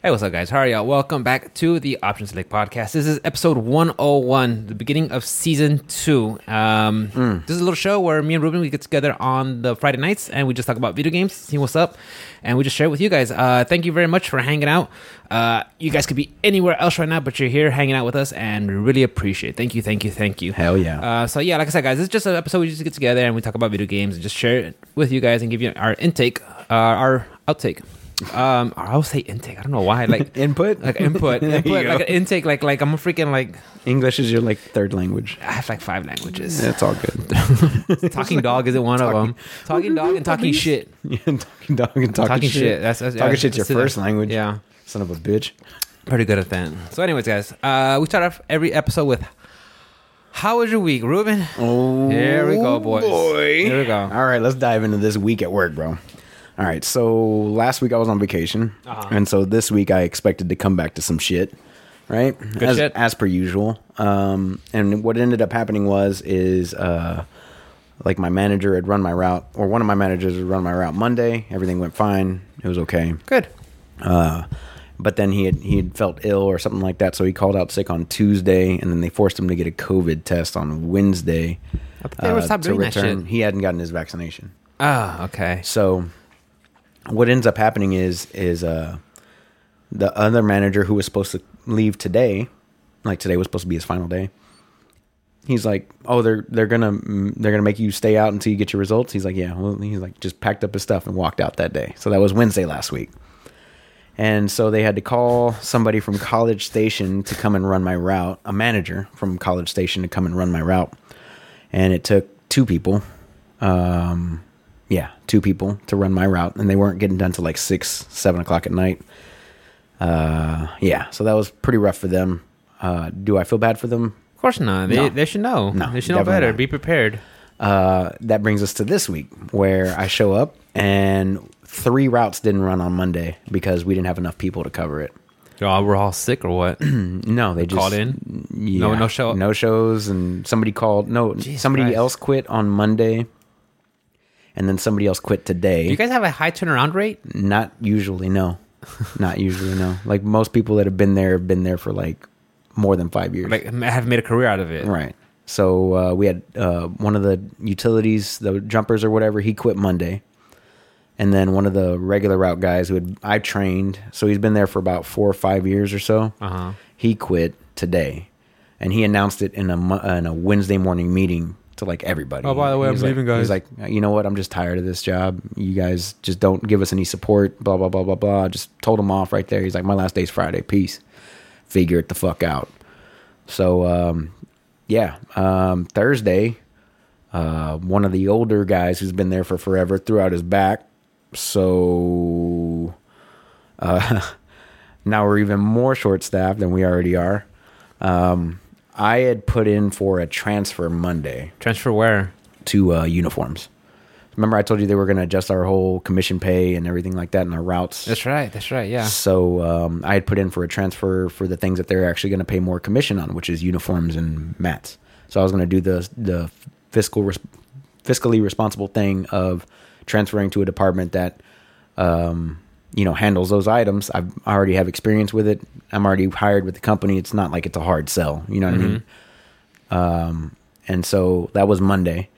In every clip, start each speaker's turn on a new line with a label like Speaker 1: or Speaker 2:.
Speaker 1: Hey, what's up, guys? How are y'all? Welcome back to the Option Select Podcast. This is episode 101, the beginning of season two. Um,
Speaker 2: Mm.
Speaker 1: This is a little show where me and Ruben we get together on the Friday nights and we just talk about video games, see what's up, and we just share it with you guys. Uh, thank you very much for hanging out. Uh, you guys could be anywhere else right now, but you're here hanging out with us, and we really appreciate it. Thank you, thank you, thank you.
Speaker 2: Hell yeah.
Speaker 1: Uh, so yeah, like I said, guys, this is just an episode we just get together and we talk about video games and just share it with you guys and give you our intake, uh, our outtake. Um, I always say intake. I don't know why. Like
Speaker 2: Input?
Speaker 1: like input,
Speaker 2: There you
Speaker 1: input
Speaker 2: go.
Speaker 1: like an intake. Like like I'm a freaking like
Speaker 2: English is your like third language.
Speaker 1: I have like five languages.
Speaker 2: It's all good.
Speaker 1: Talking dog isn't one of them. Talking dog and talking shit.
Speaker 2: Yeah, talking dog and talking,
Speaker 1: Talking
Speaker 2: shit.
Speaker 1: shit. That's- that's-
Speaker 2: talking
Speaker 1: yeah,
Speaker 2: shit's your
Speaker 1: that's it.
Speaker 2: first language.
Speaker 1: Yeah.
Speaker 2: Son of a bitch.
Speaker 1: Pretty good at that. So, anyways, guys, uh, we start off every episode with how was your week, Ruben?
Speaker 2: Oh,
Speaker 1: Here we go, boys.
Speaker 2: boy.
Speaker 1: Here we go.
Speaker 2: All right, let's dive into this week at work, bro. All right, so last week I was on vacation,
Speaker 1: Uh-huh.
Speaker 2: and so this week I expected to come back to some shit, right? Good as,
Speaker 1: shit.
Speaker 2: as per usual. Um, and what ended up happening was is uh, like my manager had run my route, or one of my managers had run my route Monday. Everything went fine. It was okay.
Speaker 1: Good.
Speaker 2: Uh, but then he had he had felt ill or something like that, so he called out sick on Tuesday, and then they forced him to get a COVID test on Wednesday. uh,
Speaker 1: I thought they would stop doing that shit.
Speaker 2: He hadn't gotten his vaccination,
Speaker 1: Ah, okay.
Speaker 2: so what ends up happening is is uh, the other manager who was supposed to leave today, like today was supposed to be his final day. He's like, oh, they're they're gonna mm, they're gonna make you stay out until you get your results. He's like, yeah. Well, he's like, just packed up his stuff and walked out that day. So that was Wednesday last week. And so they had to call somebody from College Station to come and run my route, a manager from College Station to come and run my route. And it took two people. Um, yeah, two people to run my route. And they weren't getting done till like six, seven o'clock at night. Uh, yeah, so that was pretty rough for them. Uh, do I feel bad for them?
Speaker 1: Of course not. They,
Speaker 2: No.
Speaker 1: they should know.
Speaker 2: No,
Speaker 1: they should know
Speaker 2: definitely
Speaker 1: better.
Speaker 2: not.
Speaker 1: Be prepared.
Speaker 2: Uh, that brings us to this week where I show up and three routes didn't run on Monday because we didn't have enough people to cover it.
Speaker 1: Y'all were all sick or what?
Speaker 2: No, they just
Speaker 1: called in?
Speaker 2: Yeah,
Speaker 1: No- no show-
Speaker 2: no shows, and somebody called. No, somebody
Speaker 1: Christ.
Speaker 2: else quit on Monday, and then somebody else quit today.
Speaker 1: you guys have a high turnaround rate?
Speaker 2: Not usually, no, not usually, no. Like most people that have been there have been there for like more than five years,
Speaker 1: Like, have made a career out of it.
Speaker 2: right? So uh, we had uh, one of the utilities, the jumpers or whatever, he quit Monday, and then one of the regular route guys who had I trained, so he's been there for about four or five years or so.
Speaker 1: Uh-huh.
Speaker 2: He quit today, and he announced it in a mo- uh, in a Wednesday morning meeting to like everybody.
Speaker 1: Oh, by the way,
Speaker 2: He's
Speaker 1: I'm
Speaker 2: like-
Speaker 1: leaving, guys.
Speaker 2: He's like, you know what? I'm just tired of this job. You guys just don't give us any support. Blah blah blah blah blah. Just told him off right there. He's like, my last day's Friday. Peace. Figure it the fuck out. So um, yeah, um, Thursday, uh, one of the older guys who's been there for forever threw out his back. So uh, now we're even more short staffed than we already are. Um, I had put in for a transfer Monday
Speaker 1: Transfer where?
Speaker 2: to uh, uniforms. Remember, I told you they were going to adjust our whole commission pay and everything like that and our routes.
Speaker 1: That's right. That's right. Yeah.
Speaker 2: So um, I had put in for a transfer for the things that they're actually going to pay more commission on, which is uniforms and mats. So I was going to do the the fiscal res- fiscally responsible thing of transferring to a department that um, you know handles those items. I've, I already have experience with it. I'm already hired with the company. It's not like it's a hard sell. You know what I mean? Um, and so that was Monday.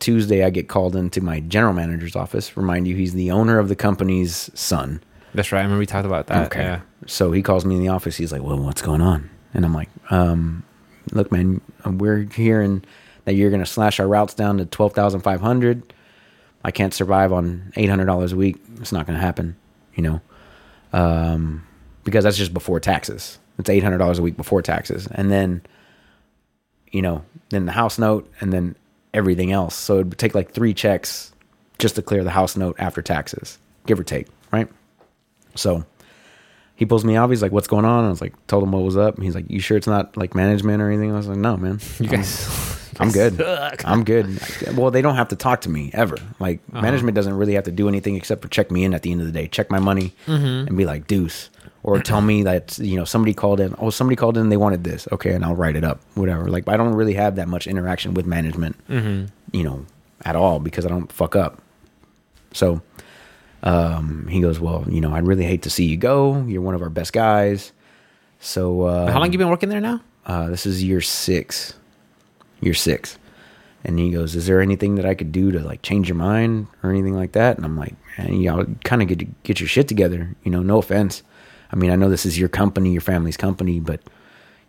Speaker 2: Tuesday, I get called into my general manager's office. Remind you, he's the owner of the company's son.
Speaker 1: That's right. I remember we talked about that.
Speaker 2: Okay.
Speaker 1: Yeah.
Speaker 2: So he calls me in the office. He's like, "Well, what's going on?" And I'm like, um, "Look, man, we're hearing that you're going to slash our routes down to twelve thousand five hundred. I can't survive on eight hundred dollars a week. It's not going to happen, you know, um, because that's just before taxes. It's eight hundred dollars a week before taxes, and then, you know, then the house note, and then everything else. So it would take like three checks just to clear the house note after taxes, give or take, right? So." he pulls me off. He's like, "What's going on?" I was like, "Told him what was up." And he's like, "You sure it's not like management or anything?" I was like, "No, man,
Speaker 1: You guys.
Speaker 2: I'm good.
Speaker 1: Suck.
Speaker 2: I'm good." Well, they don't have to talk to me ever. Like management doesn't really have to do anything except for check me in at the end of the day, check my money, and be like, "Deuce," or tell me that you know somebody called in. Oh, somebody called in. They wanted this. Okay, and I'll write it up. Whatever. Like I don't really have that much interaction with management, you know, at all because I don't fuck up. So Um, he goes, well, you know, I'd really hate to see you go. You're one of our best guys. So uh,
Speaker 1: How long you been working there now?
Speaker 2: uh, this is year six, year six. And he goes, is there anything that I could do to like change your mind or anything like that? And I'm like, man, you know, kind of get, get your shit together. You know, no offense. I mean, I know this is your company, your family's company, but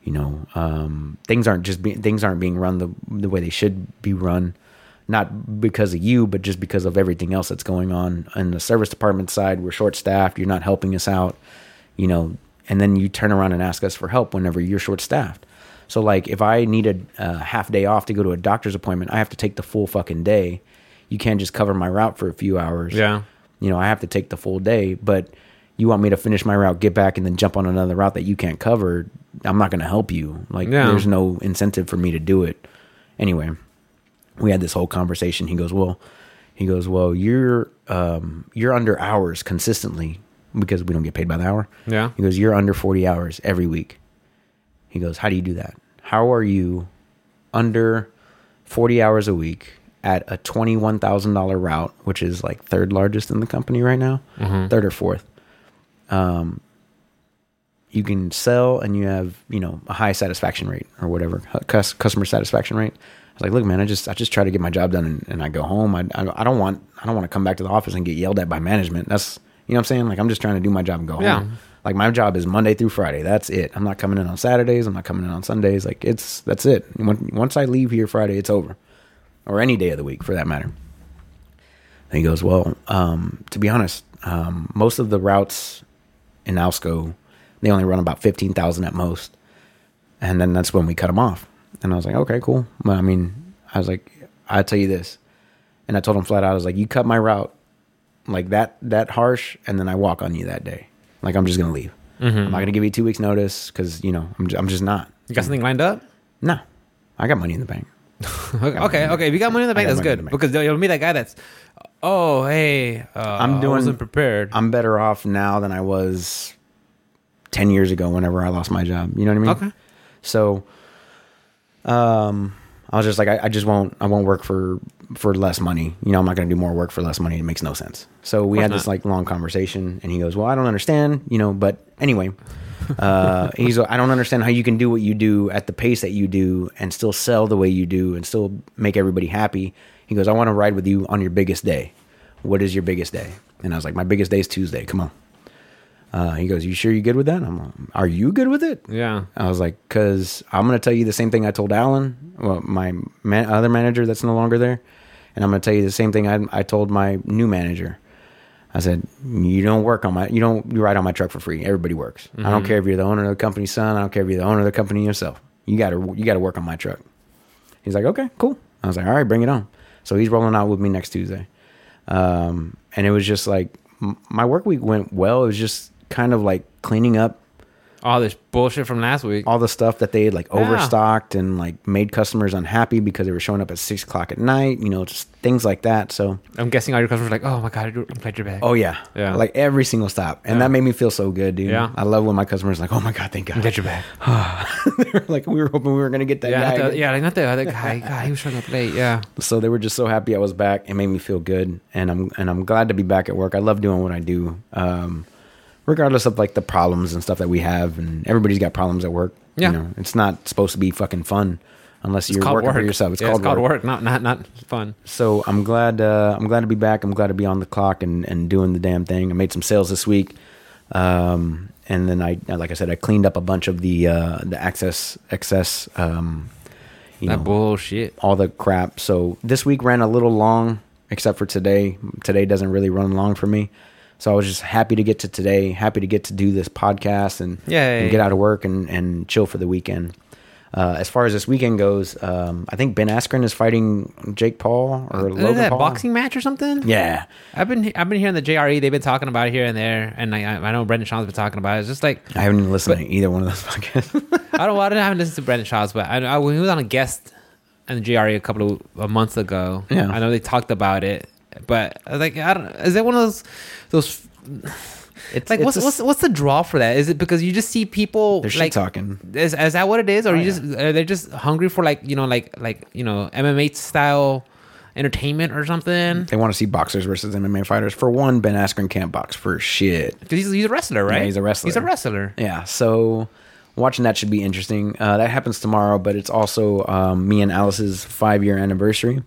Speaker 2: you know, um, things aren't just be- things aren't being run the, the way they should be run. Not because of you, but just because of everything else that's going on in the service department side. We're short staffed. You're not helping us out you know, and then you turn around and ask us for help whenever you're short staffed. So, like, if I need a, a half day off to go to a doctor's appointment, I have to take the full fucking day. You can't just cover my route for a few hours.
Speaker 1: Yeah.
Speaker 2: You know, I have to take the full day, but you want me to finish my route, get back, and then jump on another route that you can't cover. I'm not going to help you. Like,
Speaker 1: Yeah.
Speaker 2: there's no incentive for me to do it. Anyway, we had this whole conversation. He goes, "Well, he goes, well, you're um, you're under hours consistently because we don't get paid by the hour.
Speaker 1: Yeah.
Speaker 2: He goes, you're under forty hours every week. He goes, how do you do that? How are you under forty hours a week at a twenty one thousand dollar route, which is like third largest in the company right now, third or fourth? you can sell and you have you know a high satisfaction rate or whatever cus- customer satisfaction rate i was like look man i just i just try to get my job done and, and i go home I, I, I don't want i don't want to come back to the office and get yelled at by management that's you know what i'm saying like i'm just trying to do my job and go
Speaker 1: Yeah.
Speaker 2: home like my job is monday through friday that's it i'm not coming in on saturdays i'm not coming in on sundays like it's that's it When- once i leave here friday it's over or any day of the week for that matter and he goes, Well, um, to be honest, um, most of the routes in Alsco, they only run about 15,000 at most. And then that's when we cut them off. And I was like, Okay, cool. But I mean, I was like, I'll tell you this. And I told him flat out, I was like, You cut my route like that, that harsh, and then I walk on you that day. Like, I'm just going to leave. I'm not going to give you two weeks' notice because, you know, I'm, j- I'm just not.
Speaker 1: Mm-hmm. You got something lined up?
Speaker 2: No, I got money in the bank.
Speaker 1: okay, okay. If you got money in the bank,
Speaker 2: I got
Speaker 1: that's
Speaker 2: money in
Speaker 1: good
Speaker 2: the bank.
Speaker 1: because you'll meet that guy that's, oh hey, uh, I'm
Speaker 2: doing-
Speaker 1: wasn't prepared.
Speaker 2: I'm better off now than I was 10 years ago whenever I lost my job. You know what I mean?
Speaker 1: Okay.
Speaker 2: So um I was just like I, I just won't I won't work for for less money. You know, I'm not going to do more work for less money. It makes no sense. So we
Speaker 1: course
Speaker 2: had this
Speaker 1: not.
Speaker 2: like long conversation and he goes, "Well, I don't understand, you know, but anyway, uh he's I don't understand how you can do what you do at the pace that you do and still sell the way you do and still make everybody happy." He goes, "I want to ride with you on your biggest day." What is your biggest day? And I was like, "My biggest day is Tuesday. Come on." Uh, he goes, "You sure you good with that?" I'm like, "Are you good with it?"
Speaker 1: yeah,
Speaker 2: I was like, because I'm going to tell you the same thing I told Alan, well, my man, other manager that's no longer there. And I'm going to tell you the same thing I, I told my new manager. I said, you don't work on my, you don't you ride on my truck for free. Everybody works. I don't care if you're the owner of the company's son. I don't care if you're the owner of the company yourself. You got to, you got to work on my truck. He's like, okay, cool. I was like, all right, bring it on. So he's rolling out with me next Tuesday. Um, and it was just like, m- my work week went well. It was just kind of like cleaning up
Speaker 1: all this bullshit from last week.
Speaker 2: all the stuff that they had like
Speaker 1: Yeah.
Speaker 2: overstocked and like made customers unhappy because they were showing up at six o'clock at night, you know, just things like that. So,
Speaker 1: I'm guessing all your customers are like, oh my god, I'm glad you're back.
Speaker 2: oh yeah,
Speaker 1: Yeah.
Speaker 2: like every single stop, and
Speaker 1: Yeah.
Speaker 2: that made me feel so good, dude.
Speaker 1: Yeah.
Speaker 2: I love when my customers are like, oh my god, thank
Speaker 1: I'm
Speaker 2: God,
Speaker 1: glad you're back.
Speaker 2: They were like we were hoping we were gonna get that
Speaker 1: yeah,
Speaker 2: guy.
Speaker 1: not the-
Speaker 2: again.
Speaker 1: yeah, like not the other guy. God, he was showing up late. Yeah,
Speaker 2: So they were just so happy I was back. It made me feel good, and I'm and I'm glad to be back at work. I love doing what I do, um, regardless of like the problems and stuff that we have. And everybody's got problems at work.
Speaker 1: Yeah.
Speaker 2: you know, it's not supposed to be fucking fun unless
Speaker 1: it's
Speaker 2: you're
Speaker 1: called
Speaker 2: working
Speaker 1: work
Speaker 2: for yourself.
Speaker 1: yeah, it's called work. Not not not fun.
Speaker 2: so I'm glad uh, I'm glad to be back. I'm glad to be on the clock and, and doing the damn thing. I made some sales this week, um, and then I like I said I cleaned up a bunch of the uh, the access excess um, you
Speaker 1: That
Speaker 2: know
Speaker 1: bullshit.
Speaker 2: all the crap. So this week ran a little long, except for today. Today doesn't really run long for me. So I was just happy to get to today, happy to get to do this podcast and,
Speaker 1: Yay.
Speaker 2: and get out of work and, and chill for the weekend. Uh, as far as this weekend goes, um, I think Ben Askren is fighting Jake Paul or
Speaker 1: Isn't
Speaker 2: Logan
Speaker 1: Uh, that
Speaker 2: Paul.
Speaker 1: boxing match or something?
Speaker 2: Yeah,
Speaker 1: I've been I've been hearing the JRE. They've been talking about it here and there, and I, I know Brendan Shaw's been talking about it. It's just like
Speaker 2: I haven't even listened to either one of those podcasts.
Speaker 1: I don't. I didn't I haven't listened to Brendan Shaw's, but I, I he was on a guest on the GRE a couple of a months ago.
Speaker 2: Yeah.
Speaker 1: I know they talked about it, but I was like, I don't. Is that one of those those? It's like
Speaker 2: it's
Speaker 1: what's
Speaker 2: a s-
Speaker 1: what's what's the draw for that? Is it because you just see people
Speaker 2: They're shit
Speaker 1: like
Speaker 2: talking.
Speaker 1: Is, is that what it is, or you
Speaker 2: yeah.
Speaker 1: just are they just hungry for like you know like like you know MMA style entertainment or something.
Speaker 2: They want to see boxers versus MMA fighters. For one, Ben Askren can't box for shit.
Speaker 1: 'Cause He's, he's a wrestler, right?
Speaker 2: he's a wrestler.
Speaker 1: He's a wrestler.
Speaker 2: Yeah, so watching that should be interesting. Uh, that happens tomorrow, but it's also um, me and Alice's five year anniversary.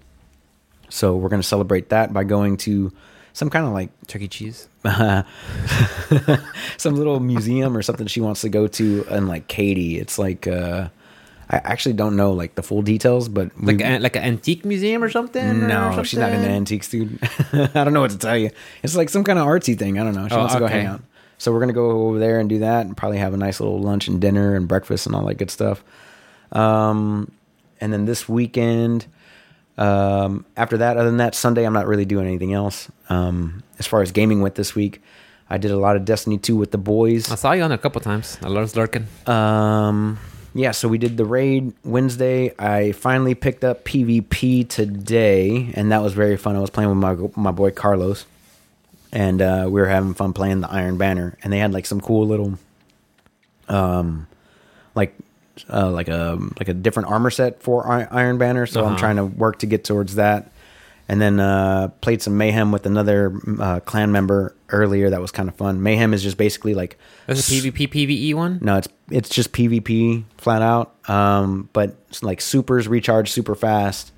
Speaker 2: So we're going to celebrate that by going to some kind of like
Speaker 1: Chuck E. Cheese.
Speaker 2: some little museum or something she wants to go to and like Katie. It's like uh I actually don't know like the full details, but we,
Speaker 1: Like, a, like an antique museum or something? or
Speaker 2: no, she's not into
Speaker 1: something?
Speaker 2: antiques, dude. I don't know what to tell you. It's like some kind of artsy thing. I don't know. She
Speaker 1: Oh,
Speaker 2: wants to go
Speaker 1: okay.
Speaker 2: hang out. So we're gonna go over there and do that, and probably have a nice little lunch and dinner and breakfast and all that good stuff. Um, and then this weekend, um, after that, other than that, Sunday, I'm not really doing anything else. Um, as far as gaming went this week, I did a lot of Destiny 2 with the boys.
Speaker 1: I saw you on a couple times. I was lurking.
Speaker 2: Um, yeah, so we did the raid Wednesday. I finally picked up PvP today, and that was very fun. I was playing with my my boy Carlos, and uh, we were having fun playing the Iron Banner. And they had like some cool little, um, like uh, like a like a different armor set for I- Iron Banner. So I'm
Speaker 1: Uh-huh.
Speaker 2: trying to work to get towards that. And then uh, played some Mayhem with another uh, clan member earlier. That was kind of fun. Mayhem is just basically like
Speaker 1: That's a PvP, PvE E one?
Speaker 2: no, it's it's just PvP flat out. Um, but it's like supers recharge super fast,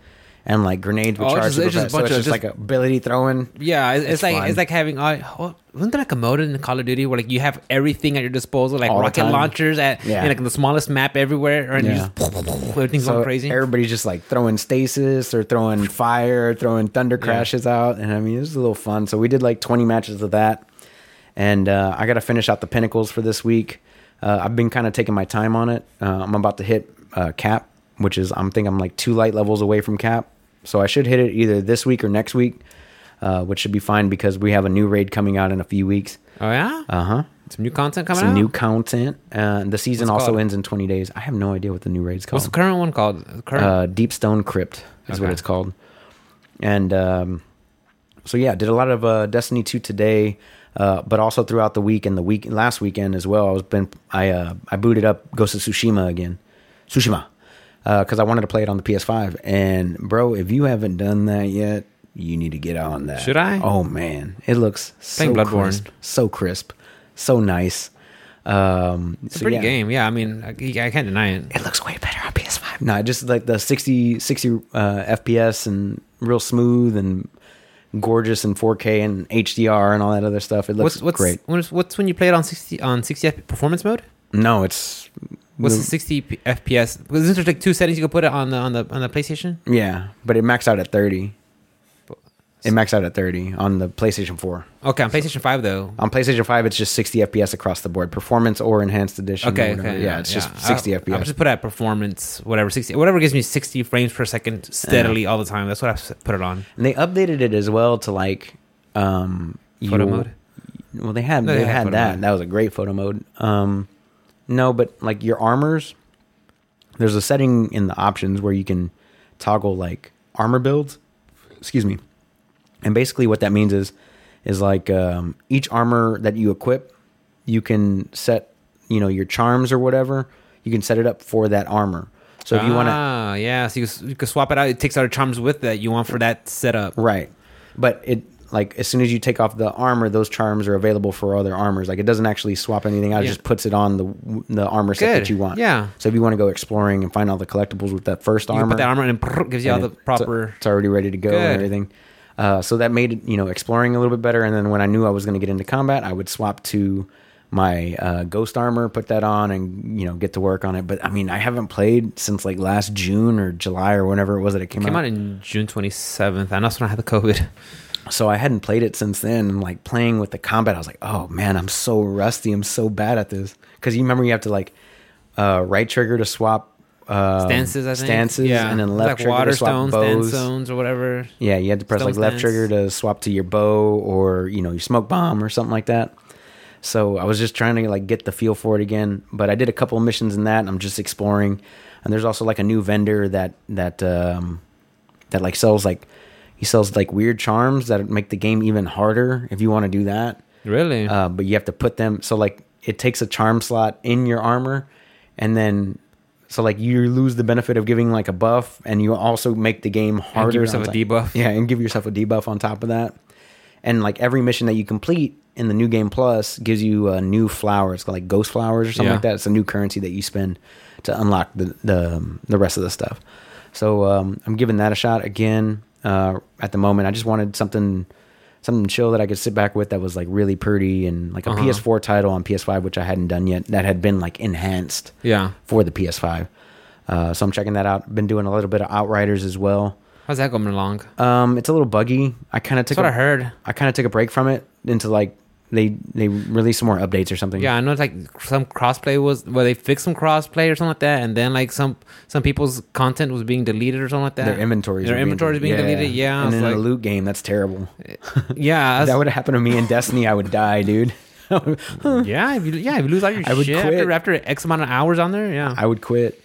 Speaker 2: and like
Speaker 1: it's
Speaker 2: grenades recharge
Speaker 1: just-
Speaker 2: super
Speaker 1: it's just
Speaker 2: fast.
Speaker 1: a
Speaker 2: so
Speaker 1: bunch
Speaker 2: it's
Speaker 1: of
Speaker 2: just,
Speaker 1: just-
Speaker 2: like ability throwing.
Speaker 1: Yeah, it's, it's, like
Speaker 2: fun.
Speaker 1: it's like having all. Oh, wasn't there like a mode in Call of Duty where like you have everything at your disposal, like
Speaker 2: All the
Speaker 1: rocket
Speaker 2: time.
Speaker 1: launchers at
Speaker 2: Yeah.
Speaker 1: and, like the smallest map everywhere, and
Speaker 2: Yeah.
Speaker 1: you just everything's
Speaker 2: So
Speaker 1: going crazy.
Speaker 2: everybody's just like throwing stasis or throwing fire, throwing thunder crashes out, and I mean it was a little fun. So we did like twenty matches of that, and uh, I got to finish out the pinnacles for this week. Uh, I've been kind of taking my time on it. Uh, I'm about to hit uh, cap, which is I'm think I'm like two light levels away from cap, so I should hit it either this week or next week, uh, which should be fine because we have a new raid coming out in a few weeks.
Speaker 1: oh yeah,
Speaker 2: Uh huh.
Speaker 1: some new content coming
Speaker 2: Some
Speaker 1: out.
Speaker 2: new content. Uh, the season
Speaker 1: What's it
Speaker 2: also
Speaker 1: called?
Speaker 2: ends in 20 days. I have no idea what the new raid's called
Speaker 1: What's the current one called? The Current.
Speaker 2: uh, Deep Stone Crypt is what
Speaker 1: Okay.
Speaker 2: it's called. And um, so yeah, did a lot of uh, Destiny two today, uh, but also throughout the week and the week last weekend as well. I was been I uh, I booted up Ghost of Tsushima again, Tsushima, because I wanted to play it on the PS five. And bro, if you haven't done that yet, you need to get on that.
Speaker 1: Should I?
Speaker 2: Oh man, it looks so
Speaker 1: Playing Bloodborne.
Speaker 2: crisp, so crisp, so nice. Um,
Speaker 1: it's a pretty game. Yeah, I mean, I, I can't deny it.
Speaker 2: it looks way better on PS5. No, just like the 60, 60 uh, FPS and real smooth and gorgeous and 4K and HDR and all that other stuff. It looks
Speaker 1: What's what's
Speaker 2: great.
Speaker 1: What's, what's when you play it on sixty on sixty F- performance mode?
Speaker 2: No, it's
Speaker 1: What's
Speaker 2: no-
Speaker 1: the sixty P- FPS? Because there's like two settings you can put it on the on the on the PlayStation.
Speaker 2: yeah, but it maxed out at 30. It maxed out at 30 on the PlayStation 4.
Speaker 1: Okay, on PlayStation Five though.
Speaker 2: On PlayStation 5, it's just 60 FPS across the board, performance or enhanced edition. or
Speaker 1: Okay,
Speaker 2: whatever.
Speaker 1: okay,
Speaker 2: yeah, it's just 60
Speaker 1: I,
Speaker 2: FPS.
Speaker 1: I just put it at performance, whatever sixty, whatever gives me sixty frames per second steadily all the time. That's what I s- put it on.
Speaker 2: And they updated it as well to like um
Speaker 1: Photo
Speaker 2: you-
Speaker 1: mode?
Speaker 2: Well, they had
Speaker 1: No,
Speaker 2: they,
Speaker 1: they had
Speaker 2: had
Speaker 1: photo
Speaker 2: that.
Speaker 1: mode.
Speaker 2: That was a great photo mode. Um no, but like your armors there's a setting in the options where you can toggle like armor builds. Excuse me. And basically what that means is is like um each armor that you equip, you can set, you know, your charms or whatever, you can set it up for that armor. So if you want to
Speaker 1: ah, yeah, so you, s- you can swap it out. It takes out the charms with that you want for that setup.
Speaker 2: Right. But it like as soon as you take off the armor, those charms are available for other armors. Like it doesn't actually swap anything out; it
Speaker 1: Yeah.
Speaker 2: just puts it on the the armor set that
Speaker 1: Good.
Speaker 2: you want.
Speaker 1: Yeah.
Speaker 2: So if you want to go exploring and find all the collectibles with that first
Speaker 1: You can
Speaker 2: armor,
Speaker 1: put that armor and it gives you all
Speaker 2: and
Speaker 1: the
Speaker 2: it-
Speaker 1: proper.
Speaker 2: It's, it's already ready to go and
Speaker 1: Good.
Speaker 2: everything. Uh, so that made you know exploring a little bit better. And then when I knew I was going to get into combat, I would swap to my uh, ghost armor, put that on, and you know get to work on it. But I mean, I haven't played since like last June or July or whenever it was that it came,
Speaker 1: Came
Speaker 2: out.
Speaker 1: out in June 27th, and that's when I had the COVID.
Speaker 2: so I hadn't played it since then. And like playing with the combat, I was like, oh man, I'm so rusty. I'm so bad at this. Because you remember you have to like uh, right trigger to swap uh,
Speaker 1: Stances, I think.
Speaker 2: stances,
Speaker 1: yeah.
Speaker 2: and then
Speaker 1: It's
Speaker 2: left
Speaker 1: like
Speaker 2: trigger
Speaker 1: water
Speaker 2: to swap
Speaker 1: stones,
Speaker 2: bows.
Speaker 1: dance zones, or whatever.
Speaker 2: Yeah, you had to press
Speaker 1: Stone
Speaker 2: like left
Speaker 1: stance.
Speaker 2: trigger to swap to your bow or you know your smoke bomb or something like that. So I was just trying to like get the feel for it again, but I did a couple of missions in that. And I'm just exploring, and there's also like a new vendor that that um, that like sells like he sells like weird charms that make the game even harder if you want to do that.
Speaker 1: Really?
Speaker 2: Uh, but you have to put them so like it takes a charm slot in your armor, and then So like you lose the benefit of giving like a buff, and you also make the game harder.
Speaker 1: yourself
Speaker 2: on
Speaker 1: a
Speaker 2: top-
Speaker 1: debuff.
Speaker 2: Yeah, and give yourself a debuff on top of that. And like every mission that you complete in the new game plus gives you a new flower. It's like ghost flowers or something
Speaker 1: Yeah.
Speaker 2: like that. It's a new currency that you spend to unlock the the, um, the rest of the stuff. So um, I'm giving that a shot again. Uh, at the moment, I just wanted something something chill that I could sit back with that was like really pretty and like a
Speaker 1: Uh-huh.
Speaker 2: PS4 title on PS5, which I hadn't done yet. That had been like enhanced
Speaker 1: Yeah.
Speaker 2: for the PS5. Uh, so I'm checking that out. Been doing a little bit of Outriders as well.
Speaker 1: How's that going along?
Speaker 2: Um, it's a little buggy. I kind of took
Speaker 1: That's what
Speaker 2: a-
Speaker 1: I heard.
Speaker 2: I kind of took a break from it into like they they released some more updates or something.
Speaker 1: Yeah, I know it's like some crossplay was well they fixed some crossplay or something like that, and then like some some people's content was being deleted or something like that.
Speaker 2: Their inventories.
Speaker 1: their
Speaker 2: were being
Speaker 1: inventories being deleted. Yeah, I
Speaker 2: and
Speaker 1: was
Speaker 2: in
Speaker 1: like,
Speaker 2: a loot game, that's terrible.
Speaker 1: yeah, I
Speaker 2: If
Speaker 1: was-
Speaker 2: that would have happened to me in Destiny, I would die, dude.
Speaker 1: yeah, if you, yeah, if you lose all your
Speaker 2: I would
Speaker 1: shit
Speaker 2: quit.
Speaker 1: after, after X amount of hours on there, yeah,
Speaker 2: I would quit.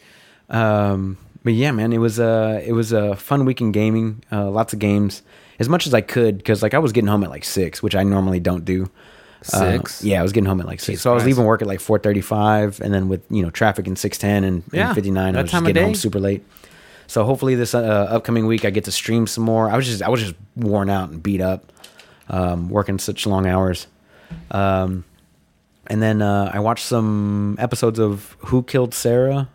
Speaker 2: Um, but yeah, man, it was a it was a fun week in gaming. Uh, lots of games, as much as I could, because like I was getting home at like six, which I normally don't do. Uh,
Speaker 1: Six?
Speaker 2: yeah, I was getting home at like six,
Speaker 1: Jesus
Speaker 2: so I was
Speaker 1: Christ.
Speaker 2: leaving work at like four thirty-five, and then with you know traffic in six ten and,
Speaker 1: Yeah,
Speaker 2: and fifty-nine,
Speaker 1: that
Speaker 2: I was
Speaker 1: time
Speaker 2: just
Speaker 1: of
Speaker 2: getting
Speaker 1: day.
Speaker 2: home super late. So hopefully this uh, upcoming week I get to stream some more. I was just I was just worn out and beat up, um, working such long hours. Um, and then uh, I watched some episodes of Who Killed Sarah,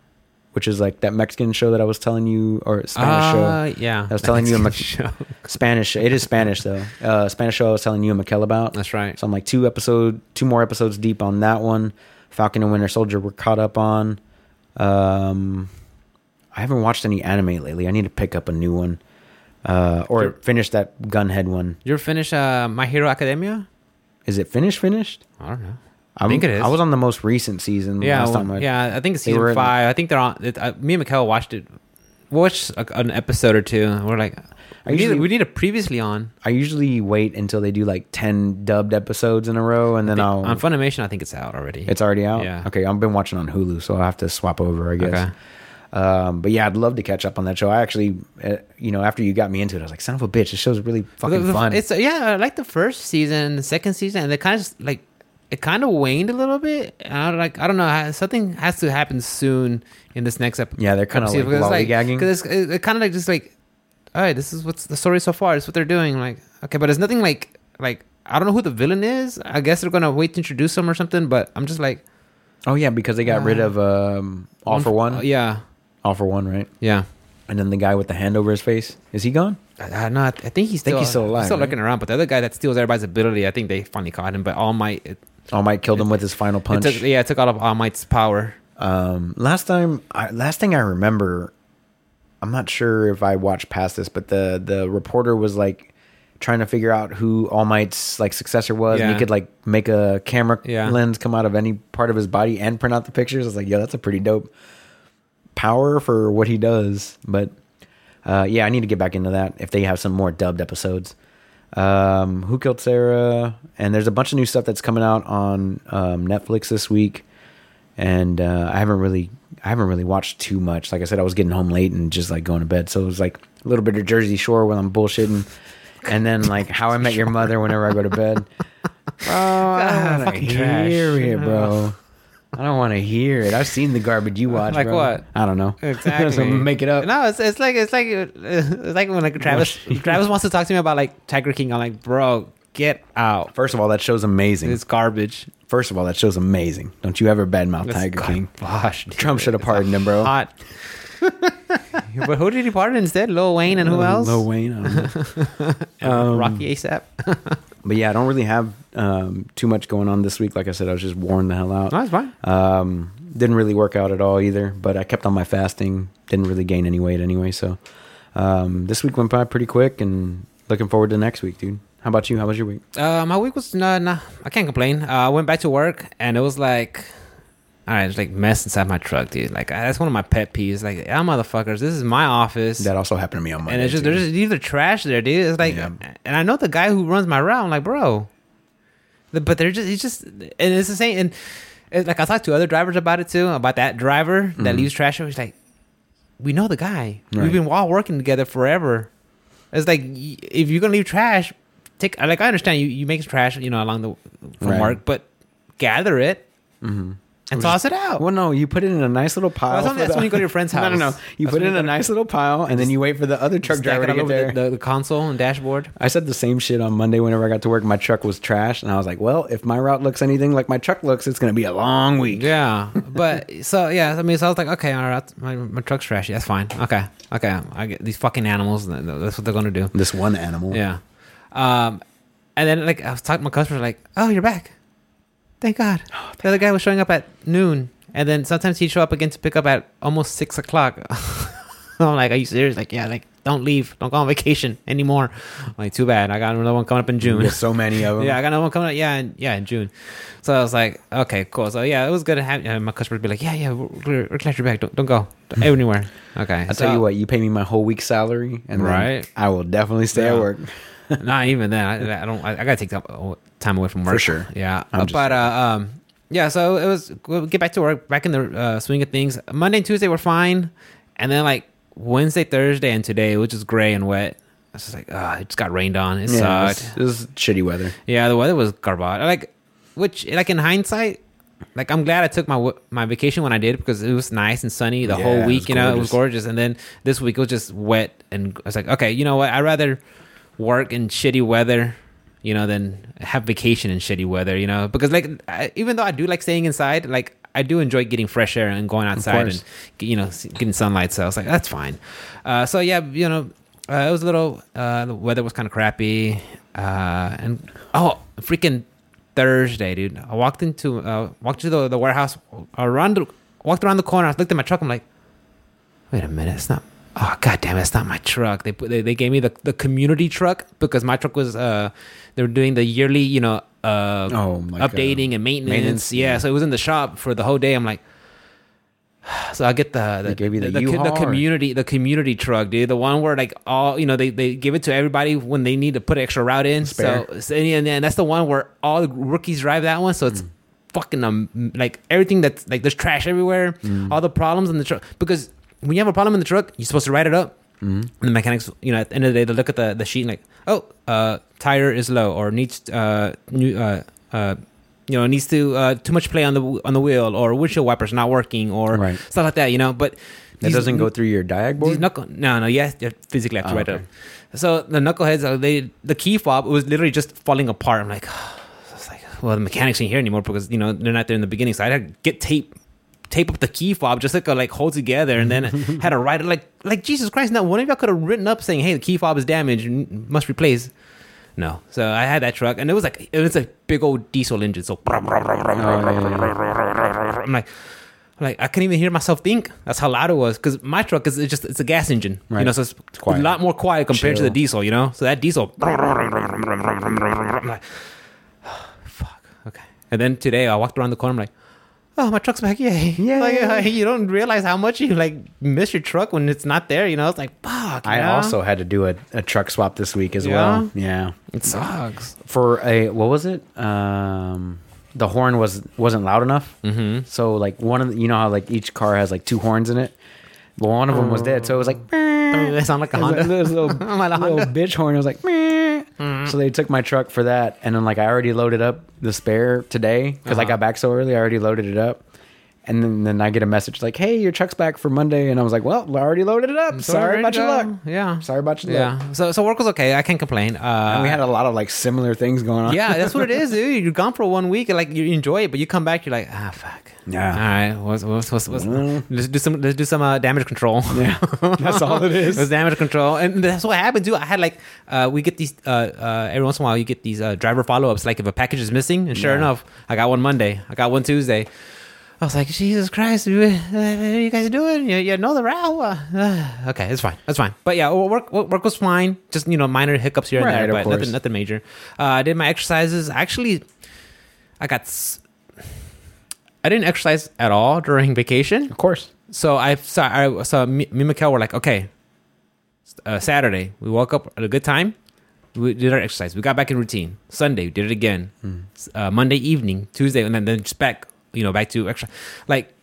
Speaker 2: which is like that Mexican show that I was telling you, or Spanish
Speaker 1: Uh,
Speaker 2: show.
Speaker 1: yeah,
Speaker 2: I was telling you a Mc-
Speaker 1: show.
Speaker 2: Spanish. It is Spanish though. Uh, Spanish show I was telling you and Mikel about.
Speaker 1: That's right.
Speaker 2: So I'm like two episode, two more episodes deep on that one. Falcon and Winter Soldier we're caught up on. Um, I haven't watched any anime lately. I need to pick up a new one, uh, or
Speaker 1: Sure.
Speaker 2: finish that Gunhead one.
Speaker 1: You're finished uh, My Hero Academia?
Speaker 2: Is it finished? Finished?
Speaker 1: I don't know.
Speaker 2: I'm-
Speaker 1: think it is.
Speaker 2: I was on the most recent season.
Speaker 1: Yeah,
Speaker 2: last
Speaker 1: well,
Speaker 2: time I-
Speaker 1: yeah. I think it's
Speaker 2: they
Speaker 1: season
Speaker 2: were in-
Speaker 1: five. I think they're on. It, uh, me and Mikhail watched it. We watched a, an episode or two. And we're like, we need,
Speaker 2: usually-
Speaker 1: we need a previously on.
Speaker 2: I usually wait until they do like ten dubbed episodes in a row, and then I'll.
Speaker 1: on Funimation, I think it's out already.
Speaker 2: it's already out.
Speaker 1: Yeah.
Speaker 2: Okay, I've been watching on Hulu, so I will have to swap over, I guess.
Speaker 1: Okay.
Speaker 2: Um, but yeah, I'd love to catch up on that show. I actually, uh, you know, after you got me into it, I was like, "Son of a bitch, this show's really fucking
Speaker 1: The- the-
Speaker 2: fun."
Speaker 1: It's yeah, I like the first season, the second season, and they kind of just, like it kind of waned a little bit. And I don't, like I don't know, ha- something has to happen soon in this next episode.
Speaker 2: Yeah, they're kinda, like, lollygagging.
Speaker 1: because it's, it, kind of like just like, all right, this is what's the story so far. It's what they're doing. Like okay, but there's nothing like like I don't know who the villain is. I guess they're gonna wait to introduce him or something. But I'm just like
Speaker 2: oh yeah, because they got rid of um, all for one,
Speaker 1: uh, yeah,
Speaker 2: all for one, right?
Speaker 1: yeah.
Speaker 2: And then the guy with the hand over his face is he gone?
Speaker 1: I, I, no, I think he's
Speaker 2: Think
Speaker 1: still,
Speaker 2: he's still alive, right?
Speaker 1: looking around. But the other guy that steals everybody's ability, I think they finally caught him. But All Might, it,
Speaker 2: All Oh, Might killed him with his final punch.
Speaker 1: It took, yeah, it took all of All Might's power.
Speaker 2: Um, last time, I, last thing I remember, I'm not sure if I watched past this, but the the reporter was like trying to figure out who All Might's like successor was, and
Speaker 1: Yeah.
Speaker 2: he could like make a camera
Speaker 1: Yeah.
Speaker 2: lens come out of any part of his body and print out the pictures. I was like, yo, that's a pretty dope power for what he does. But uh, yeah, I need to get back into that if they have some more dubbed episodes. Um, Who Killed Sarah? And there's a bunch of new stuff that's coming out on um, Netflix this week, and uh, I haven't really, I haven't really watched too much. Like I said, I was getting home late and just like going to bed, so it was like a little bit of Jersey Shore when I'm bullshitting, and then like How I Met Your Mother whenever I go to bed. Bro, I don't want to
Speaker 1: Oh, fucking trash.
Speaker 2: hear it, bro. I don't want to hear it. I've seen the garbage you watch.
Speaker 1: Like
Speaker 2: bro.
Speaker 1: what?
Speaker 2: I don't know. so make it up.
Speaker 1: No, it's, it's like it's like uh, it's like when like Travis Travis wants to talk to me about like Tiger King. I'm like, bro, get out.
Speaker 2: First of all, that show's amazing.
Speaker 1: It's garbage.
Speaker 2: First of all, that show's amazing. Don't you ever badmouth
Speaker 1: It's
Speaker 2: Tiger King.
Speaker 1: Gosh, dude.
Speaker 2: Trump should have pardoned him, bro.
Speaker 1: Hot. but who did he pardon instead? Lil Wayne and who else?
Speaker 2: Uh, Lil Wayne. I don't know. Um,
Speaker 1: Rocky ASAP.
Speaker 2: but yeah, I don't really have um, too much going on this week. Like I said, I was just worn the hell out.
Speaker 1: no, it's fine.
Speaker 2: Um, didn't really work out at all either, but I kept on my fasting. Didn't really gain any weight anyway. So um, this week went by pretty quick and looking forward to next week, dude. How about you? How was your week?
Speaker 1: Uh, my week was no, no. I can't complain. Uh, I went back to work and it was like, all right, it's like mess inside my truck, dude. Like I- that's one of my pet peeves. Like, y'all motherfuckers, this is my office,
Speaker 2: That also happened to me on Monday.
Speaker 1: and it's just
Speaker 2: too.
Speaker 1: there's just either trash there, dude. It's like,
Speaker 2: Yeah.
Speaker 1: and I know the guy who runs my route. I'm like, bro, The- but they're just, it's just, and it's the same. And it, like I talked to other drivers about it too, about that driver that leaves trash. He's like, we know the guy. We've
Speaker 2: Mm-hmm. Right.
Speaker 1: been all working together forever. It's like y- if you're gonna leave trash, take like I understand you you make trash you know along the from
Speaker 2: Right. Mm-hmm.
Speaker 1: work, but gather it. and toss it out.
Speaker 2: Well, no, you put it in a nice little pile.
Speaker 1: Well, that's
Speaker 2: for
Speaker 1: that's
Speaker 2: the-
Speaker 1: when you go to your friend's
Speaker 2: No, no, no.
Speaker 1: house.
Speaker 2: You
Speaker 1: That's
Speaker 2: put
Speaker 1: when
Speaker 2: it in
Speaker 1: you go
Speaker 2: a
Speaker 1: to-
Speaker 2: nice little pile, and then you wait for the other truck
Speaker 1: Stack
Speaker 2: driver
Speaker 1: it
Speaker 2: to
Speaker 1: all
Speaker 2: get
Speaker 1: over
Speaker 2: there.
Speaker 1: the, the, the console and dashboard.
Speaker 2: I said the same shit on Monday whenever I got to work. My truck was trash, and I was like, "Well, if my route looks anything like my truck looks, it's gonna be a long week."
Speaker 1: Yeah, but so yeah, I mean, so I was like, okay, all right, my, my truck's trashy. That's fine. Okay, okay, I get these fucking animals. th- th- That's what they're gonna do.
Speaker 2: This one animal.
Speaker 1: Yeah, um, and then like I was talking to my customers, like, oh, you're back. Thank God. the other guy was showing up at noon, and then sometimes he'd show up again to pick up at almost six o'clock. I'm like, are you serious? Like, yeah, like don't leave, don't go on vacation anymore. I'm like, too bad. I got another one coming up in June.
Speaker 2: There's so many of them.
Speaker 1: Yeah, I got another one coming up. Yeah, in, yeah, in June. So I was like, okay, cool. So yeah, it was good to have uh, my customers be like, yeah, yeah, we're, we're, we're glad you're back. Don't, don't go Don't- anywhere. Okay.
Speaker 2: I tell you what, you pay me my whole week's salary, and then
Speaker 1: Right.
Speaker 2: I will definitely stay
Speaker 1: Yeah.
Speaker 2: at work.
Speaker 1: not even then. I, I don't. I, I gotta take up- uh, time away from work
Speaker 2: For sure.
Speaker 1: Yeah,
Speaker 2: I'm just-
Speaker 1: but uh, um, yeah. So it was we'll get back to work, back in the uh, swing of things. Monday and Tuesday were fine, and then like Wednesday, Thursday, and today, which is gray and wet. I was just like, ah, it just got rained on. It
Speaker 2: Yeah,
Speaker 1: sucked.
Speaker 2: this, this is shitty weather.
Speaker 1: Yeah, the weather was garbage. Like, which like in hindsight, like I'm glad I took my w- my vacation when I did because it was nice and sunny the
Speaker 2: Yeah,
Speaker 1: whole
Speaker 2: it
Speaker 1: week.
Speaker 2: was
Speaker 1: You know, it was gorgeous. And then this week it was just wet, and I was like, okay, you know what? I'd rather work in shitty weather. You know, than have vacation in shitty weather. You know, because like I, even though I do like staying inside, like I do enjoy getting fresh air and going outside
Speaker 2: course.
Speaker 1: and you know s- getting sunlight. So I was like, that's fine. Uh, so yeah, you know, uh, it was a little. Uh, the weather was kind of crappy, uh, and oh, freaking Thursday, dude! I walked into uh, walked to the, the warehouse uh, around the, walked around the corner. I looked at my truck. I'm like, wait a minute, it's not. Oh god damn, it, it's not my truck. They put they, they gave me the, the community truck because my truck was uh they were doing the yearly you know uh
Speaker 2: Oh, like, uh,
Speaker 1: updating and maintenance.
Speaker 2: maintenance,
Speaker 1: Yeah,
Speaker 2: yeah.
Speaker 1: so it was in the shop for the whole day. I'm like. So I get the the,
Speaker 2: They gave you the
Speaker 1: the, the,
Speaker 2: U-Haul or-
Speaker 1: community the community truck, dude. The one where like all you know they, they give it to everybody when they need to put an extra route in.
Speaker 2: Spare.
Speaker 1: So, so and then that's the one where all the rookies drive that one. So it's
Speaker 2: Mm.
Speaker 1: fucking um like everything that's like there's trash everywhere,
Speaker 2: Mm.
Speaker 1: all the problems in the truck. Because when you have a problem in the truck, you're supposed to write it up. And
Speaker 2: Mm-hmm.
Speaker 1: the mechanics, you know, at the end of the day, they look at the, the sheet and like, oh, uh, tire is low or needs uh new uh uh you know needs to uh too much play on the on the wheel or windshield wipers not working or
Speaker 2: Right.
Speaker 1: stuff like that, you know. But
Speaker 2: That
Speaker 1: these-
Speaker 2: doesn't go through your diag
Speaker 1: these
Speaker 2: board.
Speaker 1: knuckle. No, no. Yes, you physically have to
Speaker 2: Oh,
Speaker 1: write it
Speaker 2: okay.
Speaker 1: up. So the knuckleheads, uh, they the key fob it was literally just falling apart. I'm like, I was like, well, the mechanics ain't here anymore because you know they're not there in the beginning. So I had to get tape. Tape up the key fob just like a, like hold together, and then had to write it like like Jesus Christ. Now one of y'all could have written up saying, "Hey, the key fob is damaged, and must replace." No, so I had that truck, and it was like it was a big old diesel engine. So
Speaker 2: Oh,
Speaker 1: I'm like, like I couldn't even hear myself think. That's how loud it was. Because my truck is it's just it's a gas engine, you
Speaker 2: Right.
Speaker 1: know, so it's,
Speaker 2: It's quiet.
Speaker 1: a lot more quiet compared to the
Speaker 2: Chill.
Speaker 1: diesel, you know. So that diesel, I'm like, fuck, okay. And then today I walked around the corner, I'm like. Oh, my truck's back! Yay!
Speaker 2: Yay.
Speaker 1: Like, uh, you don't realize how much you like miss your truck when it's not there. You know, it's like fuck. you
Speaker 2: I
Speaker 1: know?
Speaker 2: also had to do a, a truck swap this week as
Speaker 1: Yeah?
Speaker 2: well. Yeah.
Speaker 1: it sucks.
Speaker 2: For a what was it? Um the horn was wasn't loud enough. Mm-hmm. So like one of the, you know how like each car has like two horns in it. Well, one of them was dead, so it was like
Speaker 1: Oh, that sound like a
Speaker 2: It Mm-hmm. was
Speaker 1: Honda.
Speaker 2: like this little,
Speaker 1: I'm at a
Speaker 2: little
Speaker 1: Honda.
Speaker 2: bitch horn. It was like, meh. so they took my truck for that, and then like I already loaded up the spare today because I
Speaker 1: Uh-huh.
Speaker 2: got back so early. I already loaded it up, and then, then I get a message like, "Hey, your truck's back for Monday," and I was like, "Well, I already loaded it up.
Speaker 1: So ready
Speaker 2: Sorry
Speaker 1: to
Speaker 2: about your
Speaker 1: go.
Speaker 2: luck.
Speaker 1: Yeah.
Speaker 2: Sorry about your luck."
Speaker 1: Yeah. So so work was okay. I can't complain. Uh,
Speaker 2: And we had a lot of like similar things going on.
Speaker 1: yeah, that's what it is, dude. You're gone for one week, and like you enjoy it, but you come back, you're like, ah, fuck.
Speaker 2: Yeah.
Speaker 1: All right, what's, what's, what's, what's,
Speaker 2: Well.
Speaker 1: let's do some let's do some uh, damage control.
Speaker 2: Yeah. that's all it
Speaker 1: It was
Speaker 2: is.
Speaker 1: damage control, and that's what happened too. I had like uh, we get these uh, uh, every once in a while you get these uh, driver follow ups. Like if a package is missing, and sure
Speaker 2: Yeah.
Speaker 1: enough, I got one Monday, I got one Tuesday. I was like, Jesus Christ, you- uh, what are you guys doing? You, you know the route. Uh, okay, it's fine, it's fine. But yeah, well, work work was fine. Just you know minor hiccups here and
Speaker 2: Right,
Speaker 1: there,
Speaker 2: of
Speaker 1: but nothing
Speaker 2: course.
Speaker 1: nothing major. Uh, I did my exercises. Actually, I got. S- I didn't exercise at all during vacation.
Speaker 2: Of course.
Speaker 1: So I saw, I saw me, me and Mikkel were like, okay, uh, Saturday, we woke up at a good time. We did our exercise. We got back in routine. Sunday, we did it again.
Speaker 2: Hmm.
Speaker 1: S- Uh, Monday evening, Tuesday, and then, then just back, you know, back to extra. Like,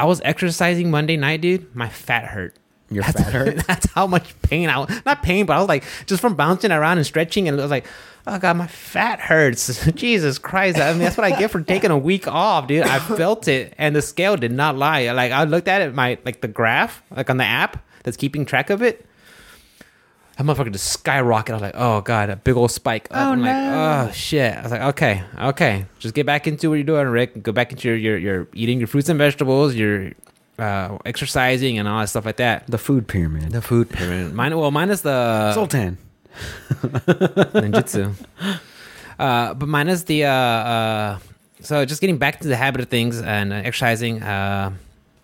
Speaker 1: I was exercising Monday night, dude. My fat hurt.
Speaker 2: Your
Speaker 1: That's,
Speaker 2: fat hurt?
Speaker 1: that's how much pain I was, not pain, but I was like just from bouncing around and stretching, and I was like, oh god, my fat hurts. Jesus Christ! I mean, that's what I get for taking a week off, dude. I felt it, and the scale did not lie. Like I looked at it, my like the graph, like on the app that's keeping track of it. That motherfucker just skyrocketed. I was like, oh god, a big old spike. Up.
Speaker 2: Oh,
Speaker 1: I'm
Speaker 2: no.
Speaker 1: like, oh shit. I was like, okay, okay, just get back into what you're doing, Rick. Go back into your your, your eating your fruits and vegetables. Your uh, exercising and all that stuff like that.
Speaker 2: The food pyramid.
Speaker 1: The food pyramid. Mine, well, minus the
Speaker 2: Sultan.
Speaker 1: ninjutsu. Uh, but minus the uh, uh, so just getting back to the habit of things and uh, exercising. Uh,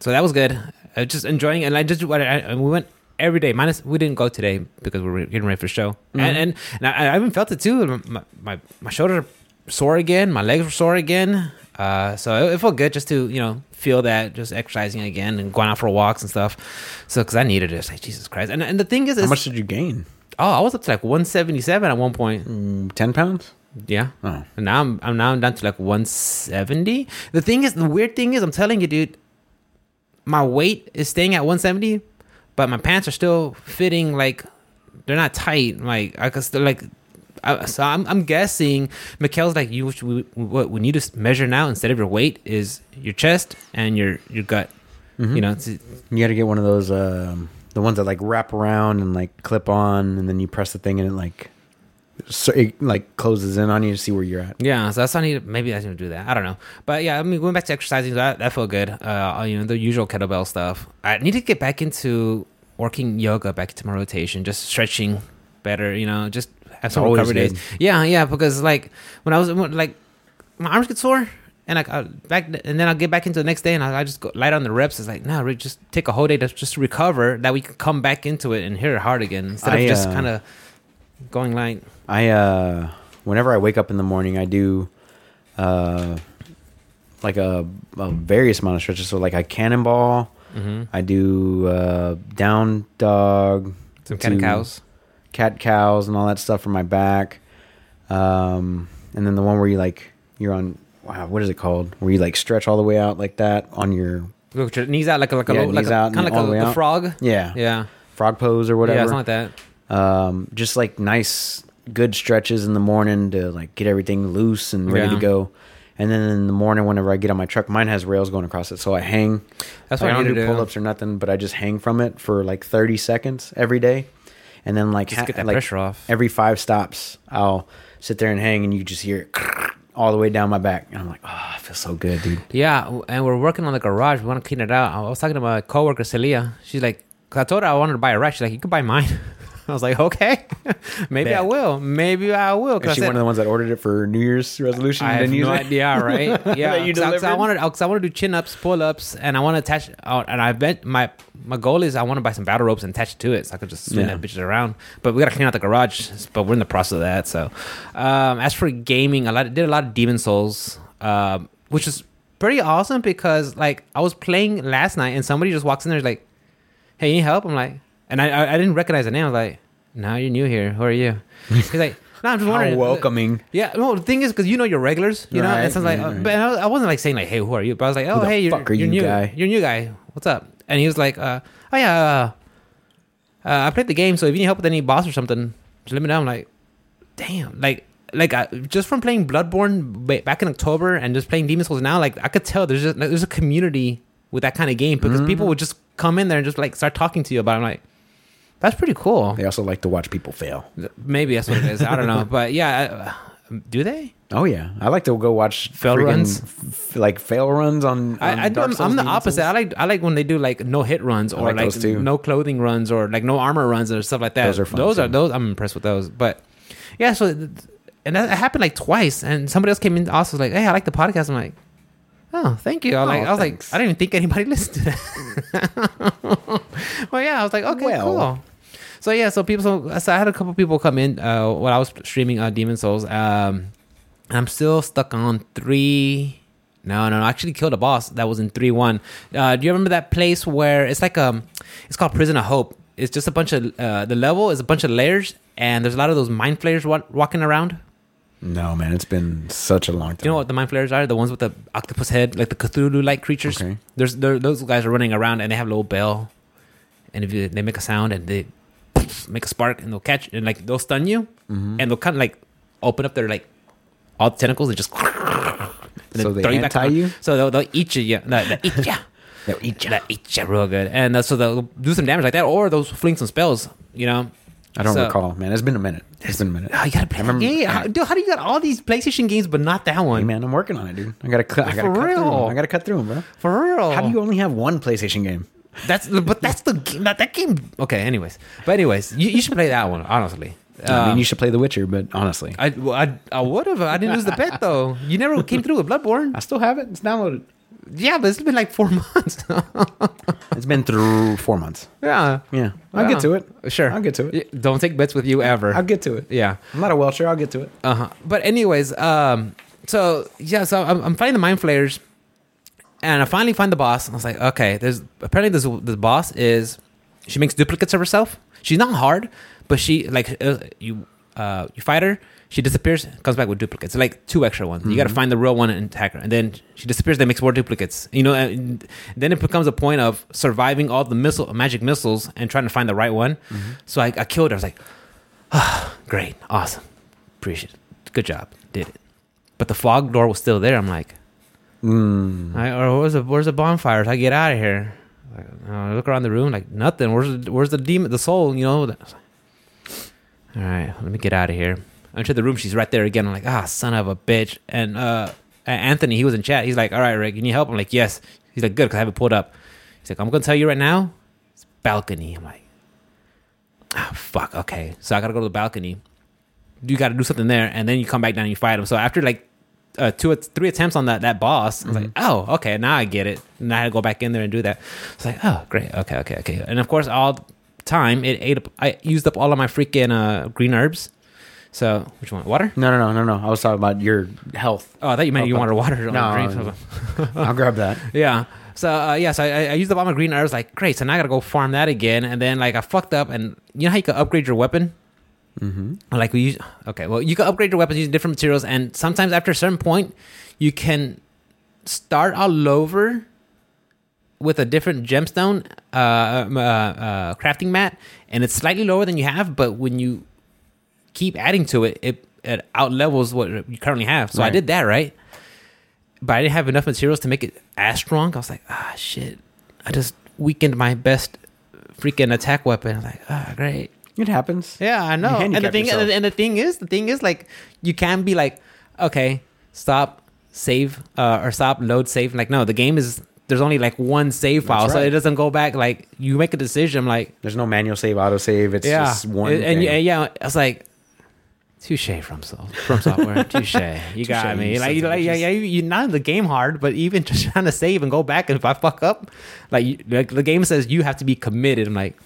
Speaker 1: so that was good. Uh, just enjoying, and I just what I, I- we went every day. Minus we didn't go today because we were getting ready for the show,
Speaker 2: Mm-hmm.
Speaker 1: and and, and I, I even felt it too. My my, my shoulders are sore again. My legs were sore again. Uh, so it, it felt good just to you know feel that just exercising again and going out for walks and stuff. So because I needed it, It's like Jesus Christ. And and the thing is,
Speaker 2: How
Speaker 1: it's-
Speaker 2: much did you gain?
Speaker 1: oh, I was up to like 177 at one point.
Speaker 2: Mm, Ten pounds?
Speaker 1: Yeah.
Speaker 2: Oh.
Speaker 1: And now I'm, I'm now I'm down to like 170. The thing is, the weird thing is, I'm telling you, dude, my weight is staying at 170, but my pants are still fitting like they're not tight. Like I could still like. I, so I'm, I'm guessing Mikhail's like you. should- We, what we need to s- measure now instead of your weight is your chest and your your gut. You know, to-
Speaker 2: You got to get one of those, um, the ones that like wrap around and like clip on, and then you press the thing and it like, so it like closes in on you to see where you're at.
Speaker 1: Yeah, so that's why I need. Maybe I need to do that. I don't know, but yeah, I mean, going back to exercising, that that felt good. Uh, you know, the usual kettlebell stuff. I need to get back into working yoga back into my rotation, just stretching better. You know, just have some
Speaker 2: Always
Speaker 1: recovery days.
Speaker 2: good.
Speaker 1: Yeah, yeah, because like when I was when, like my arms get sore. And like I back, and then I'll get back into the next day, and I, I just go light on the reps. It's like, no, Rick, just take a whole day to just to recover. That we can come back into it and hit it hard again instead of
Speaker 2: I,
Speaker 1: just
Speaker 2: uh,
Speaker 1: kind of going light.
Speaker 2: I, uh, whenever I wake up in the morning, I do, uh, like a, a various amount of stretches. So like I cannonball,
Speaker 1: Mm-hmm.
Speaker 2: I do, uh, down dog,
Speaker 1: Some kind of
Speaker 2: to-
Speaker 1: cows.
Speaker 2: cat cows and all that stuff for my back. Um, and then the one where you like you're on wow, what is it called? Where you like stretch all the way out like that on your
Speaker 1: Look, your knees out like a like a
Speaker 2: Yeah,
Speaker 1: low, like
Speaker 2: knees
Speaker 1: a,
Speaker 2: out
Speaker 1: kind
Speaker 2: and
Speaker 1: of
Speaker 2: all the way
Speaker 1: like a, a
Speaker 2: out.
Speaker 1: frog.
Speaker 2: yeah,
Speaker 1: Yeah,
Speaker 2: frog pose or
Speaker 1: yeah,
Speaker 2: whatever.
Speaker 1: something like that.
Speaker 2: um, just like nice good stretches in the morning to like get everything loose and ready
Speaker 1: Yeah.
Speaker 2: to go. And then in the morning, whenever I get on my truck, mine has rails going across it, so I hang.
Speaker 1: That's
Speaker 2: Like,
Speaker 1: what I
Speaker 2: I
Speaker 1: need
Speaker 2: don't
Speaker 1: to
Speaker 2: do
Speaker 1: do.
Speaker 2: pull ups or nothing, but I just hang from it for like thirty seconds every day, and then like
Speaker 1: Just
Speaker 2: ha-
Speaker 1: get that
Speaker 2: like,
Speaker 1: pressure off.
Speaker 2: every five stops, I'll sit there and hang, and you just hear it all the way down my back, and I'm like, oh, I feel so good, dude.
Speaker 1: Yeah, w- and we're working on the garage. We want to clean it out. I was talking to my coworker Celia. She's like, 'cause I told her I wanted to buy a rack. She's like, you could buy mine. I was like, okay, maybe I
Speaker 2: Bet.
Speaker 1: will. Maybe I will. 'Cause
Speaker 2: Is she
Speaker 1: I said-
Speaker 2: one of the ones that ordered it for New Year's resolution?
Speaker 1: I
Speaker 2: and
Speaker 1: have
Speaker 2: didn't use
Speaker 1: no
Speaker 2: it?
Speaker 1: idea, right? Yeah,
Speaker 2: That you
Speaker 1: because I
Speaker 2: delivered?
Speaker 1: want to, because I want to do chin ups, pull ups, and I want to attach. Uh, and I bet my my goal is I want to buy some battle ropes and attach it to it, so I could just swing
Speaker 2: Yeah.
Speaker 1: that bitch around. But we gotta clean out the garage, but we're in the process of that. So, um, as for gaming, a lot did a lot of Demon Souls, um, which is pretty awesome because like I was playing last night and somebody just walks in there like, "Hey, you need help?" I'm like, and I I, I didn't recognize the name. I was like, "No, you're new here. Who are you?" He's like. No, I'm just
Speaker 2: How
Speaker 1: wondering.
Speaker 2: welcoming.
Speaker 1: Yeah, no, the thing is because you know your regulars, you know, and
Speaker 2: Right,
Speaker 1: so I was like,
Speaker 2: right,
Speaker 1: uh,
Speaker 2: right.
Speaker 1: but I was- I wasn't like saying like, hey, who are you? But I was like, oh,
Speaker 2: the
Speaker 1: hey, you're,
Speaker 2: fuck are
Speaker 1: you're new,
Speaker 2: you, guy?
Speaker 1: you're new guy. What's up? And he was like, uh, oh yeah, uh, uh, I played the game, so if you need help with any boss or something, just let me know. I'm like, damn, like. Like I, just from playing Bloodborne ba- back in October and just playing Demon Souls now, like I could tell there's just like, there's a community with that kind of game because people
Speaker 2: Mm.
Speaker 1: would just come in there and just like start talking to you about. It. I'm like, that's pretty cool.
Speaker 2: They also like to watch people fail.
Speaker 1: Maybe that's what it is. I don't know, but yeah, uh, do they?
Speaker 2: Oh yeah, I like to go watch
Speaker 1: Fail
Speaker 2: freaking
Speaker 1: runs?
Speaker 2: f- like fail runs on. on
Speaker 1: I, I do,
Speaker 2: Um, Dark
Speaker 1: I'm,
Speaker 2: Souls,
Speaker 1: I'm the
Speaker 2: Demon
Speaker 1: opposite.
Speaker 2: Souls.
Speaker 1: I like I like when they do like no hit runs or
Speaker 2: like
Speaker 1: like,
Speaker 2: those too.
Speaker 1: no clothing runs or like no armor runs or stuff like that.
Speaker 2: Those are fun
Speaker 1: Those are
Speaker 2: too.
Speaker 1: those. I'm impressed with those. But yeah, so th- and that happened like twice. And somebody else came in also was like, hey, I like the podcast. I'm like. Oh, thank you. I, was
Speaker 2: Oh,
Speaker 1: like, I was
Speaker 2: thanks.
Speaker 1: like, I didn't even think anybody listened to that. well, yeah, I was like, okay,
Speaker 2: Well.
Speaker 1: cool. So yeah, so people, so, so I had a couple people come in uh, while I was streaming uh, Demon Souls. Um, I'm still stuck on three. No, no, no. I actually killed a boss that was in three one. Uh, do you remember that place where it's like um, it's called Prison of Hope. It's just a bunch of uh, the level is a bunch of layers, and there's a lot of those mind flayers wa- walking around.
Speaker 2: No man, it's been such a long time.
Speaker 1: Do you know what the mind flayers are? The ones with the octopus head, like the Cthulhu like creatures.
Speaker 2: Okay.
Speaker 1: There's there, those guys are running around and they have a little bell, and if you, they make a sound and they make a spark and they'll catch and like they'll stun you
Speaker 2: Mm-hmm.
Speaker 1: and they'll kind of like open up their like all tentacles and just and
Speaker 2: So
Speaker 1: then
Speaker 2: they
Speaker 1: throw you back
Speaker 2: anti
Speaker 1: on.
Speaker 2: you?
Speaker 1: So they'll, they'll eat you. Yeah, no, they'll eat you.
Speaker 2: They'll eat ya.
Speaker 1: They'll eat you real good. And uh, so they'll do some damage like that, or they'll fling some spells. You know.
Speaker 2: I don't
Speaker 1: So-
Speaker 2: recall, man. It's been a minute. It's been a minute.
Speaker 1: Oh, you gotta play that game. How, dude, how do you got all these PlayStation games but not that one?
Speaker 2: Hey, man, I'm working on it, dude. I gotta, cut. I gotta
Speaker 1: For
Speaker 2: cut through 'em.
Speaker 1: real? Oh.
Speaker 2: I gotta cut through them, bro.
Speaker 1: For real.
Speaker 2: How do you only have one PlayStation game?
Speaker 1: That's but that's the game. That, that game. Okay. Anyways, but anyways, you, you should play that one. Honestly.
Speaker 2: I
Speaker 1: Um,
Speaker 2: mean, you should play The Witcher, but honestly, I,
Speaker 1: I, well, I, I would have. I didn't lose the bet though. You never came through with Bloodborne.
Speaker 2: still have it. It's downloaded.
Speaker 1: Yeah, but it's been like four months.
Speaker 2: It's been through four months.
Speaker 1: yeah.
Speaker 2: Yeah, I'll
Speaker 1: Yeah.
Speaker 2: get to it.
Speaker 1: Uh-huh. Sure.
Speaker 2: I'll get to it.
Speaker 1: Y- Don't take bets with you ever.
Speaker 2: I'll get to it.
Speaker 1: yeah.
Speaker 2: I'm not a Welcher. I'll get to it.
Speaker 1: Uh huh. But anyways, um, so yeah, so I'm, I'm fighting the mind flayers, and I finally find the boss. And I was like, okay, there's apparently this the boss is she makes duplicates of herself. She's not hard, but she like uh, you uh you fight her. She disappears, comes back with duplicates, like two extra ones. You got to find the real one and attack her, and then she disappears. Then makes more duplicates. You know, and then it becomes a point of surviving all the missile, magic missiles, and trying to find the right one. So I, I killed her. I was like, "Ah, great, awesome, appreciate it, good job, did it. But the fog door was still there. I'm like,
Speaker 2: Mm.
Speaker 1: I, or where's the where's the bonfires? I get out of here. Like, I look around the room, like nothing. Where's the, where's the demon, the soul? You know. that- All right, let me get out of here. I enter the room. She's right there again. I'm like, ah, son of a bitch. And uh, A- Anthony, he was in chat. He's like, all right, Rick, you need help? I'm like, yes. He's like, good, because I have it pulled up. He's like, I'm gonna tell you right now, it's balcony. I'm like, ah, fuck. Okay, so I gotta go to the balcony. You gotta do something there, and then you come back down and you fight him. So after like uh, two or three attempts on that that boss. I was like,
Speaker 2: Mm-hmm.
Speaker 1: oh, okay, now I get it. And I had to go back in there and do that. It's like, oh, great, okay, okay, okay. And of course, all the time it ate up. I used up all of my freaking uh, green herbs. So which one? Water?
Speaker 2: No, no, no, no, no. I was talking about your health.
Speaker 1: Oh, I thought you meant you
Speaker 2: Okay.
Speaker 1: wanted water. on
Speaker 2: No,
Speaker 1: the greens. I was like,
Speaker 2: I'll grab that.
Speaker 1: yeah. So uh, yeah, so I, I used up all my green herbs. Like, great. So now I gotta go farm that again. And then like I fucked up, and you know how you can upgrade your weapon. Mm-hmm. Like we use okay. Well, you can upgrade your weapons using different materials, and sometimes after a certain point, you can start all over with a different gemstone uh, um, uh, uh, crafting mat, and it's slightly lower than you have. But when you keep adding to it, it, it out levels what you currently have. So I
Speaker 2: Right.
Speaker 1: did that right, but I didn't have enough materials to make it as strong. I was like, ah, shit, I just weakened my best freaking attack weapon. I was like, ah, great.
Speaker 2: It happens.
Speaker 1: Yeah, I know. And the
Speaker 2: handicap
Speaker 1: thing,
Speaker 2: yourself.
Speaker 1: and the thing is, the thing is, like, you can be like, okay, stop, save, uh, or stop, load, save. Like, no, the game is there's only like one save file, so
Speaker 2: right.
Speaker 1: it doesn't go back. Like, you make a decision, like,
Speaker 2: There's no manual save, auto save. It's
Speaker 1: yeah,
Speaker 2: just one.
Speaker 1: and, and
Speaker 2: thing.
Speaker 1: yeah, yeah, I was like. Touche from so- from software. Touche, you got
Speaker 2: Touche,
Speaker 1: me.
Speaker 2: you
Speaker 1: like,
Speaker 2: sons
Speaker 1: you
Speaker 2: of
Speaker 1: like, yeah,
Speaker 2: bitches.
Speaker 1: yeah. You, you not in the game hard, but even just trying to save and go back, and if I fuck up, like, you, like the game says, you have to be committed. I'm like,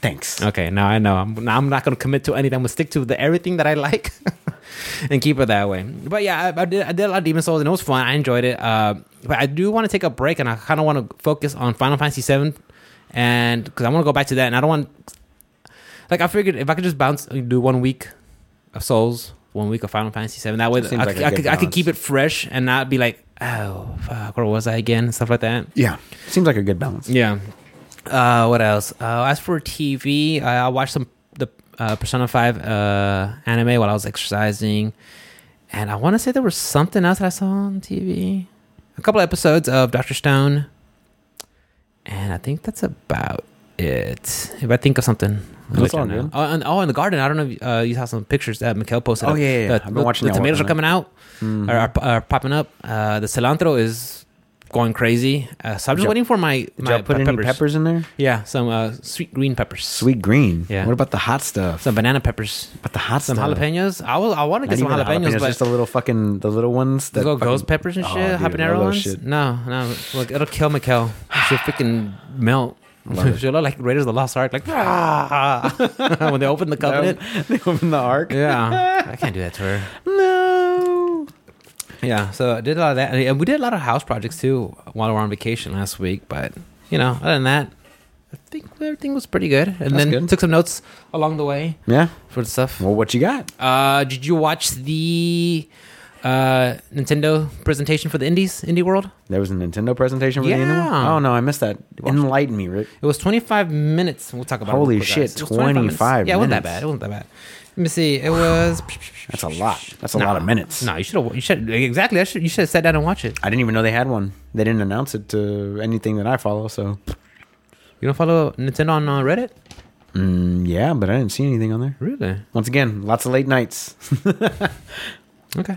Speaker 2: Thanks.
Speaker 1: Okay, now I know. I'm now I'm not going to commit to anything. I'm going to stick to the everything that I like, and keep it that way. But yeah, I, I did I did a lot of Demon Souls, and it was fun. I enjoyed it. Uh, but I do want to take a break, and I kind of want to focus on Final Fantasy VII, and because I want to go back to that, and I don't want like I figured if I could just bounce do one week of Souls, one week of Final Fantasy VII, that way
Speaker 2: Seems
Speaker 1: I,
Speaker 2: like
Speaker 1: could
Speaker 2: a
Speaker 1: I,
Speaker 2: good
Speaker 1: could, I could
Speaker 2: balance.
Speaker 1: keep it fresh and not be like, oh fuck, where was I again, and stuff like that.
Speaker 2: Yeah. Seems like a good balance.
Speaker 1: Yeah. Uh, what else? Uh, as for TV, I, I watched some the uh, Persona Five uh, anime while I was exercising, and I want to say there was something else that I saw on TV. A couple episodes of Doctor Stone, and I think that's about it. If I think of something, I'll let
Speaker 2: That's
Speaker 1: you
Speaker 2: all
Speaker 1: know.
Speaker 2: good.
Speaker 1: Oh, and, oh, in the garden. I don't know. If, uh, you saw some pictures that Mikhail posted.
Speaker 2: Oh,
Speaker 1: up.
Speaker 2: yeah, yeah, yeah.
Speaker 1: The,
Speaker 2: I've been
Speaker 1: the-
Speaker 2: watching
Speaker 1: The
Speaker 2: that
Speaker 1: tomatoes
Speaker 2: one,
Speaker 1: are coming out
Speaker 2: Mm.
Speaker 1: are, are,
Speaker 2: Mm-hmm.
Speaker 1: are popping up. Uh, the cilantro is going crazy. Uh, so I'm just
Speaker 2: Did y'all-
Speaker 1: waiting for my
Speaker 2: Did
Speaker 1: my
Speaker 2: y'all put
Speaker 1: pe-
Speaker 2: any peppers in there?
Speaker 1: Yeah, some uh, sweet green peppers,
Speaker 2: Sweet green.
Speaker 1: Yeah.
Speaker 2: What about the hot stuff?
Speaker 1: some banana peppers,
Speaker 2: But the hot
Speaker 1: some
Speaker 2: stuff.
Speaker 1: jalapenos. I was I want to
Speaker 2: Not
Speaker 1: get some
Speaker 2: even the
Speaker 1: jalapenos, but
Speaker 2: just the little fucking the little ones.
Speaker 1: those little
Speaker 2: fucking-
Speaker 1: ghost peppers and
Speaker 2: Oh,
Speaker 1: shit,
Speaker 2: dude, love
Speaker 1: habanero
Speaker 2: those
Speaker 1: ones.
Speaker 2: shit.
Speaker 1: No, no, look, it'll kill Mikkel. She'll freaking melt.
Speaker 2: Love it.
Speaker 1: She'll look like Raiders of the Lost Ark, like "Ah!" when they open the covenant.
Speaker 2: They open the arc.
Speaker 1: Yeah, I can't do that to her.
Speaker 2: No.
Speaker 1: Yeah, so I did a lot of that, and we did a lot of house projects too while we were on vacation last week. But you know, other than that, I think everything was pretty good. And then
Speaker 2: good.
Speaker 1: took some notes along the way
Speaker 2: Yeah.
Speaker 1: for the stuff.
Speaker 2: Well, what you got?
Speaker 1: Uh, did you watch the uh, Nintendo presentation for the Indies, Indie World.
Speaker 2: There was a Nintendo presentation for the
Speaker 1: Yeah.
Speaker 2: animal. Oh no, I missed that. Enlighten me, Rick.
Speaker 1: It was 25 minutes. We'll talk about it. real
Speaker 2: Holy
Speaker 1: quick,
Speaker 2: shit,
Speaker 1: guys. It was 25 minutes.
Speaker 2: 25
Speaker 1: Yeah, it wasn't that
Speaker 2: minutes.
Speaker 1: bad. It wasn't that bad. Let me see. It was.
Speaker 2: That's a lot. That's a lot of minutes.
Speaker 1: No, you should have. You should exactly. I should. You should have sat down and watched it.
Speaker 2: I didn't even know they had one. They didn't announce it to anything that I follow. So
Speaker 1: You don't follow Nintendo on uh, Reddit?
Speaker 2: Mm, yeah, but I didn't see anything on there.
Speaker 1: Really?
Speaker 2: Once again, lots of late nights.
Speaker 1: Okay.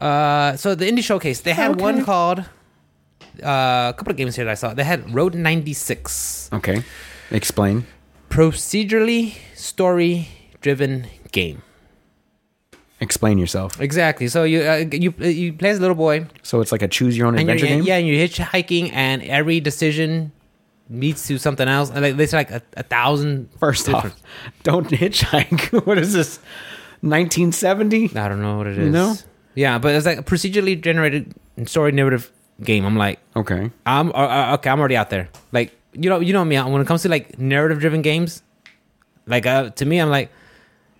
Speaker 1: Uh, so the indie showcase, they had
Speaker 2: Okay.
Speaker 1: one called uh, a couple of games here that I saw. They had Road 96,
Speaker 2: okay, explain.
Speaker 1: procedurally story driven game.
Speaker 2: Explain yourself.
Speaker 1: Exactly. So you uh, you uh, you play as a little boy,
Speaker 2: So it's like a choose your own
Speaker 1: and
Speaker 2: adventure
Speaker 1: you're,
Speaker 2: game.
Speaker 1: yeah, and you're hitchhiking, and every decision leads to something else. And like there's like a, a thousand.
Speaker 2: First off, don't hitchhike. what is this? 1970?
Speaker 1: I don't know what it is.
Speaker 2: You know?
Speaker 1: Yeah, but it's like a procedurally generated story narrative game. I'm like,
Speaker 2: Okay.
Speaker 1: I'm uh, uh, okay. I'm already out there. Like you know, you know me. uh, When it comes to like narrative-driven games, like uh, to me, I'm like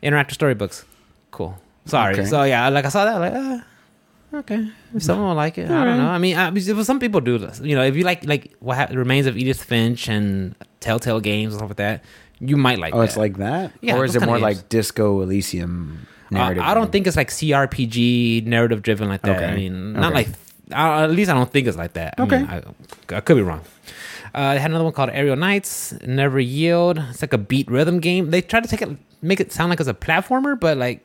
Speaker 1: interactive storybooks. Cool. Sorry.
Speaker 2: Okay.
Speaker 1: So yeah, like I saw that. Like uh, okay, if someone will like it, I don't know. I mean, I, because some people do. this. You know, if you like like what hap remains of Edith Finch and Telltale games and stuff like that, you might like.
Speaker 2: Oh, it's
Speaker 1: that.
Speaker 2: like that?
Speaker 1: Yeah,
Speaker 2: or is
Speaker 1: those
Speaker 2: it
Speaker 1: kinda
Speaker 2: more
Speaker 1: games.
Speaker 2: like Disco Elysium narrative?
Speaker 1: Uh, I don't
Speaker 2: game?
Speaker 1: think it's like CRPG narrative driven like that.
Speaker 2: Okay.
Speaker 1: I mean, not like
Speaker 2: Okay.
Speaker 1: uh, at least I don't think it's like that. I mean,
Speaker 2: Okay.
Speaker 1: I, I could be wrong. Uh, they had another one called Aerial Knights, Never Yield. It's like a beat rhythm game. They tried to take it, make it sound like it's a platformer, but like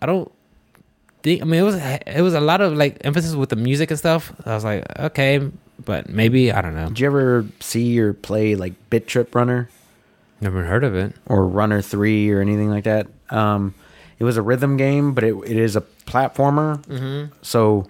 Speaker 1: I don't think. I mean, it was it was a lot of like emphasis with the music and stuff. I was like, okay, but maybe I don't know.
Speaker 2: Did you ever see or play like Bit Trip Runner?
Speaker 1: Never heard of it.
Speaker 2: or Runner Three or anything like that. Um, it was a rhythm game, but it, it is a platformer. Mm-hmm. So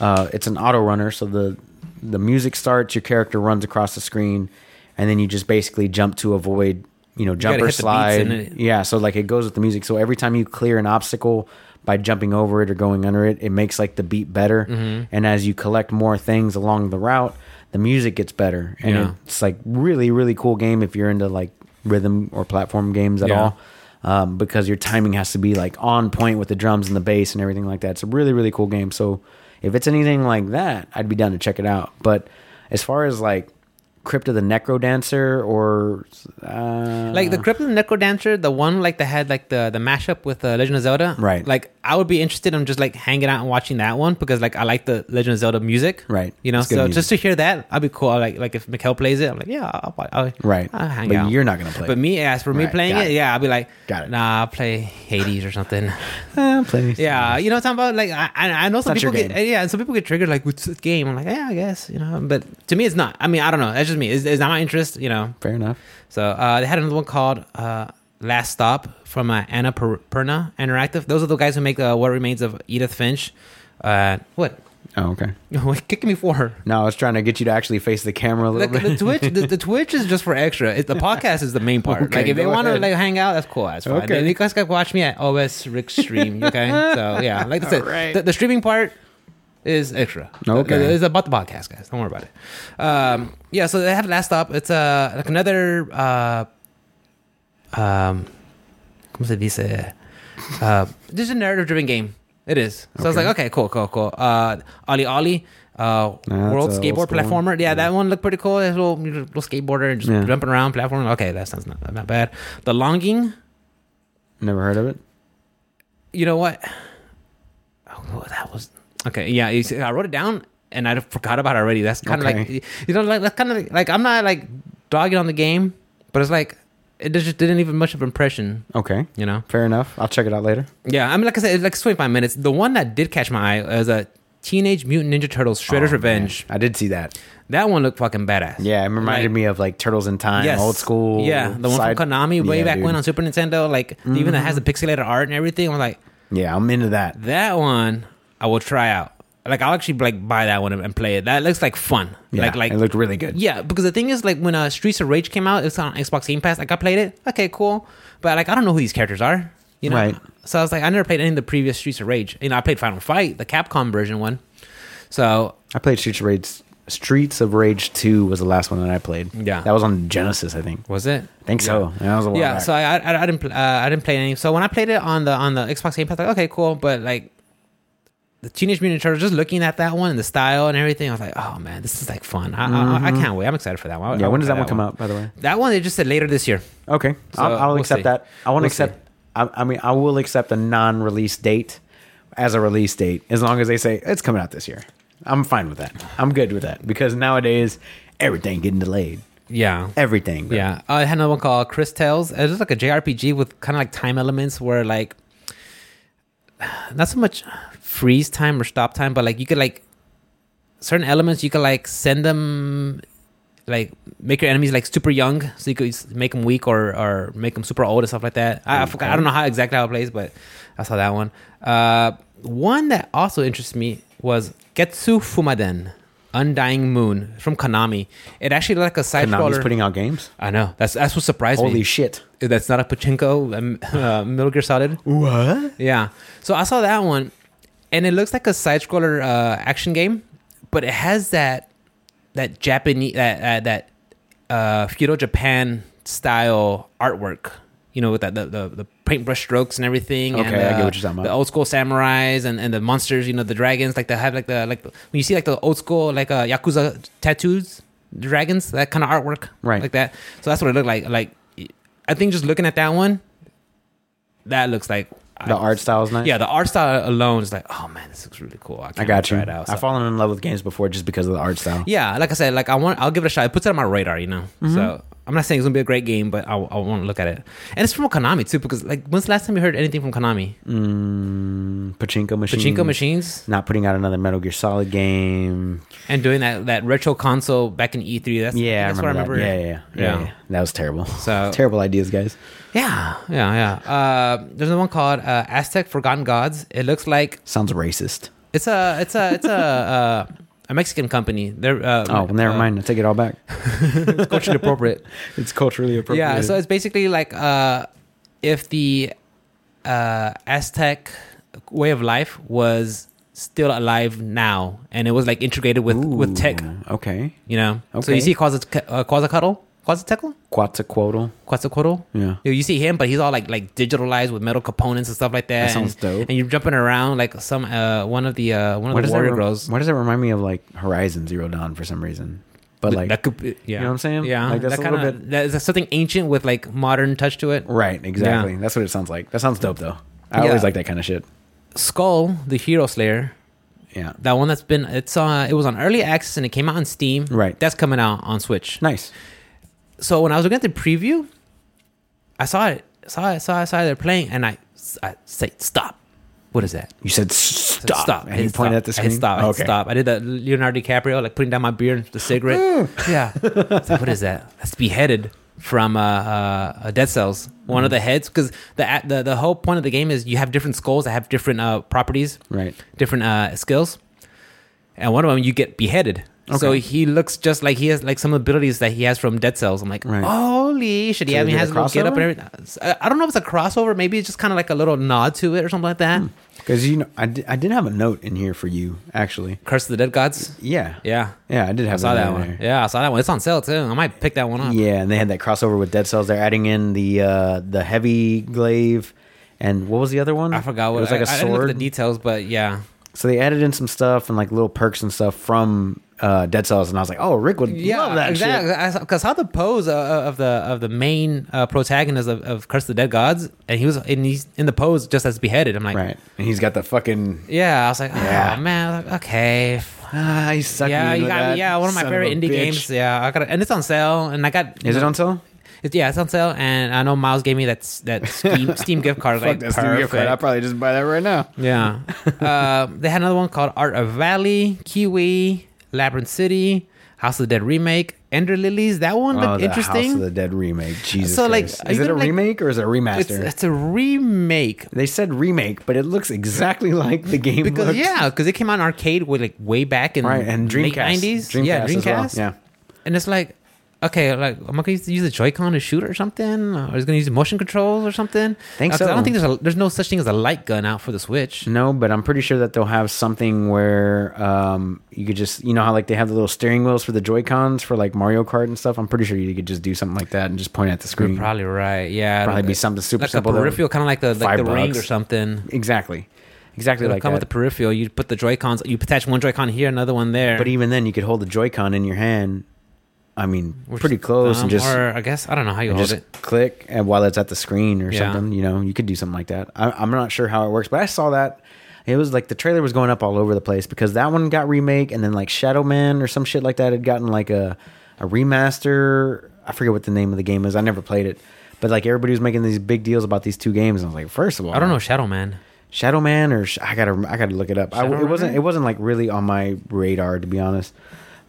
Speaker 2: uh, it's an auto runner. So the the music starts, your character runs across the screen, and then you just basically jump to avoid you know
Speaker 1: gotta
Speaker 2: jump or
Speaker 1: hit the beats
Speaker 2: slide.
Speaker 1: and it-
Speaker 2: Yeah, so like it goes with the music. So every time you clear an obstacle by jumping over it or going under it, it makes like the beat better.
Speaker 1: Mm-hmm.
Speaker 2: And as you collect more things along the route, the music gets better. And
Speaker 1: Yeah.
Speaker 2: it's like really really cool game if you're into like rhythm or platform games at
Speaker 1: Yeah.
Speaker 2: all. Um, because your timing has to be like on point with the drums and the bass and everything like that. It's a really really cool game. So if it's anything like that, I'd be down to check it out. But as far as like Crypt of the Necro Dancer or uh,
Speaker 1: like the Crypt of the Necro Dancer, the one like that had like the the mashup with uh, Legend of Zelda.
Speaker 2: Right.
Speaker 1: Like I would be interested in just like hanging out and watching that one because like I like the Legend of Zelda music.
Speaker 2: Right.
Speaker 1: You know,
Speaker 2: It's good
Speaker 1: so
Speaker 2: music.
Speaker 1: just to hear that, I'd be cool. I Like like if Mikkel plays it, I'm like yeah, I'll, I'll, I'll
Speaker 2: Right.
Speaker 1: I'll hang
Speaker 2: but
Speaker 1: out.
Speaker 2: you're not gonna play.
Speaker 1: but me, as for me
Speaker 2: Right,
Speaker 1: playing
Speaker 2: got
Speaker 1: it,
Speaker 2: it.
Speaker 1: yeah, I'll be like,
Speaker 2: Got it.
Speaker 1: nah, I'll play Hades or something.
Speaker 2: Eh, play.
Speaker 1: Yeah, you know what I'm talking about? Like, I, I I know some
Speaker 2: not your
Speaker 1: people get,
Speaker 2: game.
Speaker 1: yeah, and some people get triggered, like, what's this game? I'm like, yeah, I guess, you know, but to me, it's not. I mean, I don't know. That's just me. It's, it's not my interest, you know.
Speaker 2: fair enough.
Speaker 1: So uh, they had another one called uh, Last Stop from uh, Anna per- Perna Interactive. Those are the guys who make uh, What Remains of Edith Finch. Uh, what?
Speaker 2: Oh, okay.
Speaker 1: What kicking me for? her?
Speaker 2: No, I was trying to get you to actually face the camera a little
Speaker 1: Like, the
Speaker 2: bit.
Speaker 1: Twitch, the, the Twitch is just for extra. It, the podcast is the main part.
Speaker 2: Okay,
Speaker 1: like if they
Speaker 2: go
Speaker 1: want to
Speaker 2: ahead.
Speaker 1: like hang out, that's cool. That's fine.
Speaker 2: Okay.
Speaker 1: Okay. You guys can watch me at OS Rick Stream. Okay, so yeah, like I said,
Speaker 2: Alright.
Speaker 1: the, the streaming part is extra.
Speaker 2: Okay.
Speaker 1: It- it's about the podcast, guys. Don't worry about it. Um, yeah, so they have last stop. It's uh, like another uh, um, ¿cómo se dice? Uh, this is a narrative-driven game. It is. So I was
Speaker 2: Okay.
Speaker 1: like, okay, cool, cool, cool. Uh, Ollie Ollie, uh, world
Speaker 2: that's a old
Speaker 1: skateboard
Speaker 2: school one.
Speaker 1: platformer. Yeah, that one looked pretty cool. This little, little skateboarder and just
Speaker 2: Yeah.
Speaker 1: jumping around platform. Okay, that sounds not, not bad. The longing,
Speaker 2: Never heard of it.
Speaker 1: you know what? Oh, that was okay. Yeah, you see, I wrote it down and I forgot about it already. That's kind of
Speaker 2: Okay.
Speaker 1: like you know, like that's kind of like I'm not like dogging on the game, but it's like it just didn't even much of impression.
Speaker 2: Okay,
Speaker 1: You know?
Speaker 2: fair enough. I'll check it out later.
Speaker 1: Yeah, I mean, like I said, it's like 25 minutes. The one that did catch my eye was a Teenage Mutant Ninja Turtles Shredder's
Speaker 2: Oh,
Speaker 1: Revenge.
Speaker 2: I did see that.
Speaker 1: That one looked fucking badass.
Speaker 2: Yeah, it
Speaker 1: Like-
Speaker 2: reminded me of like Turtles in Time, old school.
Speaker 1: Yeah, the one
Speaker 2: side-
Speaker 1: from Konami way
Speaker 2: Yeah,
Speaker 1: back
Speaker 2: dude.
Speaker 1: when on Super Nintendo, like even that has the pixelated art and everything. I'm like,
Speaker 2: Yeah, I'm into that.
Speaker 1: that one I will try out. Like I'll actually like buy that one and- and play it. That looks like fun.
Speaker 2: Yeah,
Speaker 1: like like
Speaker 2: it looked really good.
Speaker 1: yeah, because the thing is, like when uh, Streets of Rage came out, it was on Xbox Game Pass. Like I played it, okay, cool, but like I don't know who these characters are, you know.
Speaker 2: Right.
Speaker 1: So I was like, I never played any of the previous Streets of Rage. You know, I played Final Fight, the Capcom version one. So
Speaker 2: I played Streets of Rage. Streets of Rage Two was the last one that I played.
Speaker 1: Yeah.
Speaker 2: that was on Genesis, I think.
Speaker 1: was it?
Speaker 2: I think so. That was a while
Speaker 1: yeah,
Speaker 2: back.
Speaker 1: so I, I I didn't pl- uh, I didn't play any. So when I played it on the on the Xbox Game Pass, like okay, cool, but like the Teenage Mutant Ninja Turtles, just looking at that one and the style and everything, I was like, oh man, this is like fun. I, I, I can't wait. I'm excited for that one. I-
Speaker 2: Mm-hmm. Yeah,
Speaker 1: I
Speaker 2: when
Speaker 1: want
Speaker 2: does
Speaker 1: to
Speaker 2: that
Speaker 1: try
Speaker 2: one come out, by the way?
Speaker 1: That one they just said later this year.
Speaker 2: Okay, I'll,
Speaker 1: So,
Speaker 2: I'll
Speaker 1: we'll
Speaker 2: accept
Speaker 1: see.
Speaker 2: that. I want to
Speaker 1: We'll see.
Speaker 2: accept. I, I mean, I will accept a non-release date as a release date as long as they say it's coming out this year. I'm fine with that. I'm good with that because nowadays everything getting delayed.
Speaker 1: Yeah.
Speaker 2: Everything. bro.
Speaker 1: Yeah, Uh, I had another one called Chris Tales. It was just like a JRPG with kind of like time elements where like not so much freeze time or stop time, but like you could like certain elements you could like send them like make your enemies like super young, so you could s- make them weak or or make them super old and stuff like that. I, I forgot. I don't know how exactly how it plays, but I saw that one. Uh, one that also interests me was Getsu Fumaden. Undying Moon from Konami. It actually looked like a side
Speaker 2: Konami's
Speaker 1: scroller.
Speaker 2: putting out games.
Speaker 1: I know. That's that's what surprised
Speaker 2: Holy
Speaker 1: me.
Speaker 2: shit!
Speaker 1: that's not a pachinko. Um, uh, Metal Gear Solid.
Speaker 2: What?
Speaker 1: Yeah. So I saw that one, and it looks like a side scroller uh, action game, but it has that that Japanese that uh, that uh, feudal Japan style artwork. You know, with that the the, the paintbrush strokes and everything. and,
Speaker 2: Okay, I get
Speaker 1: uh,
Speaker 2: what you're talking about.
Speaker 1: The old school samurais and, and the monsters. You know, the dragons like they have like the like the, when you see like the old school like uh, yakuza tattoos, dragons that kind of artwork,
Speaker 2: Right.
Speaker 1: Like that. So that's what it looked like. Like, I think just looking at that one, that looks like
Speaker 2: The art style's nice.
Speaker 1: yeah, the art style alone is like, oh man, this looks really cool. I,
Speaker 2: I
Speaker 1: can't
Speaker 2: got
Speaker 1: try
Speaker 2: you.
Speaker 1: It out, so-
Speaker 2: I've fallen in love with games before just because of the art style.
Speaker 1: yeah, like I said, like I want, I'll give it a shot. It puts it on my radar, you know.
Speaker 2: Mm-hmm.
Speaker 1: So I'm not saying it's gonna be a great game, but I, I want to look at it. And it's from Konami too, because like when's the last time you heard anything from Konami?
Speaker 2: Mm, Pachinko machine.
Speaker 1: Pachinko machines
Speaker 2: Not putting out another Metal Gear Solid game.
Speaker 1: and doing that that retro console back in E3. That's
Speaker 2: Yeah,
Speaker 1: that's
Speaker 2: I remember.
Speaker 1: what I remember.
Speaker 2: that. Yeah, yeah, yeah,
Speaker 1: Yeah.
Speaker 2: yeah, yeah. That was terrible.
Speaker 1: So-
Speaker 2: terrible ideas, guys.
Speaker 1: yeah, yeah, yeah. Uh, there's another one called uh, Aztec Forgotten Gods. It looks like
Speaker 2: Sounds racist.
Speaker 1: it's a it's a it's a uh, a Mexican company. They're uh,
Speaker 2: Oh, well, never
Speaker 1: uh,
Speaker 2: mind. I take it all back.
Speaker 1: It's culturally appropriate.
Speaker 2: It's culturally appropriate.
Speaker 1: Yeah, so it's basically like uh, if the uh, Aztec way of life was still alive now, and it was like integrated with with tech,
Speaker 2: Okay.
Speaker 1: you know. So you
Speaker 2: Okay.
Speaker 1: see Quasic- uh, Quasicuddle, Quasicuddle,
Speaker 2: Quetzalcoatl.
Speaker 1: Quasicuddle.
Speaker 2: Yeah.
Speaker 1: You- You see him, but he's all like like digitalized with metal components and stuff like that.
Speaker 2: That sounds
Speaker 1: and,
Speaker 2: dope.
Speaker 1: And you're jumping around like some uh, one of the uh, one of
Speaker 2: Why
Speaker 1: the
Speaker 2: does, that
Speaker 1: warrior
Speaker 2: rem-
Speaker 1: girls.
Speaker 2: why does that remind me of like Horizon Zero Dawn for some reason? But like,
Speaker 1: that could be, yeah.
Speaker 2: know what I'm saying?
Speaker 1: Yeah,
Speaker 2: Like, that's
Speaker 1: that
Speaker 2: a
Speaker 1: kind
Speaker 2: little
Speaker 1: of that's something ancient with like modern touch to it.
Speaker 2: right, exactly. That's what it sounds like. That sounds dope though. I
Speaker 1: Yeah.
Speaker 2: always like that kind of shit.
Speaker 1: Skull, the hero slayer,
Speaker 2: Yeah.
Speaker 1: That one that's been it's uh it was on early access and it came out on Steam.
Speaker 2: Right.
Speaker 1: That's coming out on Switch.
Speaker 2: Nice.
Speaker 1: So when I was looking at the preview, I saw it, saw it, saw it, saw it, they're playing, and I, I say stop. What is that?
Speaker 2: You said
Speaker 1: I said,
Speaker 2: stop.
Speaker 1: I
Speaker 2: And
Speaker 1: hit
Speaker 2: you pointed
Speaker 1: stop.
Speaker 2: at the
Speaker 1: I
Speaker 2: screen.
Speaker 1: hit stop. I hit
Speaker 2: okay.
Speaker 1: stop. I did that Leonardo DiCaprio, like putting down my beer and the cigarette.
Speaker 2: Mm.
Speaker 1: yeah. I was like, what is that? That's beheaded from uh, uh, uh, Dead Cells. One
Speaker 2: Mm.
Speaker 1: of the heads, because the, the the whole point of the game is you have different skulls that have different uh, properties
Speaker 2: Right.
Speaker 1: different uh, skills, and one of them you get beheaded. So
Speaker 2: Okay.
Speaker 1: he looks just like he has like some abilities that he has from Dead Cells. I'm like,
Speaker 2: Right.
Speaker 1: holy shit! He
Speaker 2: So
Speaker 1: I
Speaker 2: is
Speaker 1: mean,
Speaker 2: it
Speaker 1: has a
Speaker 2: a
Speaker 1: little get up and
Speaker 2: crossover?
Speaker 1: everything. I- I don't know if it's a crossover. Maybe it's just kind of like a little nod to it or something like
Speaker 2: Hmm.
Speaker 1: that.
Speaker 2: Because you know, I did, I did have a note in here for you actually.
Speaker 1: Curse of the Dead Gods.
Speaker 2: Yeah.
Speaker 1: Yeah,
Speaker 2: Yeah, I did have
Speaker 1: I saw
Speaker 2: a note
Speaker 1: that
Speaker 2: in
Speaker 1: one.
Speaker 2: there.
Speaker 1: Yeah, I saw that one. It's on sale too. I might pick that one up.
Speaker 2: Yeah, and they had that crossover with Dead Cells. They're adding in the uh the heavy glaive, and what was the other one?
Speaker 1: I forgot what
Speaker 2: it was like a
Speaker 1: I- I didn't look at
Speaker 2: sword.
Speaker 1: the details, but yeah,
Speaker 2: so they added in some stuff and like little perks and stuff from uh Dead Cells, and I was like, oh, Rick would love that shit.
Speaker 1: Because how the pose uh, uh, of the of the main uh, protagonist of, of Curse of the Dead Gods, and he was in he's in the pose just as beheaded. I'm like,
Speaker 2: Right, and he's got the fucking
Speaker 1: yeah. I was like, oh
Speaker 2: Yeah.
Speaker 1: man, okay,
Speaker 2: ah, he sucked
Speaker 1: yeah,
Speaker 2: me
Speaker 1: you
Speaker 2: into
Speaker 1: got
Speaker 2: that,
Speaker 1: me. Yeah, one of my
Speaker 2: son
Speaker 1: favorite
Speaker 2: a
Speaker 1: indie
Speaker 2: bitch.
Speaker 1: games. Yeah, I got and it's on sale, and I got
Speaker 2: Is it on sale?
Speaker 1: It's, yeah, it's on sale, and I know Miles gave me that s- that Steam, Steam gift card. like,
Speaker 2: Fuck that Steam gift card.
Speaker 1: perfect.
Speaker 2: I'll probably just buy that right now.
Speaker 1: Yeah. uh, they had another one called Art of Valley, Kiwi, Labyrinth City, House of the Dead remake, Ender Lilies. That one
Speaker 2: Oh,
Speaker 1: looked
Speaker 2: the House
Speaker 1: interesting.
Speaker 2: of the Dead remake. Jesus.
Speaker 1: So, like,
Speaker 2: Christ.
Speaker 1: are
Speaker 2: is
Speaker 1: you
Speaker 2: it a
Speaker 1: gonna, like-
Speaker 2: remake or is it a
Speaker 1: it's,
Speaker 2: remaster?
Speaker 1: it's a remake
Speaker 2: They said remake, but it looks exactly like the game.
Speaker 1: because
Speaker 2: looked.
Speaker 1: yeah, because it came out in arcade way like way back in
Speaker 2: right and Dreamcast,
Speaker 1: late nineties.
Speaker 2: Dreamcast
Speaker 1: Yeah,
Speaker 2: as well.
Speaker 1: Dreamcast.
Speaker 2: Yeah.
Speaker 1: and it's like okay, like am I gonna use use a Joy-Con to shoot or something? Or is it gonna use motion controls or something? Uh,
Speaker 2: Think
Speaker 1: 'cause I don't
Speaker 2: so. Hmm.
Speaker 1: think there's a there's no such thing as a light gun out for the Switch.
Speaker 2: No, but I'm pretty sure that they'll have something where um, you could just, you know, how like they have the little steering wheels for the Joy Cons for like Mario Kart and stuff. I'm pretty sure you could just do something like that and just point at the screen.
Speaker 1: You're probably right. Yeah,
Speaker 2: Probably be
Speaker 1: like-
Speaker 2: something super
Speaker 1: like
Speaker 2: simple.
Speaker 1: a
Speaker 2: that would-
Speaker 1: peripheral, kind of like the like
Speaker 2: five
Speaker 1: the ring
Speaker 2: bucks.
Speaker 1: or something.
Speaker 2: Exactly. exactly
Speaker 1: It'll
Speaker 2: like
Speaker 1: come with
Speaker 2: that.
Speaker 1: the peripheral. You put the Joy Cons. You attach one Joy Con here, another one there.
Speaker 2: but even then, you could hold the Joy-Con in your hand. I mean,
Speaker 1: Which
Speaker 2: pretty
Speaker 1: is
Speaker 2: close,
Speaker 1: dumb,
Speaker 2: and just
Speaker 1: Um, or I guess I don't know how you
Speaker 2: and
Speaker 1: hold
Speaker 2: just
Speaker 1: it.
Speaker 2: click and while it's at the screen or
Speaker 1: Yeah.
Speaker 2: something. You know, you could do something like that. I, I'm not sure how it works, but I saw that. It was like the trailer was going up all over the place because that one got remake, and then like Shadow Man or some shit like that had gotten like a a remaster. I forget what the name of the game is. I never played it, but like everybody was making these big deals about these two games, and I was like, first of all,
Speaker 1: I don't know, Shadow Man.
Speaker 2: Shadow Man or Sh- I gotta I gotta look it up. I,
Speaker 1: Shadow
Speaker 2: it wasn't
Speaker 1: Man?
Speaker 2: it wasn't like really on my radar to be honest.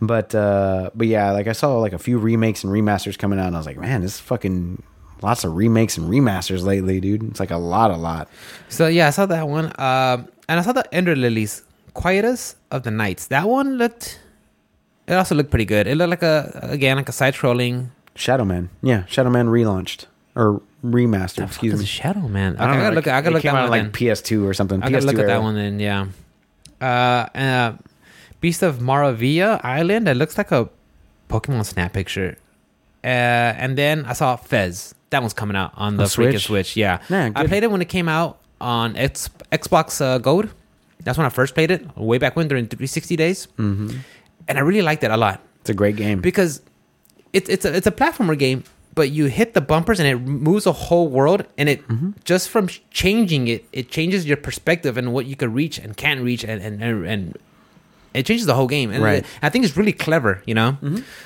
Speaker 2: But uh, but yeah, like I saw like a few remakes and remasters coming out, and I was like, man, this is fucking lots of remakes and remasters lately, dude. It's like a lot, a lot.
Speaker 1: So yeah, I saw that one. Um, and I saw the Ender Lilies, Quietus of the Nights. That one looked. It also looked pretty good. It looked like a again like a side scrolling.
Speaker 2: Shadow Man, yeah, Shadow Man relaunched or remastered. excuse me.
Speaker 1: Shadow Man. Okay, I,
Speaker 2: I don't know.
Speaker 1: gotta
Speaker 2: like,
Speaker 1: look. I gotta
Speaker 2: it
Speaker 1: look
Speaker 2: came
Speaker 1: that
Speaker 2: out
Speaker 1: one.
Speaker 2: on,
Speaker 1: then.
Speaker 2: like PS2 or something.
Speaker 1: I
Speaker 2: PS2
Speaker 1: gotta look at
Speaker 2: era.
Speaker 1: that one then, yeah. Uh, uh, Beast of Maravilla Island. That looks like a Pokemon Snap picture. Uh, and then I saw Fez. That one's coming out on the freaking
Speaker 2: Switch?
Speaker 1: Switch. Yeah,
Speaker 2: Yeah,
Speaker 1: I
Speaker 2: good.
Speaker 1: played it when it came out on X- Xbox uh, Gold. That's when I first played it, way back when during 360 days, mm-hmm. and I really liked it a lot
Speaker 2: It's a great game.
Speaker 1: because it's it's a, it's a platformer game, but you hit the bumpers and it moves a whole world, and it
Speaker 2: Mm-hmm.
Speaker 1: just from sh- changing it, it changes your perspective and what you can reach and can't reach, and and and. and it changes the whole game, and
Speaker 2: Right. Mm-hmm.
Speaker 1: it- I think it's really clever, you know.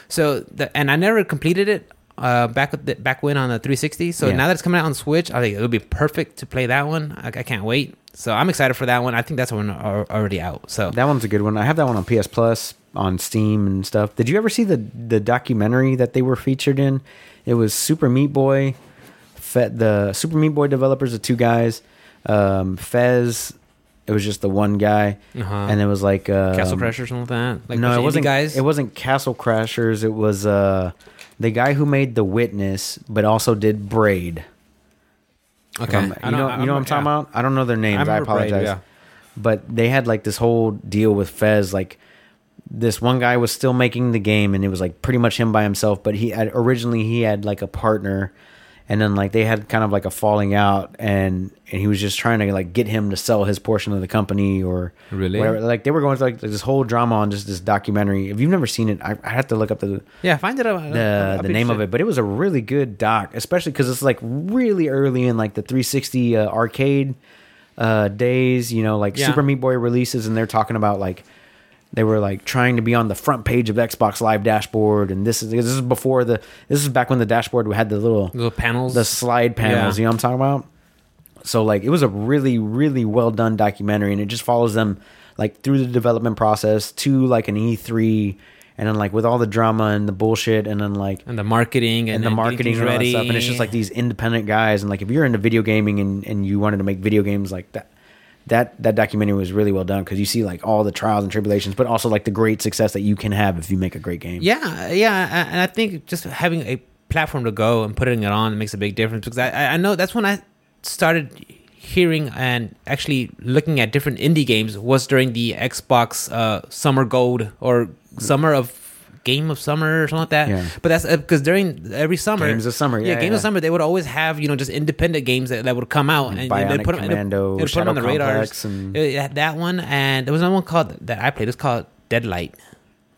Speaker 1: So, the, and I never completed it uh, back with the, back when on the 360. So
Speaker 2: Yeah.
Speaker 1: now that it's coming out on Switch, I think it'll be perfect to play that one. I, I can't wait. So I'm excited for that one. I think that's one al- already out. So
Speaker 2: That one's a good one. I have that one on PS Plus, on Steam and stuff. Did you ever see the the documentary that they were featured in? It was Super Meat Boy, Fe- the Super Meat Boy developers, the two guys, um, Fez. It was just the one guy,
Speaker 1: Uh-huh.
Speaker 2: and it was like um,
Speaker 1: Castle Crash or something like that. Like
Speaker 2: no,
Speaker 1: those
Speaker 2: it
Speaker 1: indie
Speaker 2: wasn't
Speaker 1: guys.
Speaker 2: It wasn't Castle Crashers. It was uh, the guy who made The Witness, but also did Braid.
Speaker 1: okay,
Speaker 2: Um,
Speaker 1: I don't-
Speaker 2: you know, you know what
Speaker 1: I'm-
Speaker 2: I'm talking
Speaker 1: yeah.
Speaker 2: about. I don't know their names. I,
Speaker 1: remember Braid,
Speaker 2: apologize.
Speaker 1: yeah.
Speaker 2: But they had like this whole deal with Fez. Like this one guy was still making the game, and it was like pretty much him by himself. But he had, originally he had like a partner, and then like they had kind of like a falling out, and and he was just trying to like get him to sell his portion of the company or
Speaker 1: Really?
Speaker 2: whatever. Like they were going through like this whole drama on just this documentary. If you've never seen it, I, I have to look up the
Speaker 1: Yeah, find it. out.
Speaker 2: the, the name of it, but it was a really good doc, especially because it's like really early in like the 360 uh, arcade uh, days. You know, like
Speaker 1: Yeah.
Speaker 2: Super Meat Boy releases, and they're talking about like they were like trying to be on the front page of Xbox Live dashboard, and this is this is before the this is back when the dashboard had the little
Speaker 1: Little panels.
Speaker 2: the slide panels.
Speaker 1: Yeah.
Speaker 2: You know what I'm talking about? So like it was a really really well done documentary, and it just follows them like through the development process to like an E3, and then like with all the drama and the bullshit, and then like
Speaker 1: and the marketing and,
Speaker 2: and the
Speaker 1: then
Speaker 2: marketing
Speaker 1: getting
Speaker 2: and all that
Speaker 1: ready.
Speaker 2: stuff. And it's just like these independent guys. And like if you're into video gaming and, and you wanted to make video games like that, that that documentary was really well done because you see like all the trials and tribulations, but also like the great success that you can have if you make a great game.
Speaker 1: yeah, yeah. a- And I think just having a platform to go and putting it on makes a big difference because I- I, I know that's when I started hearing and actually looking at different indie games was during the Xbox uh, Summer Gold or Summer of Game of Summer or something like that.
Speaker 2: Yeah.
Speaker 1: But that's because during every summer
Speaker 2: Games of Summer, yeah,
Speaker 1: Games
Speaker 2: yeah.
Speaker 1: of Summer they would always have you know just independent games that, that would come out and,
Speaker 2: Bionic
Speaker 1: they put them
Speaker 2: Commando,
Speaker 1: they put them on the
Speaker 2: Shadow
Speaker 1: radar.
Speaker 2: Complex, and-
Speaker 1: that one and there was another one called that I played. It was called Deadlight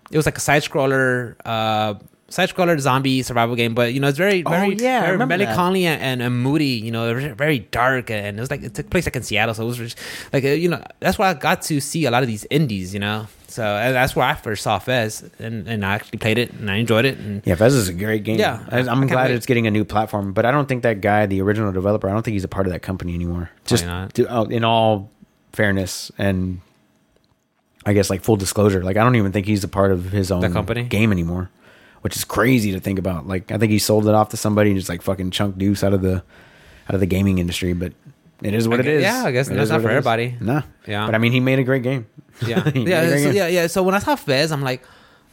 Speaker 1: it was like a side scroller uh side scroller zombie survival game but you know it's very
Speaker 2: Oh,
Speaker 1: very
Speaker 2: yeah, I
Speaker 1: very
Speaker 2: remember that.
Speaker 1: melancholy and, and, moody you know very- very dark and it was like it took place like in seattle so it was just, like uh, you know that's where i got to see a lot of these indies you know so and that's where i first saw fez and, and i actually played it and i enjoyed it and
Speaker 2: Yeah, Fez is a great game.
Speaker 1: Yeah,
Speaker 2: I,
Speaker 1: I
Speaker 2: I'm
Speaker 1: can't
Speaker 2: glad
Speaker 1: wait.
Speaker 2: it's getting a new platform, but I don't think that guy, the original developer, I don't think he's a part of that company anymore. Just
Speaker 1: not.
Speaker 2: to- oh, in all fairness and I guess like full disclosure, like I don't even think he's a part of his own
Speaker 1: company?
Speaker 2: game anymore, which is crazy to think about. Like I think he sold it off to somebody and just like fucking chunk deuce out of the out of the gaming industry, but it is
Speaker 1: I
Speaker 2: what it
Speaker 1: gue-
Speaker 2: is.
Speaker 1: yeah, I guess
Speaker 2: It
Speaker 1: that's
Speaker 2: is
Speaker 1: not
Speaker 2: what
Speaker 1: for
Speaker 2: it is.
Speaker 1: everybody.
Speaker 2: Nah.
Speaker 1: Yeah.
Speaker 2: But I mean, he made a great game.
Speaker 1: yeah
Speaker 2: He made a
Speaker 1: yeah
Speaker 2: great
Speaker 1: so,
Speaker 2: game.
Speaker 1: yeah yeah so when i saw fez i'm like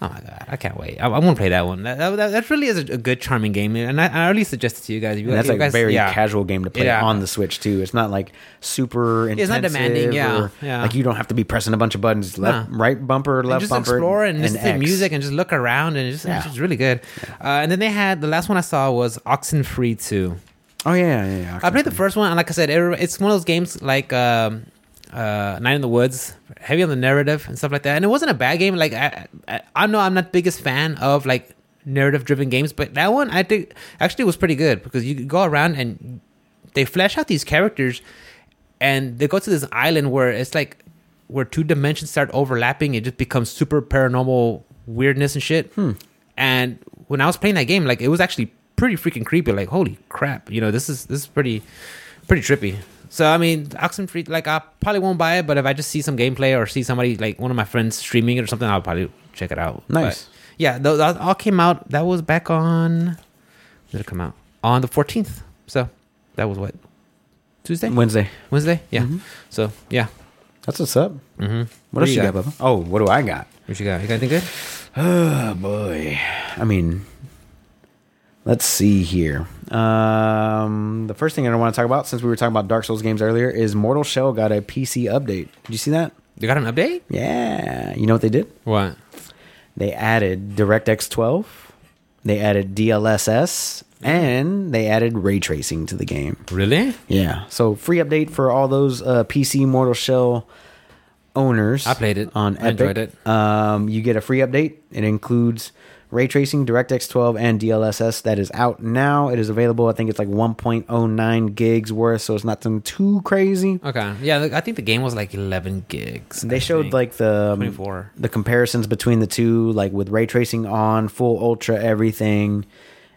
Speaker 1: oh my god i can't wait i, I want to play that one that, that, that really is a, a good charming game and i, I already suggest it to you guys if you,
Speaker 2: And that's
Speaker 1: if you
Speaker 2: like
Speaker 1: guys,
Speaker 2: a very
Speaker 1: yeah.
Speaker 2: casual game to play
Speaker 1: Yeah.
Speaker 2: on the Switch too. It's not like super intensive.
Speaker 1: It's not demanding, yeah,
Speaker 2: or-
Speaker 1: yeah.
Speaker 2: Like you don't have to be pressing a bunch of buttons, left,
Speaker 1: Nah.
Speaker 2: right bumper,
Speaker 1: and
Speaker 2: left
Speaker 1: just
Speaker 2: bumper,
Speaker 1: explore and, listen to
Speaker 2: X.
Speaker 1: music and just look around and it's just, it's
Speaker 2: Yeah.
Speaker 1: just really good. Uh, and then they had the last one I saw was Oxenfree Two.
Speaker 2: Oh yeah, yeah. yeah
Speaker 1: I played the first one, and like I said, it- it's one of those games like um, uh, Night in the Woods, heavy on the narrative and stuff like that. And it wasn't a bad game. Like I, I, I know I'm not the biggest fan of like narrative-driven games, but that one I think actually was pretty good because you could go around and they flesh out these characters, and they go to this island where it's like where two dimensions start overlapping. It just becomes super paranormal weirdness and shit. And when I was playing that game, like it was actually pretty freaking creepy. Like holy crap, you know this is this is pretty pretty trippy. So I mean, Oxenfree, like I probably won't buy it, but if I just see some gameplay or see somebody like one of my friends streaming it or something, I'll probably check it out.
Speaker 2: Nice.
Speaker 1: But, yeah, those that all came out. That was back on. when Did it come out on the fourteenth? So that was what Tuesday,
Speaker 2: Wednesday.
Speaker 1: Wednesday. Yeah.
Speaker 2: Mm-hmm.
Speaker 1: So yeah,
Speaker 2: That's what's up. Mm-hmm. What else
Speaker 1: do
Speaker 2: you
Speaker 1: you
Speaker 2: got, Bubba? Oh, what do I got?
Speaker 1: what you got? You got anything good?
Speaker 2: Oh boy. I mean, let's see here. Um, the first thing I want to talk about, since we were talking about Dark Souls games earlier, is Mortal Shell got a PC update. Did you see that?
Speaker 1: You got an update?
Speaker 2: Yeah. You know what they did?
Speaker 1: What?
Speaker 2: They added DirectX 12, they added DLSS, and they added ray tracing to the game.
Speaker 1: Really?
Speaker 2: Yeah. So free update for all those uh, PC Mortal Shell owners.
Speaker 1: I played it.
Speaker 2: on
Speaker 1: I
Speaker 2: Epic.
Speaker 1: enjoyed it.
Speaker 2: Um, you get a free update. It includes ray tracing, DirectX 12, and DLSS. That is out now. It is available. I think it's like 1.09 gigs worth, so it's nothing too crazy.
Speaker 1: Okay. Yeah, like, I think the game was like 11 gigs.
Speaker 2: They
Speaker 1: I
Speaker 2: showed
Speaker 1: think.
Speaker 2: like the um,
Speaker 1: 24.
Speaker 2: the comparisons between the two, like with ray tracing on, full ultra, everything,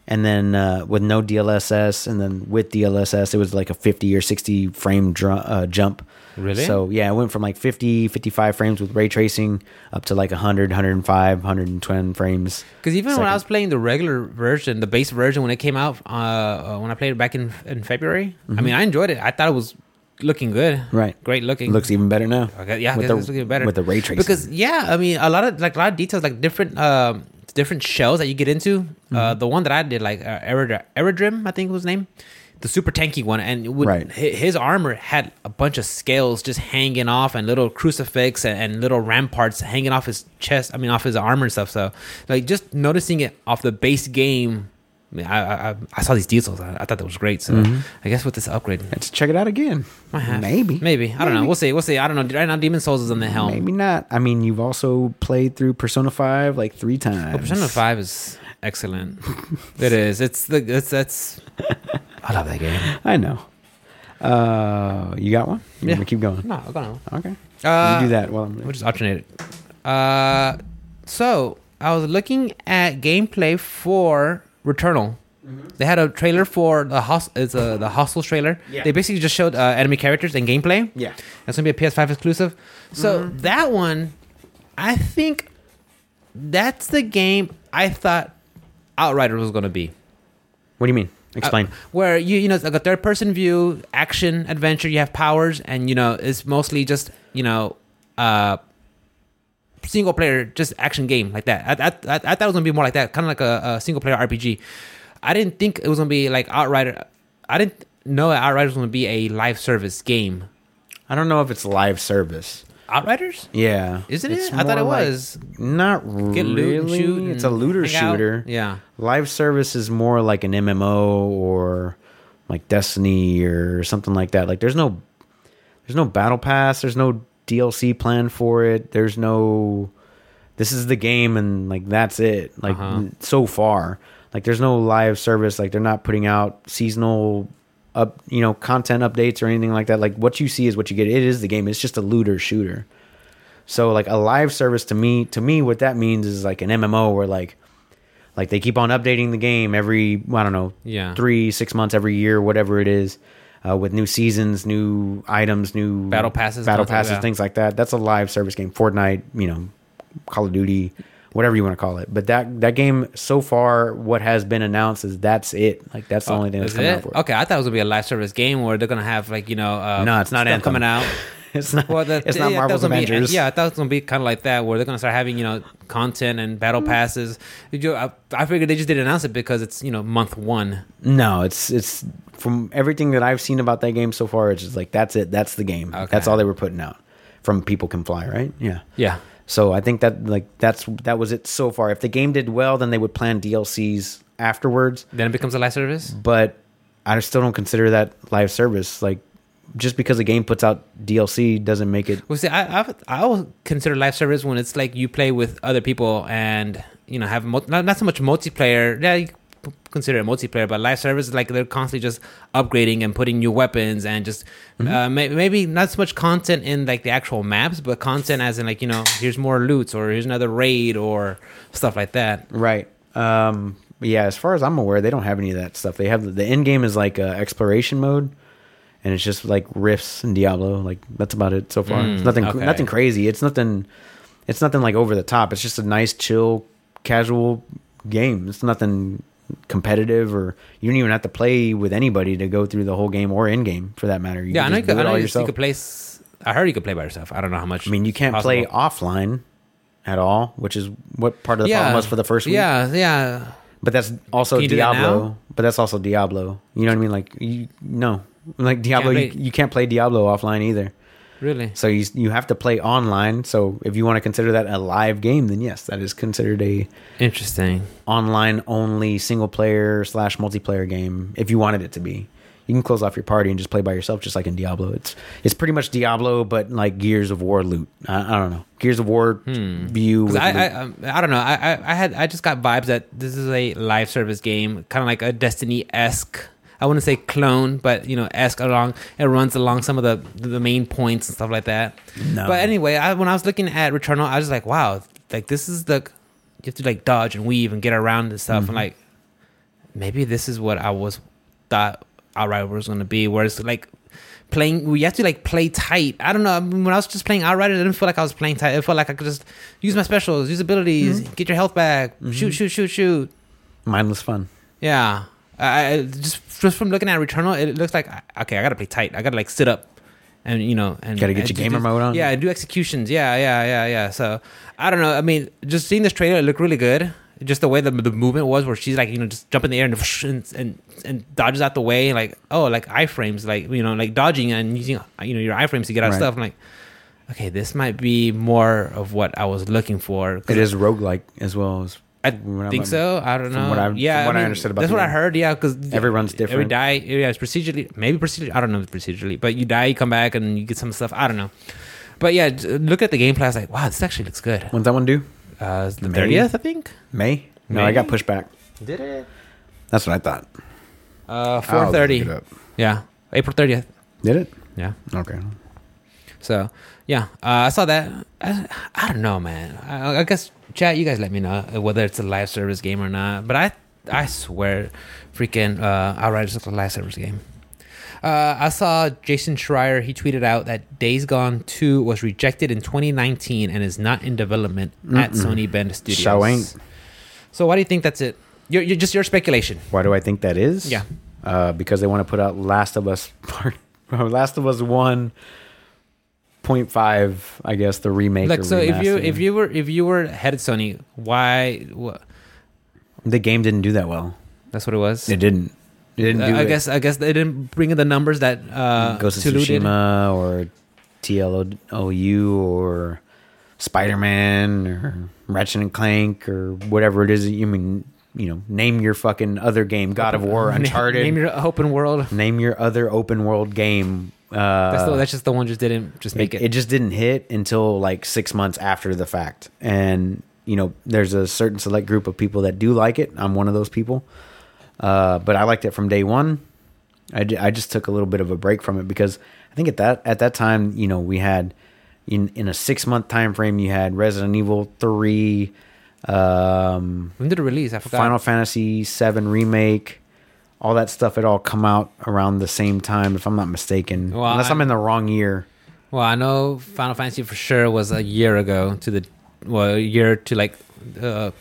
Speaker 2: and then uh, with no DLSS, and then with DLSS, it was like a 50 or 60 frame dr- uh, jump.
Speaker 1: Really?
Speaker 2: So yeah, it went from like 50, 55 frames with ray tracing up to like 100, 105, 110 frames.
Speaker 1: Because even when
Speaker 2: Second.
Speaker 1: I was playing the regular version, the base version when it came out, uh, uh, when I played it back in in February, I mean, I enjoyed it. I thought it was looking good,
Speaker 2: Mm-hmm. Right.
Speaker 1: Great looking.
Speaker 2: It looks even better now.
Speaker 1: okay, yeah,
Speaker 2: with
Speaker 1: okay,
Speaker 2: the,
Speaker 1: it's looking better
Speaker 2: with the ray tracing.
Speaker 1: Because yeah, I mean, a lot of like a lot of details, like different um, different shells that you get into. Uh,
Speaker 2: Mm-hmm.
Speaker 1: the one that I did, like uh, Erid- Eridrim, I think was his name, the super tanky one, and it would,
Speaker 2: Right.
Speaker 1: hi- his armor had a bunch of scales just hanging off, and little crucifix and, and little ramparts hanging off his chest. I mean, off his armor and stuff. So, like, just noticing it off the base game. I, mean, I, I, I saw these details. I, I thought that was great. So I guess with this upgrade,
Speaker 2: Let's check it out again.
Speaker 1: might have-
Speaker 2: Mm-hmm. Maybe.
Speaker 1: maybe I don't know. We'll see. We'll see. I don't know. Right now, Demon Souls is on the helm.
Speaker 2: Maybe not. I mean, you've also played through Persona 5 like three times.
Speaker 1: Well, Persona Five is excellent. it is. It's the it's that's. I love that game.
Speaker 2: I know. Uh, you got one? You
Speaker 1: Yeah.
Speaker 2: want me to keep going?
Speaker 1: No, I'm gonna.
Speaker 2: Okay.
Speaker 1: Uh,
Speaker 2: you do that while
Speaker 1: We'll
Speaker 2: I'm.
Speaker 1: just alternate it. Uh, so I was looking at gameplay for Returnal.
Speaker 2: Mm-hmm.
Speaker 1: They had a trailer for the host. It's a the hostile trailer.
Speaker 2: Yeah.
Speaker 1: They basically just showed uh, enemy characters and gameplay.
Speaker 2: Yeah. Mm-hmm.
Speaker 1: That's gonna be a PS5 exclusive. So that one, I think that's the game I thought Outriders was gonna be.
Speaker 2: What do you mean? Explain.
Speaker 1: Uh, where you you know it's like a third person view action adventure. You have powers, and you know it's mostly just you know uh single player just action game like that. I, I, I, I thought it was gonna be more like that, kind of like a, a single player RPG. I didn't think it was gonna be like Outrider. I didn't know that Outriders was gonna be a live service game.
Speaker 2: I don't know if it's live service.
Speaker 1: Outriders.
Speaker 2: Yeah.
Speaker 1: Isn't
Speaker 2: It's
Speaker 1: it? I thought
Speaker 2: more
Speaker 1: it
Speaker 2: like-
Speaker 1: was.
Speaker 2: not
Speaker 1: Get
Speaker 2: really.
Speaker 1: loot and shoot.
Speaker 2: it's a
Speaker 1: and
Speaker 2: looter
Speaker 1: hang out.
Speaker 2: shooter.
Speaker 1: Yeah.
Speaker 2: Live service is more like an MMO or like Destiny or something like that. Like there's no there's no battle pass, there's no DLC plan for it. There's no this is the game and like that's it. Like
Speaker 1: Uh-huh.
Speaker 2: so far. Like there's no live service, like they're not putting out seasonal up, you know, content updates or anything like that. Like what you see is what you get. It is the game. It's just a looter shooter. So like a live service to me, to me, what that means is like an MMO where like, like they keep on updating the game every I don't know,
Speaker 1: Yeah.
Speaker 2: three six months every year, whatever it is, uh, with new seasons, new items, new
Speaker 1: Battle passes,
Speaker 2: battle
Speaker 1: stuff like
Speaker 2: passes,
Speaker 1: that.
Speaker 2: things like that. That's a live service game. Fortnite, you know, Call of Duty, whatever you want to call it. But that that game so far, what has been announced is that's it. Like that's the only thing that's
Speaker 1: Uh, Is
Speaker 2: coming
Speaker 1: it?
Speaker 2: out for it.
Speaker 1: Okay, I thought it was gonna be a live service game where they're gonna have like you know. Uh,
Speaker 2: No, it's not
Speaker 1: stuff
Speaker 2: Anthem.
Speaker 1: coming out.
Speaker 2: It's not.
Speaker 1: Well, the,
Speaker 2: it's not
Speaker 1: yeah, I thought it was
Speaker 2: Marvel's
Speaker 1: gonna be-
Speaker 2: Avengers.
Speaker 1: yeah, I thought it was gonna be kind of like that, where they're gonna start having you know content and battle passes. Did you- I, I figured they just didn't announce it because it's you know month one.
Speaker 2: No, it's it's from everything that I've seen about that game so far. It's just like that's it. That's the game. That's all they were putting out from People Can Fly, right? Yeah.
Speaker 1: Yeah,
Speaker 2: So I think that like that's that was it so far. If the game did well, then they would plan DLCs afterwards.
Speaker 1: then it becomes a live service.
Speaker 2: But I still don't consider that live service. Like just because a game puts out DLC doesn't make it.
Speaker 1: Well, see, I I, I will consider live service when it's like you play with other people and you know have mul- not not so much multiplayer. Yeah, you c- consider it multiplayer, but live service is like they're constantly just upgrading and putting new weapons and just
Speaker 2: Mm-hmm.
Speaker 1: uh, may- maybe not so much content in like the actual maps, but content as in like you know here's more loot or here's another raid or stuff like that.
Speaker 2: Right. Um, yeah, as far as I'm aware, they don't have any of that stuff. They have the, the end game is like uh, exploration mode, and it's just like rifts and Diablo. Like that's about it so far. it's nothing,
Speaker 1: Mm, okay.
Speaker 2: nothing crazy. It's nothing, it's nothing like over the top. It's just a nice, chill, casual game. It's nothing competitive, or you don't even have to play with anybody to go through the whole game or end game for that matter. You
Speaker 1: Yeah, I know you
Speaker 2: can just do
Speaker 1: could, I
Speaker 2: it
Speaker 1: know
Speaker 2: all
Speaker 1: you,
Speaker 2: yourself.
Speaker 1: you could play. s- I heard you could play by yourself. I don't know how much.
Speaker 2: I mean, you can't play offline at all, which is what part of the problem was for the first week.
Speaker 1: Yeah, yeah.
Speaker 2: But that's also
Speaker 1: Can you do that
Speaker 2: Diablo.
Speaker 1: now?
Speaker 2: But that's also Diablo. You know what I mean? Like you no, like Diablo.
Speaker 1: Can't
Speaker 2: you,
Speaker 1: play-
Speaker 2: you can't play Diablo offline either.
Speaker 1: Really?
Speaker 2: So you you have to play online. So if you want to consider that a live game, then yes, that is considered a
Speaker 1: Interesting.
Speaker 2: online only single player slash multiplayer game. If you wanted it to be, you can close off your party and just play by yourself, just like in Diablo. It's it's pretty much Diablo, but like Gears of War loot. I, I don't know Gears of War view. with
Speaker 1: 'Cause Hmm. I,
Speaker 2: loot.
Speaker 1: I, um, I don't know. I, I, I had, I just got vibes that this is a live service game, kind of like a Destiny esque. I wouldn't say clone, but you know, esque along. It runs along some of the the main points and stuff like that.
Speaker 2: No.
Speaker 1: But anyway, I, when I was looking at Returnal, I was just like, wow, like this is the you have to like dodge and weave and get around and stuff, and like maybe this is what I was thought Outrider was going to be. Whereas like playing, we have to like play tight. I don't know. I mean, when I was just playing Outrider, it didn't feel like I was playing tight. It felt like I could just use my specials, use abilities, get your health back, shoot, shoot, shoot, shoot.
Speaker 2: mindless fun.
Speaker 1: Yeah. I, I just just from looking at Returnal, it looks like I- okay, I gotta play tight. I gotta like sit up, and you know, and
Speaker 2: Gotta get
Speaker 1: and
Speaker 2: your
Speaker 1: do-
Speaker 2: gamer
Speaker 1: do-
Speaker 2: mode on.
Speaker 1: Yeah, and do executions. Yeah, yeah, yeah, yeah. So I don't know. I mean, just seeing this trailer, it looked really good. Just the way the the movement was, where she's like, you know, just jump in the air and and and, and dodges out the way, like oh, like iframes, like you know, like dodging and using you know your iframes to get out of
Speaker 2: Right.
Speaker 1: stuff. I'm like, okay, this might be more of what I was looking for. 'Cause
Speaker 2: It is roguelike as well as
Speaker 1: I
Speaker 2: when I'm-
Speaker 1: think so. I don't
Speaker 2: from
Speaker 1: know.
Speaker 2: what I've-
Speaker 1: yeah,
Speaker 2: from what I
Speaker 1: mean,
Speaker 2: understood about
Speaker 1: that's
Speaker 2: the
Speaker 1: what I
Speaker 2: game.
Speaker 1: heard. Yeah, because
Speaker 2: Everyone's
Speaker 1: Every
Speaker 2: different.
Speaker 1: die, yeah, it's procedurally maybe procedurally. I don't know if it's procedurally, but you die, you come back, and you get some stuff. I don't know. But yeah, j- look at the gameplay. I was like, wow, this actually looks good.
Speaker 2: When's that one due?
Speaker 1: Uh, it's the
Speaker 2: May?
Speaker 1: thirtieth, I think.
Speaker 2: May? No, I
Speaker 1: May?
Speaker 2: got pushed back.
Speaker 1: Did it?
Speaker 2: That's what I thought.
Speaker 1: Uh,
Speaker 3: I'll
Speaker 1: four thirty.
Speaker 3: look it up.
Speaker 1: Yeah, April thirtieth.
Speaker 2: Did it?
Speaker 1: Yeah.
Speaker 2: Okay.
Speaker 1: So yeah, uh, I saw that. I, I don't know, man. I, I guess chat. You guys let me know uh, whether it's a live service game or not. But I I swear, freaking uh, Outriders is a live service game. Uh, I saw Jason Schreier. He tweeted out that Days Gone 2 was rejected in 2019 and is not in development at Sony Bend Studios.
Speaker 2: So ain't.
Speaker 1: So why do you think that's it? You're, you're just your speculation.
Speaker 2: Why do I think that is?
Speaker 1: Yeah.
Speaker 2: Uh, because they want to put out Last of Us Part Last of Us One Point Five, I guess the remake.
Speaker 1: Like
Speaker 2: or
Speaker 1: so, if you
Speaker 2: remaster.
Speaker 1: if you were if you were head at Sony, why? What,
Speaker 2: the game didn't do that well,
Speaker 1: that's what it was.
Speaker 2: it didn't. It didn't do.
Speaker 1: Uh, I I
Speaker 2: it.
Speaker 1: guess I guess they didn't bring in the numbers that uh,
Speaker 2: Ghost of
Speaker 1: Tulu did.
Speaker 2: Tsushima or TLOU or Spider Man or Ratchet and Clank or whatever it is. that You mean you know? Name your fucking other game. God of War,
Speaker 1: Name-
Speaker 2: Uncharted.
Speaker 1: Name your open world.
Speaker 2: Name your other open world game. Uh,
Speaker 1: That's, the, that's just the one just didn't just make
Speaker 2: it,
Speaker 1: it.
Speaker 2: it just didn't hit until like six months after the fact. And, you know, there's a certain select group of people that do like it. I'm one of those people. Uh, but I liked it from day one. I, ju- I just took a little bit of a break from it because I think at that at that time, you know, we had in in a six month time frame, you had Resident Evil three, um,
Speaker 1: when did it release? I forgot.
Speaker 2: Final Fantasy VII remake, all that stuff. It all come out around the same time, if I'm not mistaken.
Speaker 1: Well,
Speaker 2: Unless I'm
Speaker 1: I'm-
Speaker 2: in the wrong year.
Speaker 1: well, I know Final Fantasy for sure was a year ago to the well a year to like uh,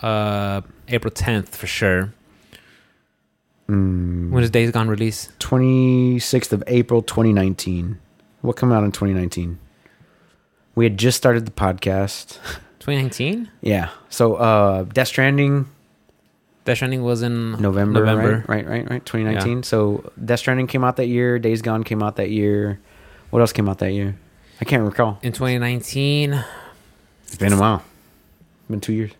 Speaker 1: uh, April tenth for sure.
Speaker 2: Hmm.
Speaker 1: When is Days Gone release?
Speaker 2: 26th of April 2019. What came out in 2019? We had just started the podcast.
Speaker 1: Twenty nineteen.
Speaker 2: yeah. So uh Death Stranding
Speaker 1: Death Stranding was in
Speaker 2: November,
Speaker 1: November.
Speaker 2: Right, right, right, right. 2019. So Death Stranding came out that year, Days Gone came out that year. What else came out that year? I can't recall.
Speaker 1: In twenty nineteen.
Speaker 2: It's been a while. Been 2 years.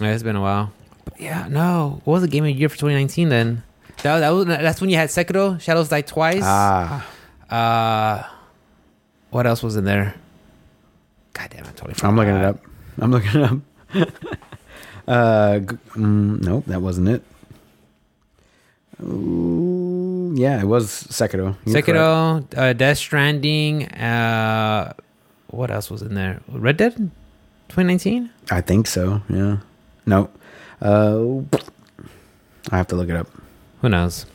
Speaker 1: Yeah, it's been a while. But yeah, no. What was the game of the year for 2019 then? That, that was, that's when you had Sekiro, Shadows Die Twice.
Speaker 2: Ah,
Speaker 1: Uh, what else was in there? God damn, I totally forgot.
Speaker 2: I'm looking it up. I'm looking it up. uh, g- mm, nope, that wasn't it. Ooh, yeah, it was Sekiro. You're correct.
Speaker 1: Sekiro, uh, Death Stranding. Uh, what else was in there? Red Dead, 2019.
Speaker 2: I think so. Yeah. No. Uh, I have to look it up.
Speaker 1: Who knows?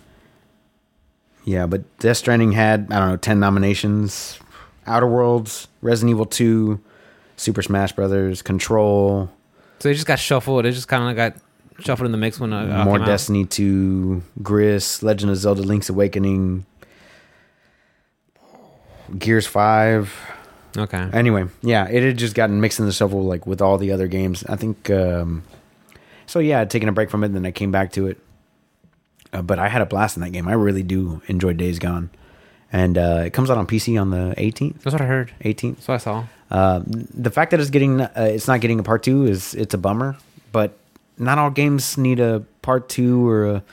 Speaker 2: Yeah, but Death Stranding had I don't know ten nominations: Outer Worlds, Resident Evil Two, Super Smash Brothers, Control,
Speaker 1: So it just got shuffled. It just kind of got shuffled in the mix when uh, uh,
Speaker 2: More
Speaker 1: came out.
Speaker 2: Destiny Two, Gris, Legend of Zelda: Link's Awakening, Gears Five.
Speaker 1: Okay.
Speaker 2: Anyway, yeah, it had just gotten mixed in the shuffle like with all the other games. I think. um So yeah, I'd taken a break from it, and then I came back to it. Uh, but I had a blast in that game. I really do enjoy Days Gone, and uh, it comes out on PC on the 18th.
Speaker 1: That's what I heard.
Speaker 2: 18th.
Speaker 1: That's what I saw.
Speaker 2: Uh, the fact that it's getting uh, it's not getting a part two is it's a bummer, but not all games need a part two or a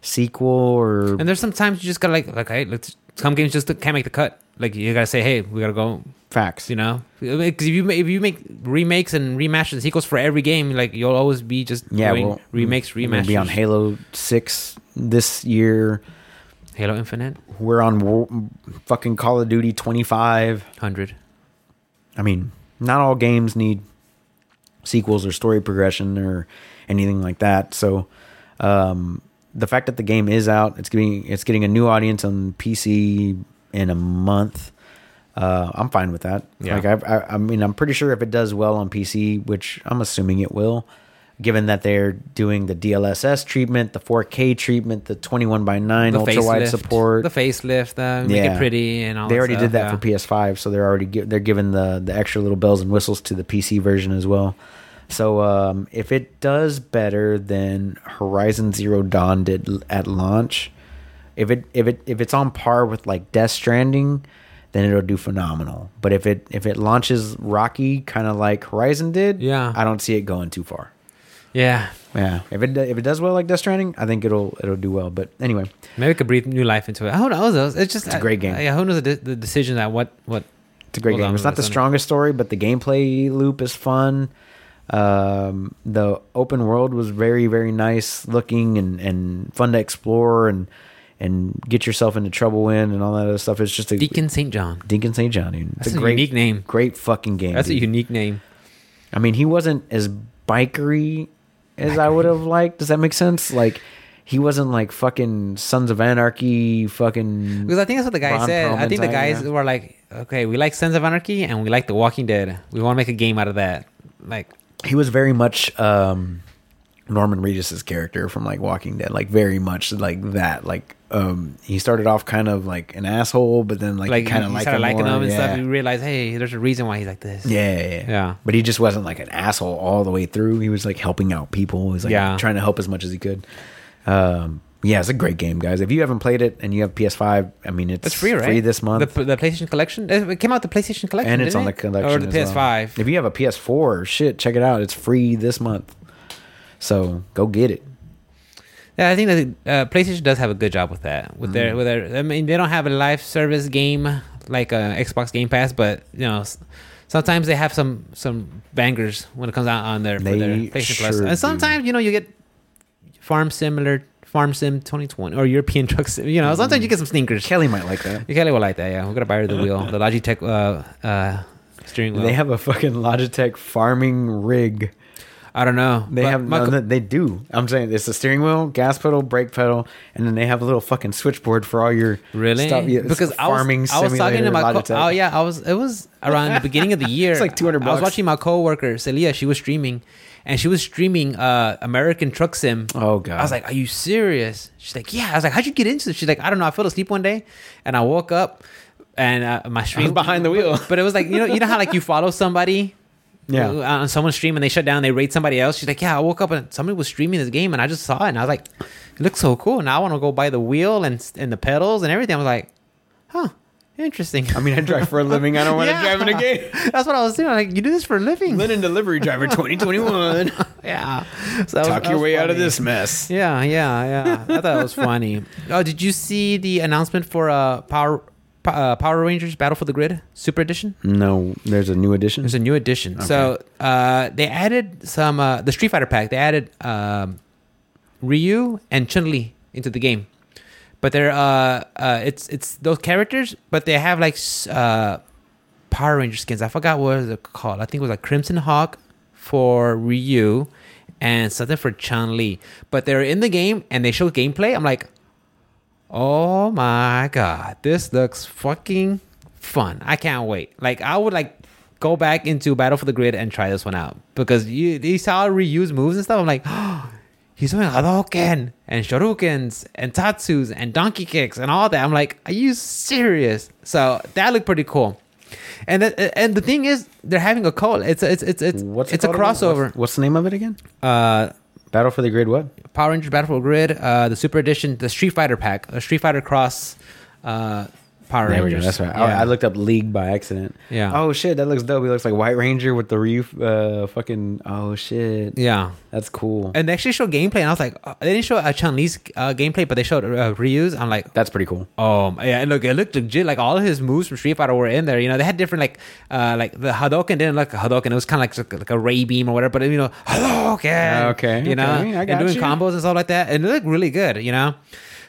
Speaker 2: sequel or
Speaker 1: And there's sometimes you just gotta like, like, hey, let's. Some games just can't make the cut. Like you gotta say, hey, we gotta go.
Speaker 2: facts.
Speaker 1: You know, because if you ma- if you make remakes and remasters and sequels for every game, like you'll always be just
Speaker 2: Yeah,
Speaker 1: doing
Speaker 2: well,
Speaker 1: remakes,
Speaker 2: We're gonna
Speaker 1: remasters.
Speaker 2: be on Halo Six this year.
Speaker 1: Halo Infinite,
Speaker 2: We're on War- fucking Call of Duty 25.
Speaker 1: hundred.
Speaker 2: I mean, not all games need sequels or story progression or anything like that. So, um, the fact that the game is out, it's getting it's getting a new audience on PC in a month. Uh, I'm fine with that.
Speaker 1: Yeah.
Speaker 2: Like I've, I, I mean, I'm pretty sure if it does well on PC, which I'm assuming it will, given that they're doing the DLSS treatment, the 4K treatment, the 21 by 9 ultra wide support,
Speaker 1: the facelift, uh, make
Speaker 2: Yeah.
Speaker 1: it pretty, and all.
Speaker 2: they
Speaker 1: that
Speaker 2: already
Speaker 1: stuff,
Speaker 2: did that
Speaker 1: yeah.
Speaker 2: for PS5, so they're already gi- they're giving the the extra little bells and whistles to the PC version as well. So um, if it does better than Horizon Zero Dawn did l- at launch, if it if it if it's on par with like Death Stranding, then it'll do phenomenal. But if it if it launches rocky, kind of like Horizon did,
Speaker 1: Yeah.
Speaker 2: I don't see it going too far.
Speaker 1: Yeah,
Speaker 2: Yeah, if it do- if it does well like Death Stranding, I think it'll it'll do well. But anyway,
Speaker 1: maybe it could breathe new life into it. Who knows? It's just uh,
Speaker 2: It's a great game.
Speaker 1: yeah, who knows the, the decision that what what
Speaker 2: It's a great
Speaker 1: Hold
Speaker 2: game.
Speaker 1: on,
Speaker 2: It's not the
Speaker 1: listen.
Speaker 2: strongest story, but the gameplay loop is fun. Um, the open world was very, very nice looking and, and fun to explore and and get yourself into trouble in and all that other stuff. It's just a
Speaker 1: Deacon St. John.
Speaker 2: Deacon St. John, dude. It's
Speaker 1: That's a,
Speaker 2: great,
Speaker 1: unique name.
Speaker 2: great fucking game.
Speaker 1: That's a
Speaker 2: dude.
Speaker 1: unique name.
Speaker 2: I mean, he wasn't as bikery as I would have liked. Does that make sense? Like, he wasn't like fucking Sons of Anarchy, fucking.
Speaker 1: Because I think that's what the guy
Speaker 2: Ron
Speaker 1: said. I
Speaker 2: Perlman
Speaker 1: think the
Speaker 2: type,
Speaker 1: guys
Speaker 2: yeah.
Speaker 1: were like, okay, we like Sons of Anarchy and we like The Walking Dead. We want to make a game out of that. Like,
Speaker 2: he was very much um Norman Reedus's character from like Walking Dead, like very much like that. Like um he started off kind of like an asshole, but then like,
Speaker 1: like
Speaker 2: kind of
Speaker 1: you
Speaker 2: like
Speaker 1: started
Speaker 2: him
Speaker 1: liking
Speaker 2: more.
Speaker 1: him and
Speaker 2: yeah.
Speaker 1: stuff. You realize, hey, there's a reason why he's like this.
Speaker 2: Yeah, yeah, yeah,
Speaker 1: Yeah.
Speaker 2: But he just wasn't like an asshole all the way through. He was like helping out people. He was like
Speaker 1: Yeah.
Speaker 2: trying to help as much as he could. Um, yeah, it's a great game, guys. If you haven't played it and you have PS5, I mean, it's,
Speaker 1: It's free, right?
Speaker 2: this month,
Speaker 1: The, the PlayStation Collection. It came out the PlayStation Collection,
Speaker 2: and it's
Speaker 1: didn't
Speaker 2: on the
Speaker 1: it?
Speaker 2: collection
Speaker 1: or the
Speaker 2: as well.
Speaker 1: PS5.
Speaker 2: If you have a PS4, shit, check it out. It's free this month, so go get it.
Speaker 1: Yeah, I think that uh, PlayStation does have a good job with that. With
Speaker 2: Mm.
Speaker 1: their, with their, I mean, they don't have a live service game like uh, Xbox Game Pass, but you know, s- sometimes they have some some bangers when it comes out on their, for their
Speaker 2: They
Speaker 1: PlayStation
Speaker 2: sure
Speaker 1: Plus.
Speaker 2: do.
Speaker 1: And sometimes you know you get Farm Similar, Farm Sim 2020, or European Truck Sim. You know, sometimes you get some sneakers.
Speaker 2: Kelly might like that.
Speaker 1: You kind of will like that. Yeah, we're gonna buy her the wheel, the Logitech uh, uh, steering wheel.
Speaker 2: They have a fucking Logitech farming rig.
Speaker 1: I don't know.
Speaker 2: They
Speaker 1: But
Speaker 2: have
Speaker 1: my
Speaker 2: no,
Speaker 1: co-
Speaker 2: no, they do. I'm saying it's a steering wheel, gas pedal, brake pedal, and then they have a little fucking switchboard for all your
Speaker 1: Really?
Speaker 2: stuff. Yeah, it's
Speaker 1: because
Speaker 2: a
Speaker 1: I was,
Speaker 2: farming
Speaker 1: I was talking to
Speaker 2: simulator
Speaker 1: my co-
Speaker 2: Logitech.
Speaker 1: oh yeah, I was it was around the beginning of the year.
Speaker 2: It's like 200
Speaker 1: I was
Speaker 2: bucks.
Speaker 1: watching my coworker Celia. She was streaming, and she was streaming uh American Truck Sim.
Speaker 2: Oh, God.
Speaker 1: I was like, "Are you serious?" She's like, "Yeah." I was like, "How'd you get into this?" She's like, "I don't know. I fell asleep one day, and I woke up, and uh, my stream
Speaker 2: behind the wheel.
Speaker 1: But, but it was like you know you know how like you follow somebody.
Speaker 2: Yeah.
Speaker 1: uh, On someone's stream and they shut down, they raid somebody else. She's like, "Yeah, I woke up and somebody was streaming this game, and I just saw it, and I was like, it looks so cool, and I want to go buy the wheel and and the pedals and everything." I was like, huh Interesting.
Speaker 2: I mean, I drive for a living. I don't want
Speaker 1: Yeah.
Speaker 2: to drive in a game.
Speaker 1: That's what I was thinking. I'm Like, you do this for a living.
Speaker 2: Linen delivery driver 2021.
Speaker 1: yeah. So that was-
Speaker 2: Talk
Speaker 1: that
Speaker 2: your
Speaker 1: was
Speaker 2: way out of
Speaker 1: funny.
Speaker 2: this mess.
Speaker 1: Yeah, yeah, yeah. I thought it was funny. Oh, did you see the announcement for uh, Power Pa- uh, Power Rangers Battle for the Grid Super Edition?
Speaker 2: No, there's a new edition.
Speaker 1: There's a new edition. So uh, they added some uh, the Street Fighter pack. They added um, Ryu and Chun Li into the game, but they're uh, uh, it's it's those characters, but they have like s- uh, Power Ranger skins. I forgot what they're called. I think it was like Crimson Hawk for Ryu and something for Chun Li. But they're in the game and they show gameplay. I'm like, Oh my god, this looks fucking fun. I can't wait. Like I would like go back into Battle for the Grid and try this one out because you you saw reuse moves and stuff. I'm like, he's doing Hadouken and Shurikens and Tatsus and Donkey Kicks and all that. I'm like, are you serious? So that looked pretty cool. And the, and the thing is, they're having a call. It's a, it's it's it's
Speaker 2: What's it
Speaker 1: it's a
Speaker 2: called again? What's-
Speaker 1: crossover.
Speaker 2: What's, the name of it again?
Speaker 1: Uh,
Speaker 2: Battle for the Grid. What?
Speaker 1: Power Rangers Battle for Grid, uh, the Super Edition, the Street Fighter pack, a Street Fighter Cross uh, Power
Speaker 2: There we
Speaker 1: Rangers.
Speaker 2: go. That's right.
Speaker 1: Yeah.
Speaker 2: I, I looked up League by accident.
Speaker 1: Yeah.
Speaker 2: Oh shit, that looks dope. He looks like White Ranger with the Ryu. Uh, fucking. Oh shit.
Speaker 1: Yeah.
Speaker 2: That's cool.
Speaker 1: And they actually showed gameplay, and I was like, uh, they didn't show uh, Chun Li's uh, gameplay, but they showed uh, Ryu's. I'm like,
Speaker 2: That's pretty cool.
Speaker 1: oh yeah, and look, it looked legit. Like all of his moves from Street Fighter were in there. You know, they had different like, uh, like the Hadouken didn't look like a Hadouken. It was kind of like like a ray beam or whatever. But you know, Hadouken.
Speaker 2: Ah, Okay,
Speaker 1: You know,
Speaker 2: okay, I
Speaker 1: and
Speaker 2: got
Speaker 1: doing
Speaker 2: you.
Speaker 1: combos and stuff like that, and it looked really good. You know,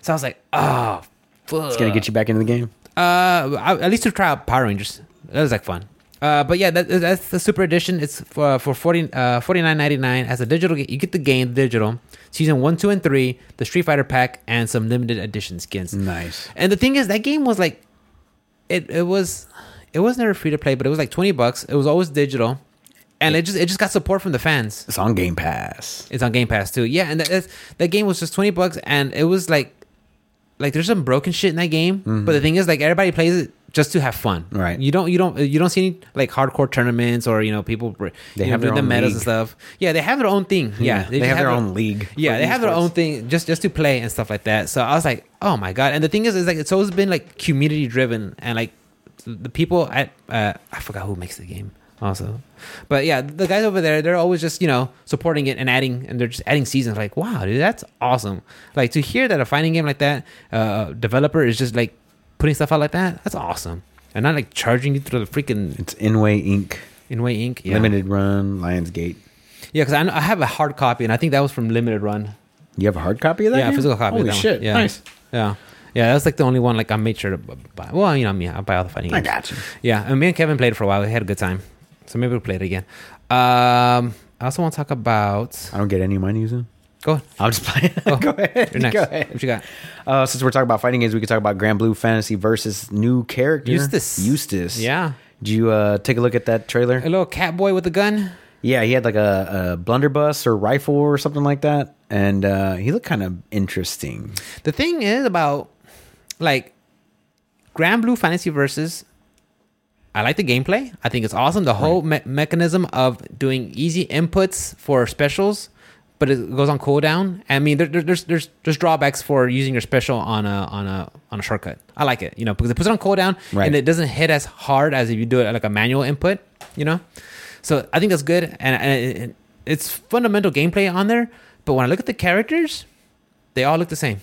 Speaker 1: so I was like, oh, fuck.
Speaker 2: It's gonna get you back into the game.
Speaker 1: Uh, I- at least to try out Power Rangers. That was like fun. Uh, but yeah, that, that's the Super Edition. It's for for forty uh forty nine ninety nine as a digital. ga- You get the game digital season one, two, and three, the Street Fighter pack, and some limited edition skins.
Speaker 2: Nice.
Speaker 1: And the thing is, that game was like, it it was, it was never free to play, but it was like twenty bucks. It was always digital, and it just it just got support from the fans.
Speaker 2: It's on Game Pass.
Speaker 1: It's on Game Pass too. Yeah, and that, that's- that game was just twenty bucks, and it was like, like there's some broken shit in that game. But the thing is, like everybody plays it just to have fun.
Speaker 2: Mm-hmm. Right.
Speaker 1: You don't you don't you don't see any like hardcore tournaments or you know people they
Speaker 2: They have their
Speaker 1: the
Speaker 2: own
Speaker 1: metas and
Speaker 2: league.
Speaker 1: stuff. Yeah, they have their own thing. Yeah,
Speaker 2: They
Speaker 1: just
Speaker 2: have their own league
Speaker 1: Yeah,
Speaker 2: for
Speaker 1: they have their
Speaker 2: esports.
Speaker 1: own thing just just to play and stuff like that. So I was like, oh my god. And the thing is, is like it's always been like community driven and like the people at uh, I forgot who makes the game also, but yeah, the guys over there they're always just you know supporting it and adding and they're just adding seasons. Like wow, dude, that's awesome. Like to hear that a fighting game like that uh, developer is just like putting stuff out like that. That's awesome. And not like charging you through the freaking
Speaker 2: It's Inway Inc.
Speaker 1: Inway Inc. Yeah,
Speaker 2: Limited Run Lionsgate.
Speaker 1: Yeah, because I, know- I have a hard copy, and I think that was from Limited Run.
Speaker 2: You have a hard copy of that?
Speaker 1: yeah,
Speaker 2: game?
Speaker 1: physical copy. of
Speaker 2: Holy
Speaker 1: that one.
Speaker 2: shit!
Speaker 1: Yeah.
Speaker 2: Nice.
Speaker 1: Yeah, yeah. That's like the only one like I made sure to b- buy. Well, you know me, I buy all the fighting
Speaker 2: I
Speaker 1: games.
Speaker 2: got you.
Speaker 1: Yeah, and me and Kevin played it for a while. We had a good time, so maybe we'll play it again. Um, I also want to talk about.
Speaker 2: I don't get any of mine using.
Speaker 1: Go on.
Speaker 2: I'll just play.
Speaker 1: Oh,
Speaker 2: Go ahead.
Speaker 1: You're next.
Speaker 2: Go ahead.
Speaker 1: What you got?
Speaker 2: Uh, since we're talking about fighting games, we could talk about Grand Blue Fantasy versus new character
Speaker 1: Eustace.
Speaker 2: Eustace.
Speaker 1: Yeah.
Speaker 2: Did you uh, take a look at that trailer?
Speaker 1: A little cat boy with a gun.
Speaker 2: Yeah, he had like a, a blunderbuss or rifle or something like that, and uh, he looked kind of interesting.
Speaker 1: The thing is about like Grand Blue Fantasy versus. I like the gameplay. I think it's awesome. The whole me- mechanism of doing easy inputs for specials, but it goes on cooldown. I mean, there, there, there's there's there's drawbacks for using your special on a on a on a shortcut. I like it, you know, because it puts it on cooldown
Speaker 2: Right.
Speaker 1: and it doesn't hit as hard as if you do it like a manual input, you know. So I think that's good, and, and it- it, it's fundamental gameplay on there. But when I look at the characters, they all look the same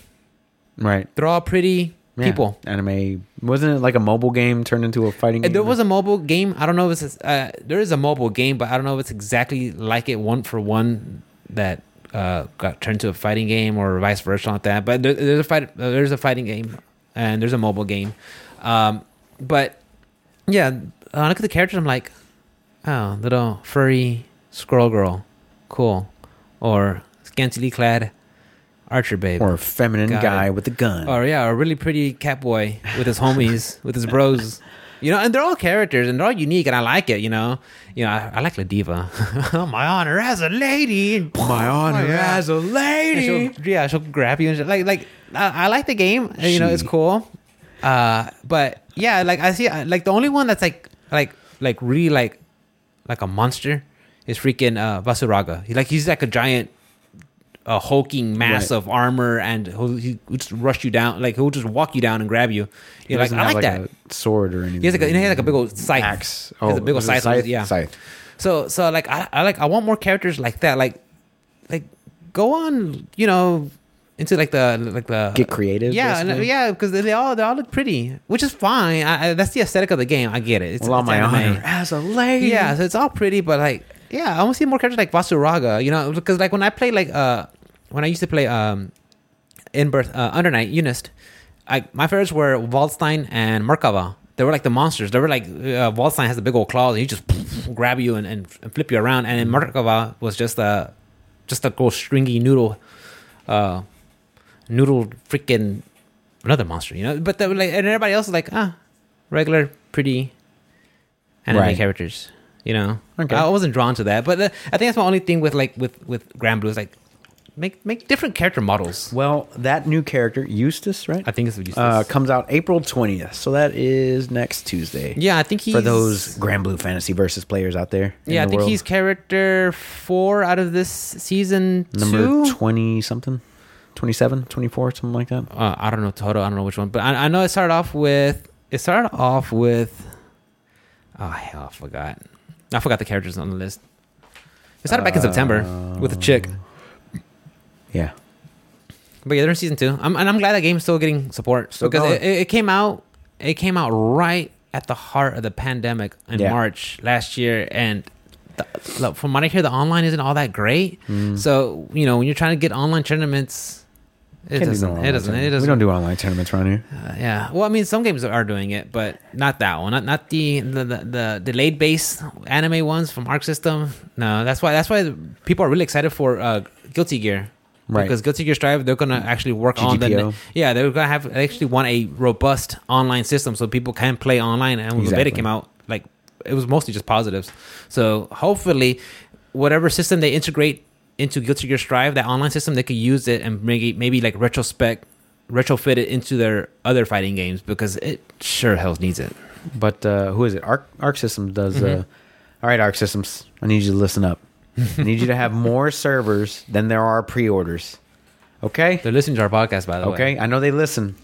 Speaker 2: Right.
Speaker 1: they're all pretty
Speaker 2: Yeah.
Speaker 1: people.
Speaker 2: Anime wasn't it like a mobile game turned into a fighting?
Speaker 1: And
Speaker 2: game?
Speaker 1: there was a mobile game. I don't know if it's uh, there is a mobile game, but I don't know if it's exactly like it one for one that uh, got turned to a fighting game or vice versa like that. But there, there's a fight. Uh, there's a fighting game and there's a mobile game. Um, but yeah, I look at the characters. I'm like, oh, little furry squirrel girl, cool, or scantily clad archer babe,
Speaker 2: or a feminine
Speaker 1: Got
Speaker 2: guy
Speaker 1: it.
Speaker 2: with a gun.
Speaker 1: Or Oh, yeah, a really pretty cat boy with his homies, with his bros. You know, and they're all characters and they're all unique and I like it, you know. You know, I, I like Ladiva. My honor as a lady. And
Speaker 2: My honor
Speaker 1: Oh, yeah.
Speaker 2: as a lady.
Speaker 1: she'll, yeah, she'll grab you and shit. like like I, I like the game. and, You know, it's
Speaker 2: She-
Speaker 1: cool. Uh but yeah, like I see I- like the only one that's like like like really like like a monster is freaking uh Vasuraga. He like he's like a giant a hulking mass
Speaker 2: Right.
Speaker 1: of armor and he'll, he'll just rush you down. Like he'll just walk you down and grab you.
Speaker 2: He
Speaker 1: You're like,
Speaker 2: doesn't
Speaker 1: I
Speaker 2: have,
Speaker 1: like, that.
Speaker 2: a sword or anything.
Speaker 1: he has like a, he has like a big old scythe.
Speaker 2: axe. Oh,
Speaker 1: He has a big old
Speaker 2: is it
Speaker 1: scythe. Yeah.
Speaker 2: Scythe.
Speaker 1: So so like I, I like I want more characters like that. Like like go on, you know, into like the like the
Speaker 2: Get creative,
Speaker 1: Yeah, and- uh,
Speaker 2: basically.
Speaker 1: yeah, because they all they all look pretty, which is fine. I, I, that's the aesthetic of the game. I get it. It's,
Speaker 2: Well, on
Speaker 1: it's
Speaker 2: my
Speaker 1: anime.
Speaker 2: honor as a lady.
Speaker 1: Yeah, so it's all pretty, but like, yeah, I want to see more characters like Vasuraga, you know, because like when I play like uh when I used to play um in birth uh, under night Unist, I my favorites were Waldstein and Merkava. They were like the monsters. They were like uh, Waldstein has the big old claws and he just grab you and, and, and flip you around, and then Merkava was just a just a cool stringy noodle, uh, noodle freaking another monster, you know. But they were like, and everybody else is like ah, regular pretty anime
Speaker 2: Right.
Speaker 1: characters, you know.
Speaker 2: Okay.
Speaker 1: I wasn't drawn to that, but uh, I think that's my only thing with like with with Grand Blue is like make make different character models.
Speaker 2: Well, that new character Eustace, right?
Speaker 1: I think it's useless.
Speaker 2: uh, comes out April twentieth, so that is next Tuesday.
Speaker 1: yeah, I think he's
Speaker 2: For those Grand Blue Fantasy versus players out there. in
Speaker 1: Yeah, I
Speaker 2: the
Speaker 1: think
Speaker 2: world.
Speaker 1: he's character four out of this season
Speaker 2: number
Speaker 1: two.
Speaker 2: twenty something, 27, 24, something like that.
Speaker 1: uh, I don't know total. I don't know which one, but I, I know it started off with it started off with. Oh hell, I forgot. I forgot the characters on the list. It started back
Speaker 2: Uh,
Speaker 1: in September with a chick,
Speaker 2: Yeah.
Speaker 1: but yeah, they're in season two. I'm, and I'm glad that game's still getting support
Speaker 2: Still
Speaker 1: because
Speaker 2: going.
Speaker 1: it, it it came out it came out right at the heart of the pandemic in
Speaker 2: Yeah.
Speaker 1: March last year, and the, look, from what I hear, the online isn't all that great.
Speaker 2: Mm.
Speaker 1: So you know, when you're trying to get online tournaments, it
Speaker 2: Can't do
Speaker 1: doesn't.
Speaker 2: no
Speaker 1: it
Speaker 2: online
Speaker 1: doesn't. It
Speaker 2: tournament.
Speaker 1: doesn't.
Speaker 2: We don't do online tournaments around here.
Speaker 1: Uh, yeah. Well, I mean, some games are doing it, but not that one. Not not the the, the, the delayed base anime ones from Arc System. No, that's why that's why people are really excited for uh, Guilty Gear.
Speaker 2: Right.
Speaker 1: Because Guilty Gear Strive, they're gonna actually work on the
Speaker 2: GGPO.
Speaker 1: yeah, they're gonna have they actually want a robust online system so people can play online. And when the beta
Speaker 2: Exactly.
Speaker 1: came out, like it was mostly just positives. So hopefully, whatever system they integrate into Guilty Gear Strive, that online system, they could use it and maybe maybe like retrospect retrofit it into their other fighting games because it sure hell needs it.
Speaker 2: But uh, who is it? Arc Arc Systems does.
Speaker 1: Mm-hmm.
Speaker 2: Uh, all right, Arc Systems. I need you to listen up. I need you to have more servers than there are pre-orders. Okay.
Speaker 1: They're listening to our podcast, by the way.
Speaker 2: Okay. I know they listen.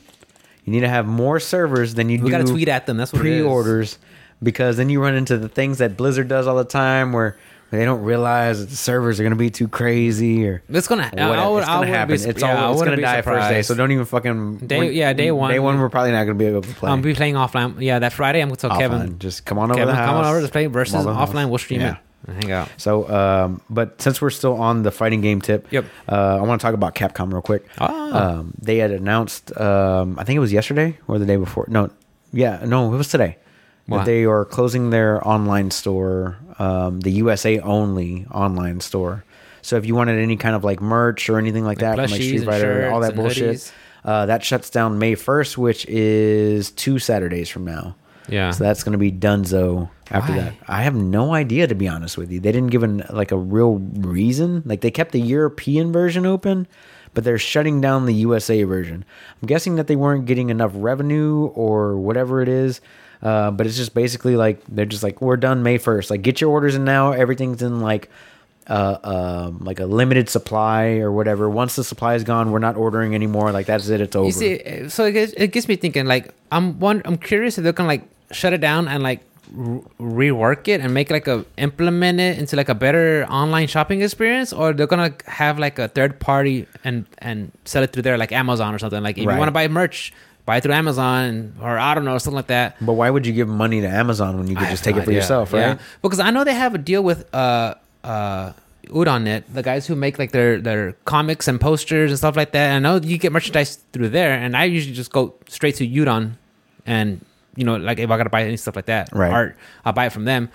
Speaker 2: You need to have more servers than you
Speaker 1: we
Speaker 2: do
Speaker 1: gotta tweet at them. That's what it is.
Speaker 2: pre-orders because then you run into the things that Blizzard does all the time where they don't realize that the servers are going to be too crazy or
Speaker 1: It's gonna. I- I
Speaker 2: whatever.
Speaker 1: would- I
Speaker 2: it's gonna
Speaker 1: wouldn't
Speaker 2: happen.
Speaker 1: be-
Speaker 2: it's
Speaker 1: yeah, I
Speaker 2: all it's
Speaker 1: wouldn't
Speaker 2: gonna
Speaker 1: be
Speaker 2: die first day.
Speaker 1: surprised.
Speaker 2: So don't even fucking
Speaker 1: Day- yeah, day one.
Speaker 2: Day one, we're probably not gonna be able to play.
Speaker 1: I'm be playing offline. Yeah, that Friday I'm gonna tell
Speaker 2: Offline.
Speaker 1: Kevin.
Speaker 2: just come on over.
Speaker 1: Kevin,
Speaker 2: the house.
Speaker 1: come on over to play versus
Speaker 2: Come over the
Speaker 1: offline.
Speaker 2: house.
Speaker 1: We'll stream
Speaker 2: Yeah.
Speaker 1: it. Hang out.
Speaker 2: So, um, but since we're still on the fighting game tip,
Speaker 1: Yep.
Speaker 2: uh, I want to talk about Capcom real quick.
Speaker 1: Ah.
Speaker 2: Um, they had announced, um, I think it was yesterday or the day before. No, yeah, no, it was today.
Speaker 1: What?
Speaker 2: That they are closing their online store, um, the USA only online store. So if you wanted any kind of like merch or anything like, that, from like
Speaker 1: plushies
Speaker 2: Street
Speaker 1: and
Speaker 2: Fighter, all
Speaker 1: shirts
Speaker 2: that
Speaker 1: and hoodies.
Speaker 2: bullshit, uh, that shuts down May first, which is two Saturdays from now.
Speaker 1: Yeah.
Speaker 2: So that's going to be Dunzo after
Speaker 1: Why?
Speaker 2: that. I have no idea to be honest with you. They didn't give an like a real reason. Like they kept the European version open, but they're shutting down the USA version. I'm guessing that they weren't getting enough revenue or whatever it is. Uh, but it's just basically like they're just like we're done May first. Like get your orders in now. Everything's in like uh, um, like a limited supply or whatever. Once the supply is gone, we're not ordering anymore. Like that's it. It's over.
Speaker 1: You see, uh, so it gets, it gets me thinking. Like, I'm one. I'm curious if they're gonna like shut it down and like r- rework it and make like a implement it into like a better online shopping experience, or they're gonna have like a third party and and sell it through there, like Amazon or something. Like, if you
Speaker 2: Right.
Speaker 1: want to buy merch, buy it through Amazon or I don't know, something like that.
Speaker 2: but why would you give money to Amazon when you could
Speaker 1: I
Speaker 2: just
Speaker 1: have
Speaker 2: take
Speaker 1: no
Speaker 2: it for
Speaker 1: idea.
Speaker 2: yourself, right?
Speaker 1: Yeah. Because I know they have a deal with uh uh Udonnet, the guys who make like their their comics and posters and stuff like that. And I know you get merchandise through there, and I usually just go straight to Udon, and you know, like if I gotta buy any stuff like that,
Speaker 2: Right.
Speaker 1: art, I'll buy it from them.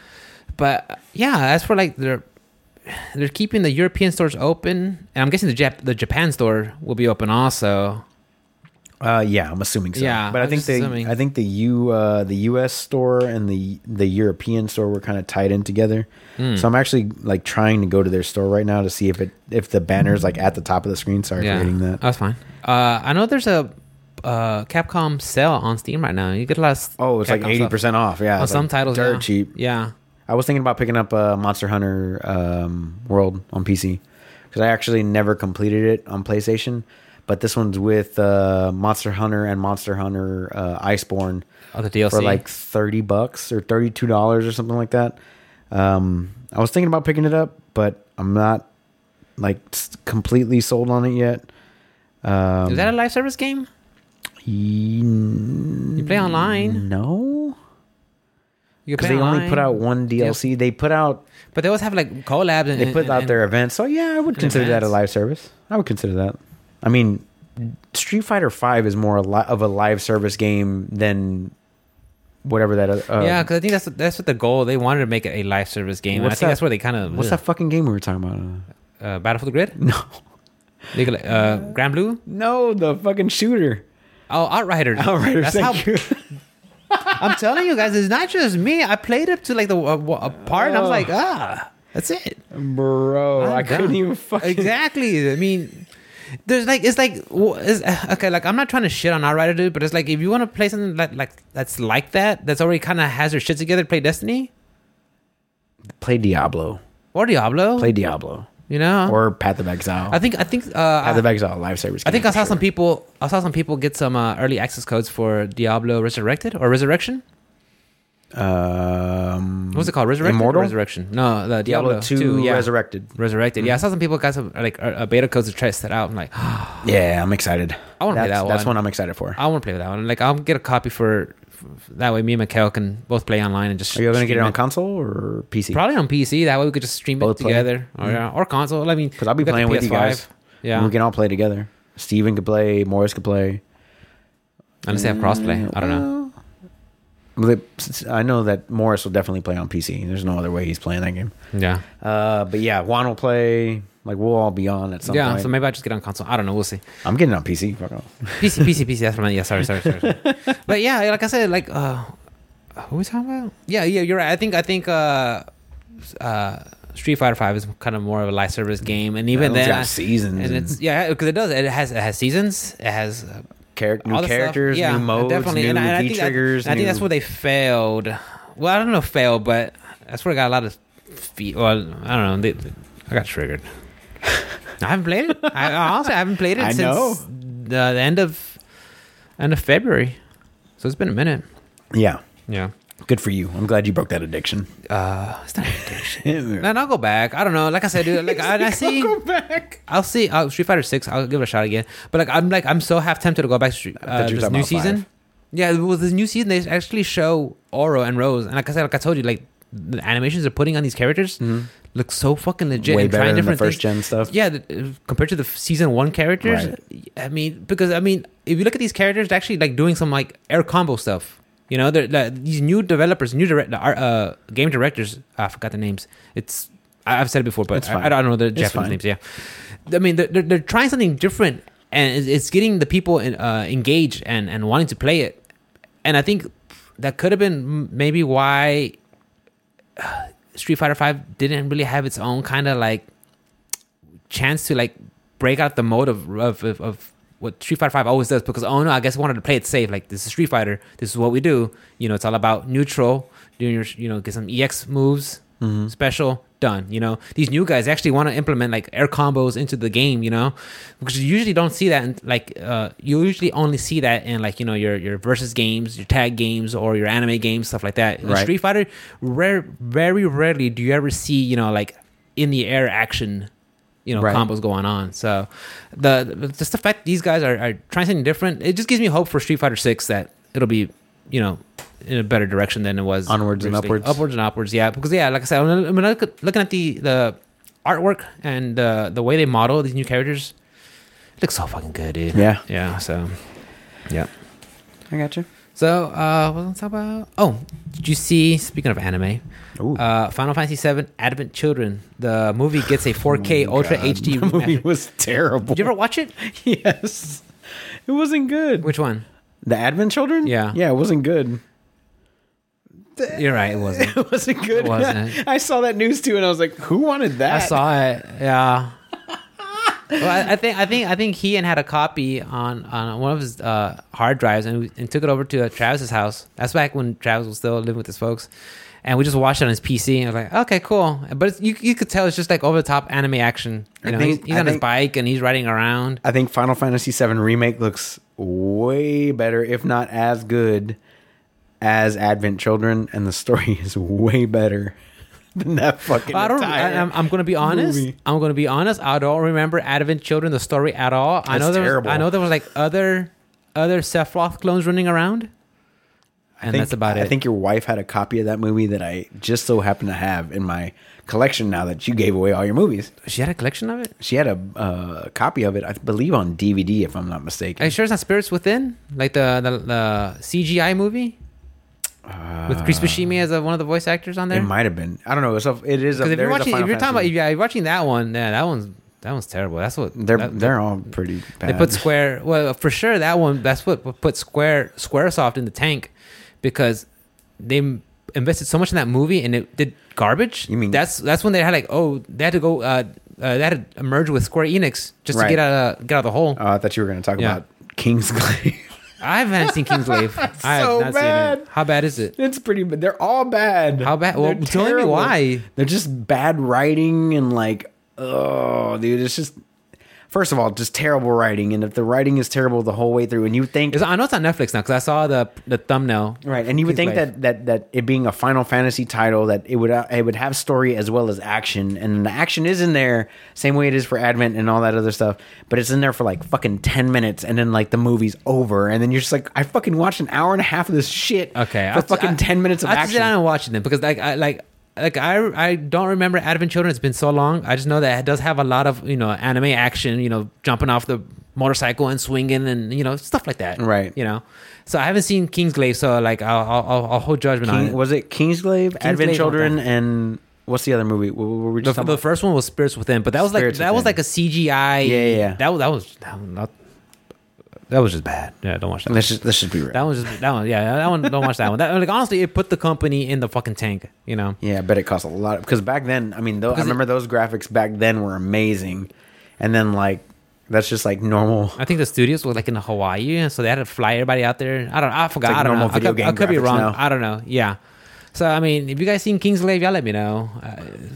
Speaker 1: But uh, yeah, as for like their they're keeping the European stores open, and I'm guessing the Jap- the Japan store will be open also.
Speaker 2: Uh, yeah, I'm assuming so.
Speaker 1: Yeah,
Speaker 2: but I
Speaker 1: I'm
Speaker 2: think
Speaker 1: just
Speaker 2: the
Speaker 1: assuming.
Speaker 2: I think the U uh, the U.S. store and the the European store were kind of tied in together.
Speaker 1: Hmm.
Speaker 2: So I'm actually like trying to go to their store right now to see if it if the banner's like at the top of the screen. Sorry for hitting that.
Speaker 1: that's fine. Uh, I know there's a uh, Capcom sale on Steam right now. You get a lot. Of
Speaker 2: Oh, it's like
Speaker 1: Capcom stuff.
Speaker 2: eighty percent off. Yeah,
Speaker 1: on
Speaker 2: it's,
Speaker 1: Oh, some
Speaker 2: like,
Speaker 1: titles.
Speaker 2: dirt
Speaker 1: yeah.
Speaker 2: cheap.
Speaker 1: Yeah,
Speaker 2: I was thinking about picking up uh, Monster Hunter um, World on PC because I actually never completed it on PlayStation. But this one's with uh, Monster Hunter and Monster Hunter uh, Iceborne
Speaker 1: Oh, the DLC.
Speaker 2: for like thirty bucks or thirty two dollars or something like that. Um, I was thinking about picking it up, but I'm not like s- completely sold on it yet. Um,
Speaker 1: Is that a live service game?
Speaker 2: you
Speaker 1: You play online.
Speaker 2: No,
Speaker 1: You can
Speaker 2: because
Speaker 1: play
Speaker 2: they
Speaker 1: online.
Speaker 2: only put out one DLC. They put out
Speaker 1: but they always have like collabs. And,
Speaker 2: they
Speaker 1: and-
Speaker 2: put
Speaker 1: and-
Speaker 2: out their events. So yeah, I would
Speaker 1: an
Speaker 2: consider that a
Speaker 1: event.
Speaker 2: live service. I would consider that. I mean, Street Fighter Five is more a li- of a live service game than whatever that. Uh,
Speaker 1: yeah, because I think that's that's what the goal. They wanted to make it a live service game. and I
Speaker 2: What's
Speaker 1: think
Speaker 2: that-
Speaker 1: that's where they kind of
Speaker 2: What's that fucking game we were talking about? Uh,
Speaker 1: uh, Battle for the Grid?
Speaker 2: No,
Speaker 1: League of Le- uh, Grand Blue?
Speaker 2: no, the fucking shooter.
Speaker 1: Oh, Outriders.
Speaker 2: Outriders,
Speaker 1: That's
Speaker 2: thank
Speaker 1: how,
Speaker 2: you.
Speaker 1: I'm telling you guys, it's not just me. I played up to like the uh, wa- a part. and I was
Speaker 2: Oh.
Speaker 1: like, ah, that's it.
Speaker 2: bro.
Speaker 1: I'm
Speaker 2: I couldn't
Speaker 1: done.
Speaker 2: even fucking.
Speaker 1: Exactly. I mean, there's like it's like w- it's, uh, okay. Like I'm not trying to shit on Outrider, dude, but it's like if you want to play something that like that's like that, that's already kind of has their shit together. Play Destiny
Speaker 2: Play Diablo.
Speaker 1: or Diablo.
Speaker 2: Play Diablo
Speaker 1: you know.
Speaker 2: or Path of Exile.
Speaker 1: I think I think uh,
Speaker 2: Path
Speaker 1: I,
Speaker 2: of Exile live service.
Speaker 1: I think
Speaker 2: game
Speaker 1: I saw
Speaker 2: for
Speaker 1: some
Speaker 2: sure.
Speaker 1: people I saw some people get some uh, early access codes for Diablo Resurrected or Resurrection.
Speaker 2: Um,
Speaker 1: What's it called? Resurrected. or
Speaker 2: Immortal?
Speaker 1: Resurrection. No, the
Speaker 2: Diablo,
Speaker 1: Diablo,
Speaker 2: 2,
Speaker 1: yeah.
Speaker 2: Resurrected.
Speaker 1: Resurrected. Yeah, I saw some people got some like uh, uh, beta codes to try to set out. I'm like,
Speaker 2: Yeah, I'm excited.
Speaker 1: I wanna play
Speaker 2: That's-
Speaker 1: that
Speaker 2: That's
Speaker 1: one.
Speaker 2: one I'm excited for.
Speaker 1: I want to play that one. Like, I'll get a copy for, for- that way. Me and Mikhail can both play online and just.
Speaker 2: Are you gonna get it
Speaker 1: stream
Speaker 2: on console or PC?
Speaker 1: Probably on PC. That way we could just stream it
Speaker 2: Both play?
Speaker 1: together, or, yeah, or console. I mean,
Speaker 2: Because I'll be
Speaker 1: we got the
Speaker 2: playing with you
Speaker 1: PS5.
Speaker 2: guys.
Speaker 1: Yeah,
Speaker 2: We can all play together. Steven could play. Morris could play.
Speaker 1: unless they
Speaker 2: Mm-hmm.
Speaker 1: have crossplay. I don't know.
Speaker 2: Well, they- s- I know that Morris will definitely play on PC. There's no other way he's playing that game.
Speaker 1: Yeah,
Speaker 2: Uh, but yeah, Juan will play. Like we'll all be on at some
Speaker 1: yeah.
Speaker 2: point.
Speaker 1: So maybe I just get on console. I don't know. We'll see.
Speaker 2: I'm getting on PC. Fuck off.
Speaker 1: PC, PC, PC. That's what I meant. Yeah, sorry, sorry, sorry. sorry. but yeah, like I said, like uh, who are we talking about? Yeah, yeah. You're right. I think I think uh, uh, Street Fighter Five is kind of more of a live service game, and even
Speaker 2: That one's
Speaker 1: then,
Speaker 2: got
Speaker 1: I-
Speaker 2: seasons
Speaker 1: and it's yeah, because it does. It has it has seasons. It has uh,
Speaker 2: Char-
Speaker 1: all
Speaker 2: new
Speaker 1: the stuff.
Speaker 2: characters,
Speaker 1: Yeah,
Speaker 2: new modes, new
Speaker 1: I- I
Speaker 2: V
Speaker 1: think that-
Speaker 2: triggers.
Speaker 1: I think that's
Speaker 2: new-
Speaker 1: where they failed. Well, I don't know, failed, but that's where I got a lot of feet. Well, I don't know. They, I got triggered. I haven't played it. I, I honestly, I haven't played it
Speaker 2: I
Speaker 1: since
Speaker 2: know.
Speaker 1: The, the end of end of February. So it's been a minute.
Speaker 2: Yeah,
Speaker 1: Yeah.
Speaker 2: good for you. I'm glad you broke that addiction.
Speaker 1: Uh, it's not an addiction. and I'll go back. I don't know. Like I said, dude. Like I, I see.
Speaker 2: Go back.
Speaker 1: I'll see uh, Street Fighter Six. I'll give it a shot again. But like I'm like I'm so half tempted to go back to Street, uh,
Speaker 2: you were
Speaker 1: this
Speaker 2: talking
Speaker 1: new
Speaker 2: about
Speaker 1: season.
Speaker 2: five.
Speaker 1: Yeah, well, this new season they actually show Oro and Rose, and like I said, like I told you, like the animations they're putting on these characters look so fucking legit.
Speaker 2: Mm-hmm. Way
Speaker 1: and
Speaker 2: better
Speaker 1: trying
Speaker 2: than the
Speaker 1: different
Speaker 2: first
Speaker 1: things.
Speaker 2: gen stuff.
Speaker 1: Yeah, the, uh, compared to the f- season one characters, I mean, because I mean, if you look at these characters, they're actually like doing some like air combo stuff. You know, they're, they're- these new developers, new direct, the ar- uh, game directors. ah, I forgot the names. It's I, I've said it before, but
Speaker 2: It's
Speaker 1: I,
Speaker 2: fine.
Speaker 1: I don't know the Japanese
Speaker 2: fine.
Speaker 1: names. Yeah, I mean, they're, they're, they're trying something different, and it's, it's getting the people in, uh, engaged and and wanting to play it. And I think that could have been maybe why uh, Street Fighter Five didn't really have its own kind of like chance to like break out the mode of of, of, of what Street Fighter Five always does because oh no, I guess I wanted to play it safe. Like this is Street Fighter. This is what we do. You know, it's all about neutral. Doing your you know get some EX moves, special done. You know these new guys actually want to implement like air combos into the game. You know because you usually don't see that in like uh, you usually only see that in like you know your your versus games, your tag games, or your anime games stuff like that. In
Speaker 2: Right.
Speaker 1: Street Fighter, rare very rarely do you ever see you know like in the air action you know
Speaker 2: Right.
Speaker 1: combos going on. So the just the fact these guys are, are trying something different, it just gives me hope for Street Fighter Six that it'll be you know in a better direction than it was
Speaker 2: Onwards and
Speaker 1: originally.
Speaker 2: upwards.
Speaker 1: upwards and upwards. Yeah, because yeah, like I said, I'm I'm look at- looking at the the artwork and the the way they model these new characters. It looks so fucking good, dude.
Speaker 2: Yeah.
Speaker 1: yeah. So yeah.
Speaker 2: I got you.
Speaker 1: So uh, what was I talking about? Oh, did you see? Speaking of anime,
Speaker 2: Ooh.
Speaker 1: uh, Final Fantasy VII Advent Children. The movie gets a 4K Ultra
Speaker 2: Oh God,
Speaker 1: HD.
Speaker 2: that movie
Speaker 1: remaster.
Speaker 2: was terrible.
Speaker 1: Did you ever watch it?
Speaker 2: yes, it wasn't good.
Speaker 1: Which one?
Speaker 2: The Advent Children.
Speaker 1: Yeah.
Speaker 2: yeah, it wasn't good.
Speaker 1: You're right. It wasn't.
Speaker 2: It wasn't good.
Speaker 1: It wasn't.
Speaker 2: I saw that news too, and I was like, "Who wanted that?"
Speaker 1: I saw it. Yeah. well, I, I think I think I think he and had a copy on on one of his uh, hard drives and, and took it over to uh, Travis's house. That's back when Travis was still living with his folks, and we just watched it on his PC. And I was like, okay, cool. But it's, you you could tell it's just like over the top anime action. You
Speaker 2: I
Speaker 1: know,
Speaker 2: think-
Speaker 1: he's, he's
Speaker 2: I
Speaker 1: on his
Speaker 2: think-
Speaker 1: bike and he's riding around.
Speaker 2: I think Final Fantasy VII remake looks way better, if not as good, as Advent Children, and the story is way better than that fucking.
Speaker 1: I don't. I,
Speaker 2: entire
Speaker 1: am I'm going to be honest.
Speaker 2: movie.
Speaker 1: I'm going to be honest. I don't remember Advent Children the story at all. I
Speaker 2: That's
Speaker 1: know there
Speaker 2: terrible.
Speaker 1: Was, I know there was like other other Sephiroth clones running around, and
Speaker 2: think-
Speaker 1: that's about it.
Speaker 2: I think your wife had a copy of that movie that I just so happen to have in my collection. Now that you gave away all your movies,
Speaker 1: she had a collection of it.
Speaker 2: she had a uh, copy of it, I believe, on DVD, if I'm not mistaken.
Speaker 1: Are you sure it's not Spirits Within, like the the, the CGI movie with Chris Buscemi as a, one of the voice actors on
Speaker 2: Uh, it
Speaker 1: there?
Speaker 2: might have been. I don't know. It's a, it is. A,
Speaker 1: Because if you're
Speaker 2: there is a
Speaker 1: watching, if
Speaker 2: Final
Speaker 1: you're talking about,
Speaker 2: Fantasy-
Speaker 1: yeah, if you're watching that one, yeah, that one's that one's terrible. That's what
Speaker 2: they're
Speaker 1: that-
Speaker 2: they're all pretty
Speaker 1: Uh, They
Speaker 2: bad.
Speaker 1: put Square. Well, for sure that one. That's what what put Square SquareSoft in the tank because they m- invested so much in that movie and it did garbage.
Speaker 2: You mean-
Speaker 1: that's that's when they had like oh they had to go uh, uh they had to merge with Square Enix just
Speaker 2: Right.
Speaker 1: to get out of get out of the hole.
Speaker 2: Oh, I thought you were going to talk
Speaker 1: Yeah.
Speaker 2: about Kingsglaive.
Speaker 1: I haven't seen Kingsglaive. I have
Speaker 2: So
Speaker 1: not
Speaker 2: bad.
Speaker 1: seen it. How bad is it?
Speaker 2: It's pretty bad. They're all bad.
Speaker 1: How bad- well,
Speaker 2: They're
Speaker 1: tell me
Speaker 2: terrible.
Speaker 1: why.
Speaker 2: They're just bad writing and like, oh, dude, it's just. First of all, just terrible writing, and if the writing is terrible the whole way through, and you think
Speaker 1: It's- I know it's on Netflix now because I saw the the thumbnail.
Speaker 2: right, and you would think
Speaker 1: Kingsglaive.
Speaker 2: that that that it being a Final Fantasy title, that it would uh, it would have story as well as action, and the action is in there, same way it is for Advent and all that other stuff, but it's in there for like fucking ten minutes, and then like the movie's over, and then you're just like, I fucking watched an hour and a half of this shit,
Speaker 1: Okay,
Speaker 2: for fucking ten minutes of
Speaker 1: I
Speaker 2: action.
Speaker 1: sit down and watch it then because like I like like I I don't remember Advent Children. It's been so long. I just know that it does have a lot of you know anime action. You know, jumping off the motorcycle and swinging and you know stuff like that.
Speaker 2: Right.
Speaker 1: You know, so I haven't seen Kingsglaive, so like I'll I'll, I'll- I'll hold judgment on
Speaker 2: King,
Speaker 1: it.
Speaker 2: was it Kingsglaive, Advent
Speaker 1: Kingsglaive,
Speaker 2: Children, and what's the other movie? What, were we
Speaker 1: the,
Speaker 2: just
Speaker 1: the
Speaker 2: talking about?
Speaker 1: first one was Spirits Within, but that was like
Speaker 2: Spirits
Speaker 1: that was
Speaker 2: Within.
Speaker 1: like a CGI.
Speaker 2: Yeah, yeah, yeah.
Speaker 1: That was that was that was, not, that was just bad. Yeah, don't watch that.
Speaker 2: Let's just, let's just be real.
Speaker 1: That one just that one. Yeah, that one. Don't watch that one. That, like honestly, it put the company in the fucking tank. You know.
Speaker 2: yeah, I bet it cost a lot. Because back then, I mean, though, I
Speaker 1: Because it-
Speaker 2: remember those graphics back then were amazing. And then, like, that's just like normal.
Speaker 1: I think the studios were like in Hawaii, and so they had to fly everybody out there. I don't. I forgot.
Speaker 2: like
Speaker 1: I don't know.
Speaker 2: normal video
Speaker 1: I could, I
Speaker 2: game
Speaker 1: could be
Speaker 2: graphics
Speaker 1: wrong.
Speaker 2: now.
Speaker 1: I don't know. Yeah. So I mean, if you guys seen Kingsglaive, y'all let me know. Uh,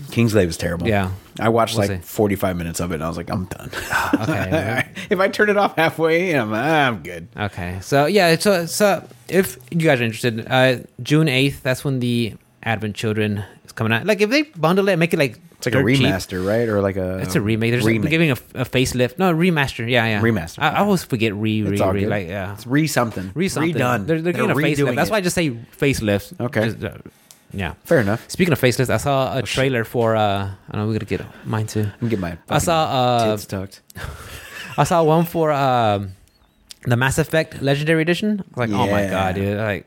Speaker 2: Kingsglaive is terrible.
Speaker 1: Yeah.
Speaker 2: I watched
Speaker 1: We'll
Speaker 2: like
Speaker 1: see.
Speaker 2: 45 minutes of it and I was like, I'm done.
Speaker 1: Okay.
Speaker 2: if I turn it off halfway, I'm, I'm good.
Speaker 1: okay. So yeah. So so if you guys are interested, uh, June eighth. That's when the Advent Children is coming out. Like if they bundle it, make it like
Speaker 2: It's like a
Speaker 1: dirt cheap,
Speaker 2: remaster, right? Or like a.
Speaker 1: It's a remake. They're just giving a, a facelift. No, remaster. Yeah, yeah.
Speaker 2: Remaster.
Speaker 1: I, I always forget re
Speaker 2: It's
Speaker 1: re
Speaker 2: all
Speaker 1: re.
Speaker 2: good.
Speaker 1: Like yeah.
Speaker 2: It's re something.
Speaker 1: Re something.
Speaker 2: Redone.
Speaker 1: They're, they're getting a facelift.
Speaker 2: redoing
Speaker 1: That's
Speaker 2: it.
Speaker 1: why I just say facelift.
Speaker 2: Okay.
Speaker 1: Just, uh, yeah.
Speaker 2: Fair enough.
Speaker 1: Speaking of facelifts, I saw a
Speaker 2: Oh,
Speaker 1: trailer for. Uh, I know we're gonna get mine too.
Speaker 2: Let me get my.
Speaker 1: I saw.
Speaker 2: fucking
Speaker 1: Uh,
Speaker 2: tits tucked.
Speaker 1: I saw one for um, the Mass Effect Legendary Edition. I was Like, oh my
Speaker 2: Yeah.
Speaker 1: god, dude! Like,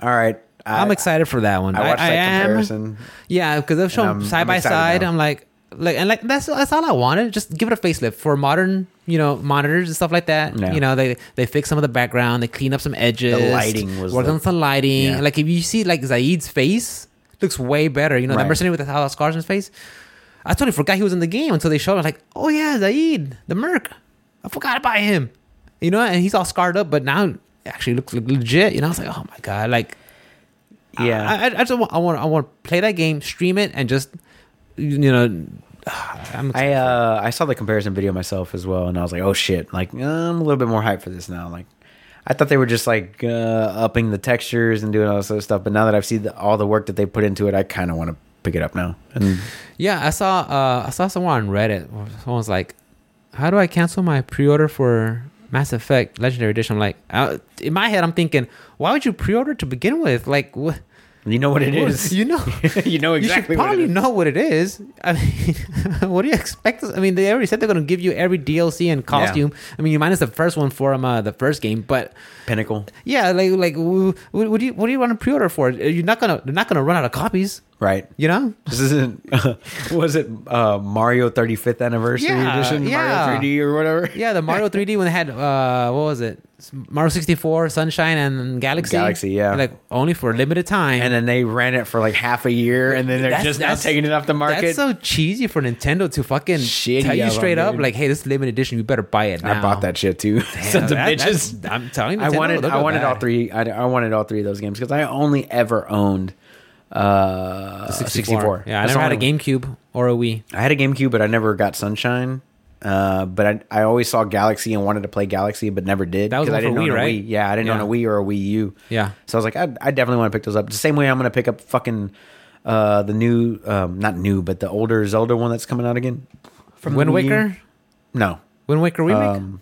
Speaker 2: All right. I,
Speaker 1: I'm excited for that one.
Speaker 2: I watched that
Speaker 1: am-
Speaker 2: comparison.
Speaker 1: Yeah, because they've shown
Speaker 2: I'm-
Speaker 1: side
Speaker 2: I'm
Speaker 1: by
Speaker 2: excited
Speaker 1: side.
Speaker 2: now.
Speaker 1: I'm like, like, and like that's that's all I wanted. Just give it a facelift for modern, you know, monitors and stuff like that.
Speaker 2: Yeah.
Speaker 1: You know, they they fix some of the background, they clean up some edges.
Speaker 2: The lighting was
Speaker 1: worked
Speaker 2: the-
Speaker 1: on some lighting.
Speaker 2: Yeah.
Speaker 1: Like if you see like Zaid's face, looks way better. You know,
Speaker 2: Right.
Speaker 1: that mercenary with the hollow scars on his face. I totally forgot he was in the game until they showed. him. like, oh yeah, Zaid, the Merc. I forgot about him. You know, and he's all scarred up, but now it actually looks legit. You know, I was like, oh my god, like
Speaker 2: Yeah.
Speaker 1: I, I, I just want, I want I want to play that game, stream it, and just you know, I'm excited.
Speaker 2: I uh I saw the comparison video myself as well, and I was like, oh shit! Like I'm a little bit more hyped for this now. Like I thought they were just like uh, upping the textures and doing all this other stuff, but now that I've seen the, all the work that they put into it, I kind of want to pick it up now. And
Speaker 1: yeah. I saw uh, I saw someone on Reddit. where Someone was like, "How do I cancel my pre-order for Mass Effect Legendary Edition?" I'm like, uh, in my head, I'm thinking, why would you pre-order to begin with? Like, what?
Speaker 2: you know what it
Speaker 1: what-
Speaker 2: is.
Speaker 1: you know.
Speaker 2: you know exactly
Speaker 1: you should
Speaker 2: what it
Speaker 1: probably
Speaker 2: is.
Speaker 1: know what it is. I mean, what do you expect? I mean, they already said they're going to give you every DLC and costume. I mean, you minus the first one for um, uh, the first game, but
Speaker 2: Pinnacle,
Speaker 1: Yeah, like like wh- wh- what do you what do you want to pre-order for? Uh, You're not gonna they're not gonna run out of copies,
Speaker 2: right?
Speaker 1: you know?
Speaker 2: This isn't was it uh, Mario 35th anniversary
Speaker 1: Yeah,
Speaker 2: edition,
Speaker 1: yeah.
Speaker 2: Mario 3D or whatever.
Speaker 1: Yeah, the Mario 3D when they had uh what was it? Mario 64, Sunshine, and Galaxy.
Speaker 2: Galaxy, yeah.
Speaker 1: Like only for a limited time.
Speaker 2: And then they ran it for like half a year, and then they're
Speaker 1: That's-
Speaker 2: just now
Speaker 1: that's-
Speaker 2: taking it off the market.
Speaker 1: That's so cheesy for Nintendo to fucking
Speaker 2: Shitty
Speaker 1: tell you
Speaker 2: of 'em,
Speaker 1: straight up,
Speaker 2: dude.
Speaker 1: like, hey, this is limited edition, you better buy it now.
Speaker 2: I bought that shit too. Sons of
Speaker 1: that- that's-
Speaker 2: bitches.
Speaker 1: I'm telling you,
Speaker 2: I
Speaker 1: Nintendo,
Speaker 2: wanted
Speaker 1: they'll
Speaker 2: I
Speaker 1: go
Speaker 2: wanted all
Speaker 1: bad.
Speaker 2: three I, I wanted all three of those games because I only ever owned uh, 64.
Speaker 1: Yeah, I
Speaker 2: That's
Speaker 1: never
Speaker 2: the
Speaker 1: had a
Speaker 2: only-
Speaker 1: GameCube or a Wii.
Speaker 2: I had a GameCube, but I never got Sunshine. Uh, but I, I always saw Galaxy and wanted to play Galaxy, but never did.
Speaker 1: That was
Speaker 2: 'cause I
Speaker 1: one for
Speaker 2: didn't own
Speaker 1: Wii,
Speaker 2: a
Speaker 1: right?
Speaker 2: Wii. Yeah, I didn't
Speaker 1: Yeah.
Speaker 2: own a Wii or a Wii U.
Speaker 1: Yeah.
Speaker 2: So I was like, I, I definitely want to pick those up. The same way I'm going to pick up fucking uh, the new, um, not new, but the older Zelda one that's coming out again.
Speaker 1: From Wind
Speaker 2: Wii.
Speaker 1: Waker?
Speaker 2: No,
Speaker 1: Wind Waker remake?
Speaker 2: um,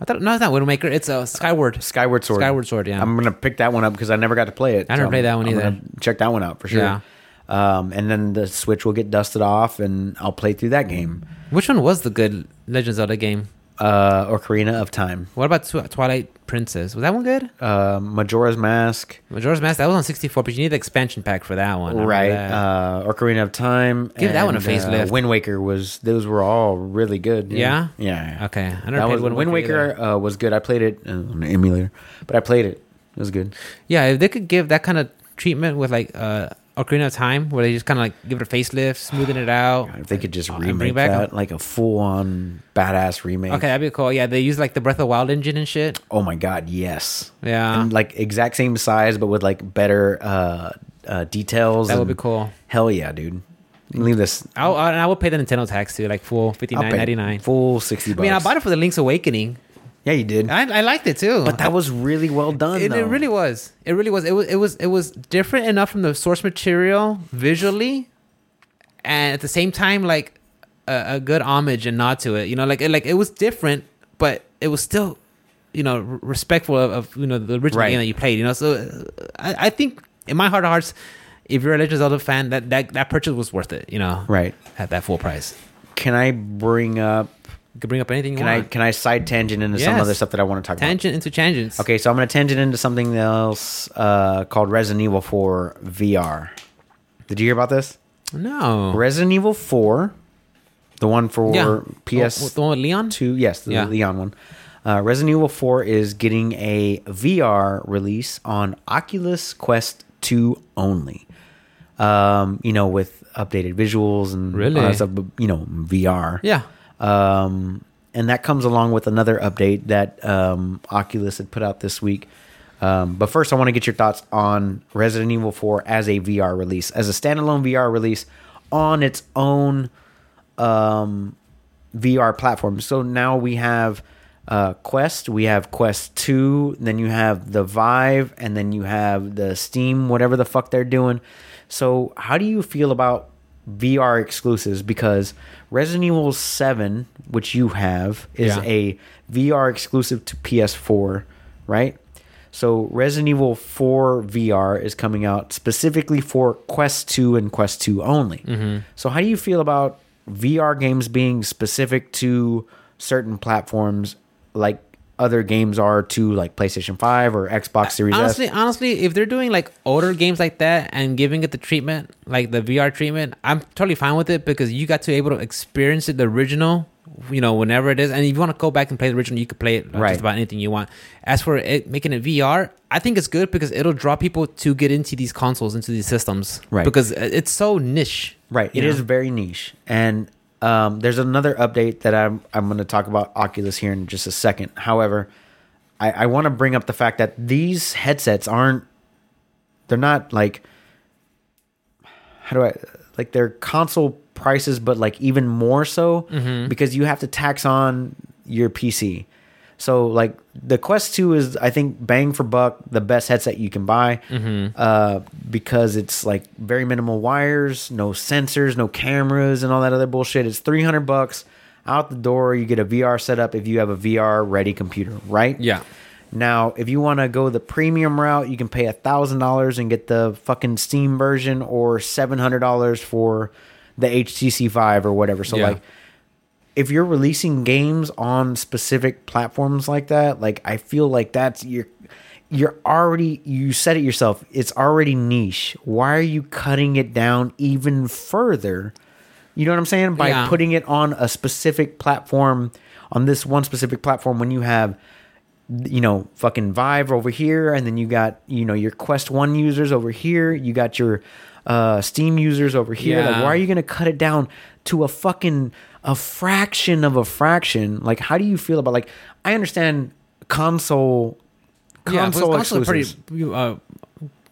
Speaker 1: I thought no, it's not Wind Waker. It's a Skyward.
Speaker 2: Skyward Sword.
Speaker 1: Skyward Sword, yeah.
Speaker 2: I'm gonna pick that one up because I never got to play it.
Speaker 1: I never
Speaker 2: so
Speaker 1: played that one
Speaker 2: I'm
Speaker 1: either.
Speaker 2: gonna Check that one out for sure.
Speaker 1: Yeah.
Speaker 2: Um, and then the Switch will get dusted off, and I'll play through that game.
Speaker 1: Which one was the good Legend of Zelda game?
Speaker 2: Uh, Ocarina of Time,
Speaker 1: What about Tw- Twilight Princess? Was that one good?
Speaker 2: uh, Majora's Mask,
Speaker 1: Majora's Mask. That was on 64, but you need the expansion pack for that one. I remember
Speaker 2: right?
Speaker 1: that.
Speaker 2: Uh, Ocarina of Time.
Speaker 1: Give that one a
Speaker 2: and, uh,
Speaker 1: facelift.
Speaker 2: Wind Waker was; those were all really good.
Speaker 1: Yeah?
Speaker 2: yeah. yeah.
Speaker 1: Okay. I never
Speaker 2: that
Speaker 1: played
Speaker 2: was, Wind, Waker. uh, was good. I played it uh, on the emulator, but I played it. It was good.
Speaker 1: Yeah, if they could give that kind of treatment with like uh, Ocarina of Time, where they just kind of like give it a facelift, smoothing it out.
Speaker 2: If they could just
Speaker 1: Uh, and bring
Speaker 2: remake
Speaker 1: back
Speaker 2: that, like a full-on badass remake.
Speaker 1: Okay, that'd be cool. Yeah, they use like the Breath of the Wild engine and shit.
Speaker 2: Oh my god, yes.
Speaker 1: Yeah.
Speaker 2: And like exact same size but with like better uh uh details.
Speaker 1: That would
Speaker 2: and-
Speaker 1: be cool.
Speaker 2: Hell yeah, dude. Leave this
Speaker 1: I'll, I, and I would pay the Nintendo tax too, like full fifty
Speaker 2: I'll
Speaker 1: nine
Speaker 2: pay
Speaker 1: ninety nine.
Speaker 2: Full sixty bucks.
Speaker 1: I mean, I bought it for the Link's Awakening.
Speaker 2: Yeah, you did.
Speaker 1: I, I liked it too.
Speaker 2: but that was really well done.
Speaker 1: it, it
Speaker 2: though.
Speaker 1: really was. It really was. It was. It was. It was different enough from the source material visually, and at the same time, like a, a good homage and nod to it. You know, like it, like it was different, but it was still, you know, r- respectful of, of you know the original
Speaker 2: Right.
Speaker 1: game that you played. You know, so uh, I, I think in my heart of hearts, if you're a Legend of Zelda fan, that that that purchase was worth it. You know,
Speaker 2: Right.
Speaker 1: at that full price.
Speaker 2: Can I bring up
Speaker 1: You could bring up anything you
Speaker 2: can I
Speaker 1: want.
Speaker 2: can I side tangent into some
Speaker 1: Yes.
Speaker 2: other stuff that I want to talk about?
Speaker 1: Tangent into tangents.
Speaker 2: Okay, so I'm gonna tangent into something else uh called Resident Evil 4 VR. Did you hear about this?
Speaker 1: No.
Speaker 2: Resident Evil 4, the one for PS
Speaker 1: Oh, the one with Leon.
Speaker 2: two. Yes, the
Speaker 1: Yeah.
Speaker 2: Leon one. Uh, Resident Evil Four is getting a VR release on Oculus Quest Two only. Um, you know, with updated visuals and
Speaker 1: Really?
Speaker 2: all that stuff, but, you know, VR.
Speaker 1: Yeah.
Speaker 2: Um, and that comes along with another update that um, Oculus had put out this week. Um, but first, I want to get your thoughts on Resident Evil 4 as a VR release, as a standalone VR release on its own um, VR platform. So now we have uh, Quest, we have Quest 2, then you have the Vive, and then you have the Steam, whatever the fuck they're doing. So, how do you feel about VR exclusives? Because Resident Evil 7, which you have, is
Speaker 1: Yeah.
Speaker 2: a VR exclusive to PS4, right? So, Resident Evil 4 VR is coming out specifically for Quest 2 and Quest 2 only. So, how do you feel about VR games being specific to certain platforms like other games are to like PlayStation 5 or Xbox Series
Speaker 1: honestly,
Speaker 2: S?
Speaker 1: honestly, if they're doing like older games like that and giving it the treatment, like the VR treatment, I'm totally fine with it because you got to able to experience it the original, you know, whenever it is. And if you want to go back and play the original, you could play it on
Speaker 2: Right.
Speaker 1: just about anything you want. As for it making it VR, I think it's good because it'll draw people to get into these consoles, into these systems,
Speaker 2: Right.
Speaker 1: Because it- it's so niche,
Speaker 2: Right.
Speaker 1: you
Speaker 2: it is
Speaker 1: know?
Speaker 2: very niche. And um, there's another update that I'm I'm going to talk about Oculus here in just a second. However, I, I want to bring up the fact that these headsets aren't they're not like how do I like they're console prices, but like even more so because you have to tax on your PC. So like the Quest Two is I think bang for buck the best headset you can buy uh, because it's like very minimal wires, no sensors, no cameras, and all that other bullshit. It's three hundred bucks out the door. You get a VR setup if you have a VR ready computer, right?
Speaker 1: Yeah.
Speaker 2: Now, if you want to go the premium route, you can pay a thousand dollars and get the fucking Steam version, or seven hundred dollars for the HTC Vive or whatever. So,
Speaker 1: Yeah.
Speaker 2: like, if you're releasing games on specific platforms like that, like I feel like that's you're you're already you said it yourself. It's already niche. Why are you cutting it down even further? You know what I'm saying? By
Speaker 1: Yeah.
Speaker 2: putting it on a specific platform, on this one specific platform, when you have you know, fucking Vive over here, and then you got you know your Quest One users over here. You got your uh, Steam users over here. Like,
Speaker 1: Yeah.
Speaker 2: why are you gonna cut it down to a fucking a fraction of a fraction? Like, how do you feel about like? I understand console
Speaker 1: Yeah, because
Speaker 2: console
Speaker 1: consoles are
Speaker 2: exclusives.
Speaker 1: pretty. you, Uh,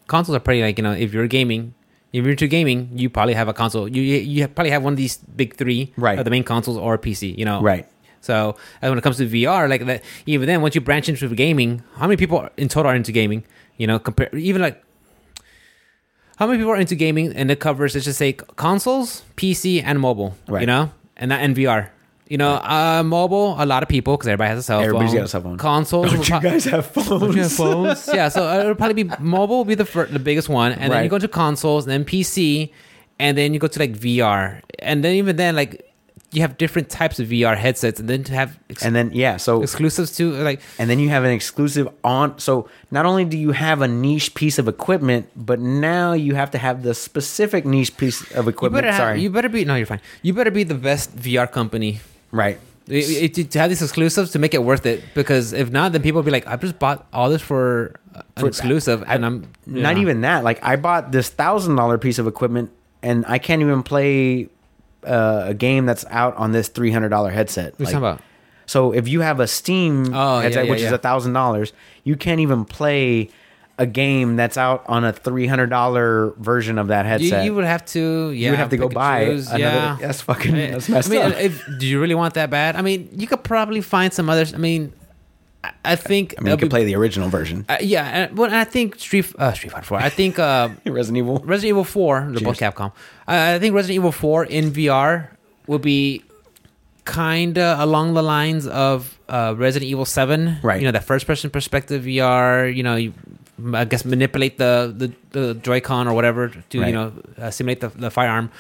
Speaker 1: consoles are pretty like you know if you're gaming, If you're into gaming, you probably have a console. You you- you probably have one of these big three,
Speaker 2: Right.
Speaker 1: Of the main consoles or PC. You know,
Speaker 2: Right.
Speaker 1: So and when it comes to VR, like that, even then, once you branch into gaming, how many people are- in total are into gaming? You know, compare even like how many people are into gaming and it covers let's just say consoles, PC, and mobile.
Speaker 2: Right.
Speaker 1: You know, and that and VR. You know, uh, mobile, a lot of people because everybody has a cell
Speaker 2: Everybody's
Speaker 1: phone.
Speaker 2: got a cell phone.
Speaker 1: Consoles,
Speaker 2: Don't you
Speaker 1: pro-
Speaker 2: guys have phones?
Speaker 1: yeah, phones. yeah, so uh, it'll probably be mobile will be the fir- the biggest one, and then you
Speaker 2: Right.
Speaker 1: go to consoles, and then PC, and then you go to like VR, and then even then like you have different types of VR headsets, and then to have ex-
Speaker 2: And then yeah, so
Speaker 1: exclusives to like
Speaker 2: and then you have an exclusive on. So not only do you have a niche piece of equipment, but now you have to have the specific niche piece of
Speaker 1: you
Speaker 2: equipment.
Speaker 1: better have,
Speaker 2: Sorry,
Speaker 1: you better be no you're fine you better be the best VR company.
Speaker 2: right?
Speaker 1: It- it- to have these exclusives to make it worth it, because if not, then people will be like, "I just bought all this for an exclusive," and I'm
Speaker 2: Not
Speaker 1: yeah.
Speaker 2: even that. Like I bought this thousand dollar piece of equipment, and I can't even play uh, a game that's out on this three hundred dollar headset.
Speaker 1: What you
Speaker 2: Like,
Speaker 1: talking about?
Speaker 2: So if you have a Steam
Speaker 1: Oh, yeah,
Speaker 2: headset,
Speaker 1: yeah,
Speaker 2: which is
Speaker 1: yeah.
Speaker 2: a thousand dollars, you can't even play a game that's out on a three hundred dollar version of that
Speaker 1: You,
Speaker 2: headset.
Speaker 1: you would have to, yeah,
Speaker 2: you would have to go
Speaker 1: pick and
Speaker 2: buy
Speaker 1: choose,
Speaker 2: another.
Speaker 1: yeah.
Speaker 2: That's fucking.
Speaker 1: I-
Speaker 2: That's messed
Speaker 1: I mean,
Speaker 2: up.
Speaker 1: If, do you really want that bad? I mean, you could probably find some others. I mean, I, I think.
Speaker 2: I mean, you could play the original version.
Speaker 1: Uh, yeah, and, well, I think Street uh, Street Fighter Four. I think uh,
Speaker 2: Resident Evil.
Speaker 1: Resident Evil Four. They're both
Speaker 2: Cheers.
Speaker 1: Capcom. Uh, I think Resident Evil Four in VR would be kind of along the lines of uh, Resident Evil Seven.
Speaker 2: Right.
Speaker 1: You know, that first person perspective VR. You know, you, I guess manipulate the the, the Joy-Con or whatever to you
Speaker 2: Right.
Speaker 1: know uh, simulate the, the firearm.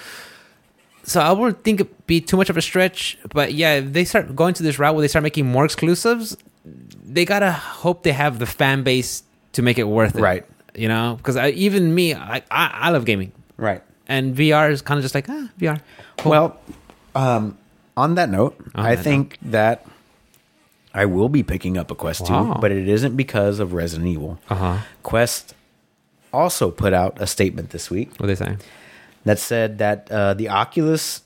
Speaker 1: So I wouldn't think it'd be too much of a stretch, but yeah, if they start going to this route where they start making more exclusives, they gotta hope they have the fan base to make it worth it,
Speaker 2: Right.
Speaker 1: You know, because even me, I, I I love gaming,
Speaker 2: Right.
Speaker 1: and VR is kind of just like ah VR.
Speaker 2: Well, um, on that note,
Speaker 1: On
Speaker 2: I
Speaker 1: that
Speaker 2: think that I will be picking up a Quest
Speaker 1: Wow.
Speaker 2: 2, but it isn't because of Resident Evil.
Speaker 1: Uh huh.
Speaker 2: Quest also put out a statement this week
Speaker 1: What they say?
Speaker 2: that said that uh, the Oculus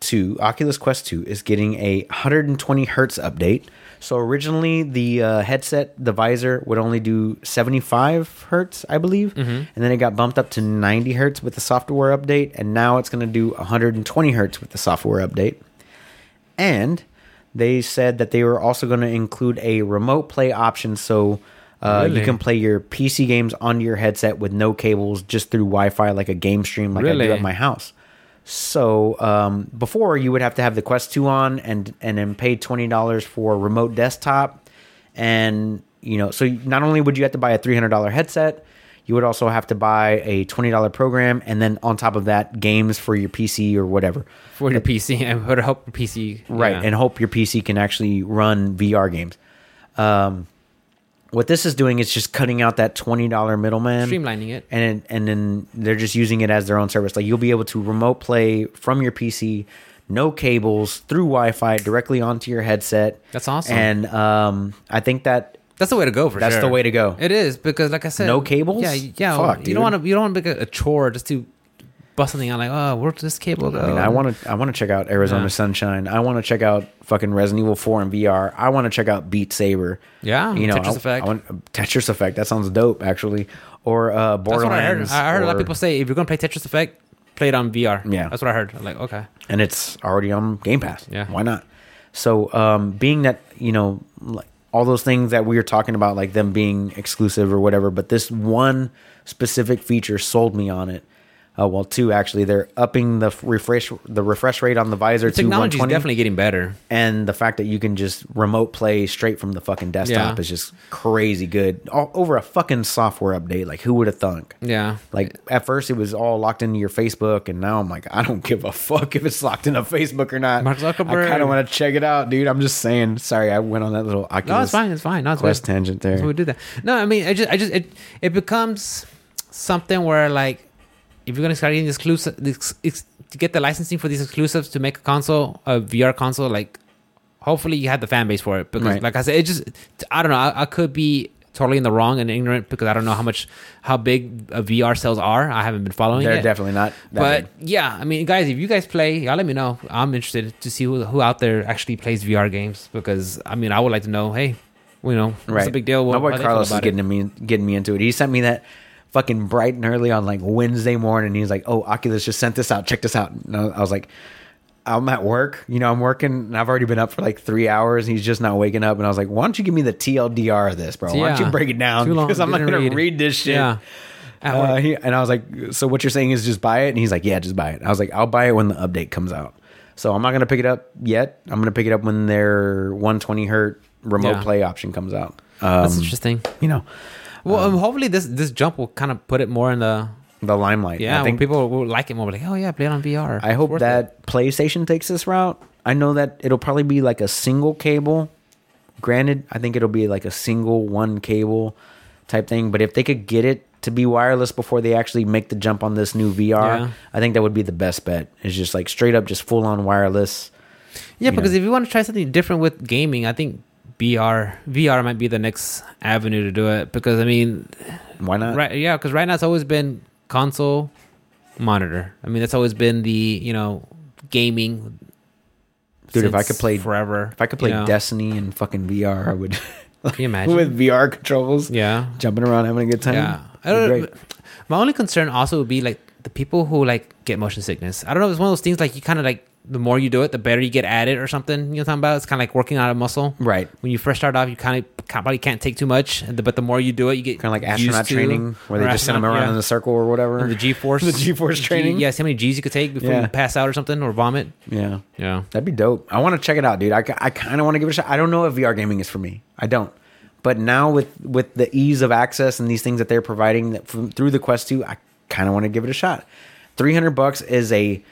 Speaker 2: 2, Oculus Quest 2, is getting a 120 hertz update. So originally, the uh, headset, the visor, would only do 75 hertz, I believe, and then it got bumped up to 90 hertz with the software update, and now it's going to do 120 hertz with the software update. And they said that they were also going to include a remote play option, so uh,
Speaker 1: Really?
Speaker 2: you can play your PC games onto your headset with no cables, just through Wi-Fi, like a game stream, like I
Speaker 1: Really?
Speaker 2: do at my house. So um, before you would have to have the Quest Two on and and then pay twenty dollars for remote desktop, and you know, so not only would you have to buy a three hundred dollar headset, you would also have to buy a twenty dollar program, and then on top of that, games for your PC or whatever.
Speaker 1: For your PC, I would hope your PC
Speaker 2: Right,
Speaker 1: yeah.
Speaker 2: and hope your PC can actually run VR games. Um, what this is doing is just cutting out that twenty dollar middleman,
Speaker 1: streamlining it.
Speaker 2: and it- and then they're just using it as their own service. Like you'll be able to remote play from your PC, no cables, through Wi-Fi directly onto your headset.
Speaker 1: That's awesome.
Speaker 2: And um, I think that
Speaker 1: That's the way to go for
Speaker 2: That's
Speaker 1: sure.
Speaker 2: the way to go.
Speaker 1: It is because, like I said,
Speaker 2: No cables?
Speaker 1: Yeah, yeah.
Speaker 2: Fuck,
Speaker 1: you
Speaker 2: dude.
Speaker 1: don't want to. You don't want to make a, a chore just to bust something out. Like, oh, where's this cable go?
Speaker 2: I mean, I want to I want to check out Arizona
Speaker 1: Yeah.
Speaker 2: Sunshine. I want to check out fucking Resident Evil Four in VR. I want to check out Beat Saber.
Speaker 1: Yeah,
Speaker 2: you know,
Speaker 1: Tetris
Speaker 2: I,
Speaker 1: Effect.
Speaker 2: I want, Tetris Effect. That sounds dope, actually. Or uh,
Speaker 1: That's what I heard.
Speaker 2: Borderlands.
Speaker 1: I heard a lot of
Speaker 2: or-
Speaker 1: people say if you're gonna play Tetris Effect, play it on VR.
Speaker 2: Yeah.
Speaker 1: that's what I heard. I'm like, okay,
Speaker 2: and it's already on Game Pass.
Speaker 1: Yeah.
Speaker 2: why not? So, um, being that you know, like, all those things that we were talking about, like them being exclusive or whatever, but this one specific feature sold me on it. Uh, well, two actually. They're upping the f- refresh the refresh rate on the visor to
Speaker 1: technology is
Speaker 2: 120.
Speaker 1: definitely getting better.
Speaker 2: and the fact that you can just remote play straight from the fucking desktop
Speaker 1: Yeah.
Speaker 2: is just crazy good. All over a fucking software update, like who would have thunk?
Speaker 1: Yeah,
Speaker 2: Like at first it was all locked into your Facebook, and now I'm like, I don't give a fuck if it's locked into Facebook or not.
Speaker 1: Mark Zuckerberg.
Speaker 2: I kind of want to check it out, dude. I'm just saying. Sorry, I went on that little Oculus
Speaker 1: no, it's fine. It's fine. No, it's
Speaker 2: Quest
Speaker 1: good.
Speaker 2: tangent there.
Speaker 1: So we do that. No, I mean, I just, I just, it, it becomes something where like, if you're gonna start getting exclusive, ex, ex, to get the licensing for these exclusives to make a console, a VR console, like, hopefully you had the fan base for it because,
Speaker 2: Right.
Speaker 1: like I said, it just, I don't know, I, I could be totally in the wrong and ignorant because I don't know how much, how big uh, VR sales are. I haven't been following.
Speaker 2: They're
Speaker 1: it.
Speaker 2: definitely not. That
Speaker 1: But
Speaker 2: big.
Speaker 1: yeah, I mean, guys, if you guys play, y'all let me know. I'm interested to see who who out there actually plays VR games because I mean, I would like to know. Hey, you know, what's the big deal?
Speaker 2: My
Speaker 1: What-
Speaker 2: boy
Speaker 1: how they feel
Speaker 2: Carlos is
Speaker 1: about it?
Speaker 2: getting me getting me into it. He sent me that fucking bright and early on like Wednesday morning. He's like, "Oh, Oculus just sent this out. Check this out." And I I was like, "I'm at work. You know, I'm working, and I've already been up for like three hours. And he's just not waking up." And I was like, "Why don't you give me the TLDR of this, bro? Why don't
Speaker 1: Yeah.
Speaker 2: you break it down?
Speaker 1: Too long.
Speaker 2: Because I'm not
Speaker 1: Didn't
Speaker 2: gonna read,
Speaker 1: read.
Speaker 2: this shit."
Speaker 1: Yeah. At
Speaker 2: Uh,
Speaker 1: work.
Speaker 2: he, and I was like, "So what you're saying is just buy it?" And he's like, "Yeah, just buy it." I was like, "I'll buy it when the update comes out." So I'm not gonna pick it up yet. I'm gonna pick it up when their 120 hertz remote
Speaker 1: Yeah.
Speaker 2: play option comes out.
Speaker 1: That's
Speaker 2: Um,
Speaker 1: interesting.
Speaker 2: you know,
Speaker 1: Well, um, hopefully this this jump will kind of put it more in the
Speaker 2: the limelight.
Speaker 1: yeah.
Speaker 2: I
Speaker 1: when
Speaker 2: think
Speaker 1: people will like it more. Like, oh yeah, play it on VR.
Speaker 2: I
Speaker 1: It's
Speaker 2: hope
Speaker 1: worth it.
Speaker 2: that PlayStation takes this route. I know that it'll probably be like a single cable. Granted, I think it'll be like a single one cable type thing, but if they could get it to be wireless before they actually make the jump on this new VR,
Speaker 1: Yeah.
Speaker 2: I think that would be the best bet. It's just like straight up just full on wireless.
Speaker 1: yeah,
Speaker 2: you
Speaker 1: because
Speaker 2: know.
Speaker 1: if you want to try something different with gaming, I think VR VR might be the next avenue to do it. Because I mean,
Speaker 2: Why not?
Speaker 1: right? Yeah, because right now it's always been console, monitor. I mean, that's always been the you know gaming.
Speaker 2: Dude, if I
Speaker 1: since
Speaker 2: could play-
Speaker 1: forever,
Speaker 2: If I could play
Speaker 1: you know?
Speaker 2: Destiny in fucking VR, I would
Speaker 1: can you imagine?
Speaker 2: with VR controls.
Speaker 1: yeah,
Speaker 2: Jumping around having a good time.
Speaker 1: Yeah. I
Speaker 2: It'd
Speaker 1: don't,
Speaker 2: be great.
Speaker 1: My only concern also would be like the people who like get motion sickness. I don't know. It's one of those things like you kind of like the more you do it, the better you get at it or something. You know what I'm talking about? It's kind of like working out a muscle.
Speaker 2: Right.
Speaker 1: When you first start off, you kind of probably can't take too much, and the, but the more you do it, you get
Speaker 2: Kind of like
Speaker 1: used
Speaker 2: astronaut
Speaker 1: to-
Speaker 2: training where they
Speaker 1: or
Speaker 2: just send them
Speaker 1: astronaut,
Speaker 2: around
Speaker 1: yeah.
Speaker 2: in a circle or whatever.
Speaker 1: And the G force,
Speaker 2: The G-force training.
Speaker 1: yeah, see how many G's you could take before
Speaker 2: Yeah.
Speaker 1: you pass out or something or vomit.
Speaker 2: yeah.
Speaker 1: Yeah,
Speaker 2: That'd be dope. I want to check it out, dude. I, kind of want to give it a shot. I don't know if VR gaming is for me. I don't. But now with with the ease of access and these things that they're providing that from, through the Quest 2, I kind of want to give it a shot. 300 bucks is a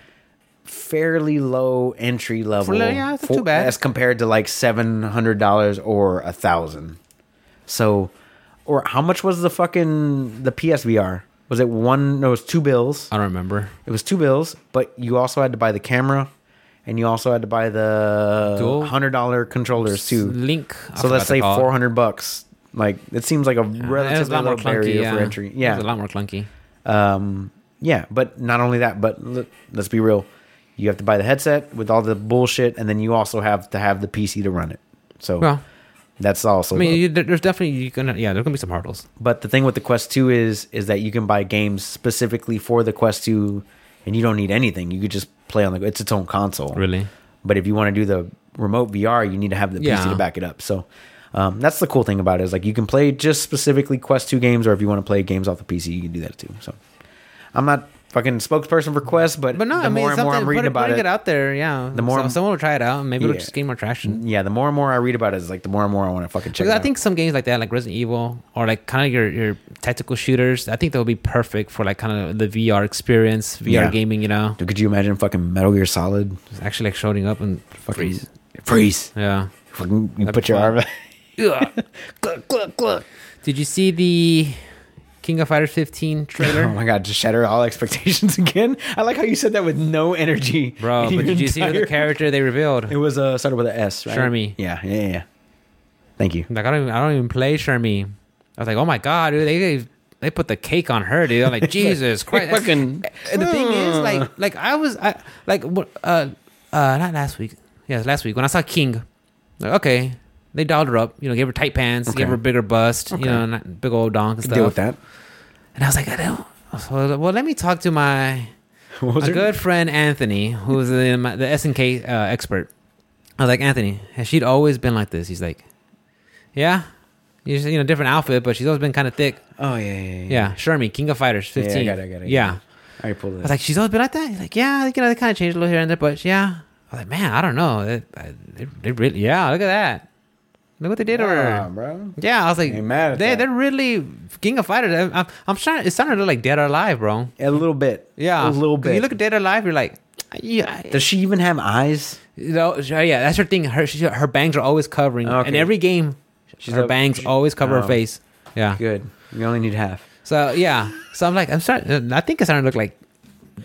Speaker 2: fairly low entry level.
Speaker 1: yeah, it's not too bad.
Speaker 2: As compared to like $700 or a 1000 So, or how much was the fucking, the PSVR? Was it one, no, it was two bills.
Speaker 1: I don't remember.
Speaker 2: It was two bills, but you also had to buy the camera, and you also had to buy the
Speaker 1: Dual?
Speaker 2: hundred dollar controllers too.
Speaker 1: Link. I
Speaker 2: So let's
Speaker 1: forgot to
Speaker 2: say
Speaker 1: call it.
Speaker 2: four hundred bucks. Like it seems like a
Speaker 1: It was a
Speaker 2: relatively
Speaker 1: lot
Speaker 2: low
Speaker 1: more clunky.
Speaker 2: barrier
Speaker 1: Yeah.
Speaker 2: for entry.
Speaker 1: it was a
Speaker 2: Yeah,
Speaker 1: lot more clunky.
Speaker 2: um, yeah. But not only that, but l- let's be real. You have to buy the headset with all the bullshit, and then you also have to have the PC to run it. So
Speaker 1: Well,
Speaker 2: that's also.
Speaker 1: I mean, you, there- there's definitely you gonna yeah, there's gonna be some hurdles.
Speaker 2: But the thing with the Quest 2 is is that you can buy games specifically for the Quest 2 and you don't need anything. You could just play on the it's its own console.
Speaker 1: Really?
Speaker 2: But if you want to do the remote VR, you need to have the PC
Speaker 1: Yeah.
Speaker 2: to back it up. So um, that's the cool thing about it is like you can play just specifically Quest 2 games or if you want to play games off the PC, you can do that too. So I'm not fucking spokesperson for Quest, but,
Speaker 1: But no,
Speaker 2: the
Speaker 1: I mean,
Speaker 2: more
Speaker 1: it's
Speaker 2: and more
Speaker 1: something.
Speaker 2: I'm reading
Speaker 1: put it,
Speaker 2: about
Speaker 1: putting
Speaker 2: it,
Speaker 1: it, out there, yeah. The
Speaker 2: more
Speaker 1: more
Speaker 2: I'm-
Speaker 1: someone will try it out, and maybe
Speaker 2: Yeah.
Speaker 1: it'll just gain more traction.
Speaker 2: yeah, the more and more I read about it is like the more and more I want to fucking check
Speaker 1: Because
Speaker 2: it
Speaker 1: I
Speaker 2: out.
Speaker 1: think some games like that, like Resident Evil, or like kind of your your tactical shooters, I think they'll be perfect for like kind of the VR experience, VR
Speaker 2: Yeah.
Speaker 1: gaming. You know,
Speaker 2: Dude, could you imagine fucking Metal Gear Solid?
Speaker 1: just actually like showing up and
Speaker 2: Fucking
Speaker 1: freeze.
Speaker 2: Freeze.
Speaker 1: Yeah.
Speaker 2: Fucking, you
Speaker 1: That'd
Speaker 2: put
Speaker 1: be
Speaker 2: your
Speaker 1: fun.
Speaker 2: arm.
Speaker 1: Ugh.
Speaker 2: Cluck, cluck, cluck.
Speaker 1: Did you see the King of Fighters 15
Speaker 2: Oh
Speaker 1: trailer?
Speaker 2: my god, just shatter all expectations again. I like how you said that with no energy.
Speaker 1: Bro,
Speaker 2: in
Speaker 1: but
Speaker 2: your
Speaker 1: did you see who the
Speaker 2: entire-
Speaker 1: character they revealed?
Speaker 2: It was uh started with an S, right?
Speaker 1: Shermie.
Speaker 2: Yeah, yeah, yeah, yeah. Thank you.
Speaker 1: Like I don't even, I don't even play Shermie. I was like, oh my god, dude, they they, they put the cake on her, dude. I'm like, Jesus Christ.
Speaker 2: Fucking-
Speaker 1: and the thing is, like, like I was, I like, wh- uh, uh, not last week. Yes, last week when I saw King, like, okay, they dolled her up. You know, gave her tight pants,
Speaker 2: Okay.
Speaker 1: gave her a bigger bust.
Speaker 2: Okay.
Speaker 1: You know, not big old donk and
Speaker 2: Can
Speaker 1: stuff.
Speaker 2: deal with that.
Speaker 1: And I was like, I don't. So, well, let me talk to my
Speaker 2: What was
Speaker 1: a
Speaker 2: her-
Speaker 1: good friend Anthony, who's the, my, the SNK uh, expert. I was like, Anthony, has she always been like this? He's like, Yeah, you just, you know, different outfit, but she's always been kind of thick.
Speaker 2: Oh yeah, yeah, yeah.
Speaker 1: Yeah, Shermie, King of Fighters,
Speaker 2: Yeah, I
Speaker 1: fifteen.
Speaker 2: got it, I got it, I got
Speaker 1: Yeah.
Speaker 2: it. I pulled
Speaker 1: I
Speaker 2: it.
Speaker 1: was like, she's always been like that. He's like, Yeah, you know, they kind of changed a little here and there, but yeah. I was like, Man, I don't know. They, I- they, they really, yeah, look at that. Look what they did to
Speaker 2: Nah,
Speaker 1: her.
Speaker 2: bro.
Speaker 1: Yeah, I was like,
Speaker 2: Ain't mad at
Speaker 1: they,
Speaker 2: that.
Speaker 1: they're really King of Fighters. I'm, I'm, I'm starting. It's starting to look like Dead or Alive, bro.
Speaker 2: A little bit.
Speaker 1: Yeah,
Speaker 2: A little
Speaker 1: 'Cause
Speaker 2: bit.
Speaker 1: You look at Dead or Alive, you're like, yeah,
Speaker 2: Does she even have eyes?
Speaker 1: You know, she- yeah, that's her thing. Her she, her bangs are always covering.
Speaker 2: Ah, Okay.
Speaker 1: In every game,
Speaker 2: She's
Speaker 1: her
Speaker 2: a-
Speaker 1: bangs
Speaker 2: she-
Speaker 1: always cover
Speaker 2: oh.
Speaker 1: her face. Yeah.
Speaker 2: Good. You only need half.
Speaker 1: So yeah. So I'm like, I'm starting. I think it's starting to look like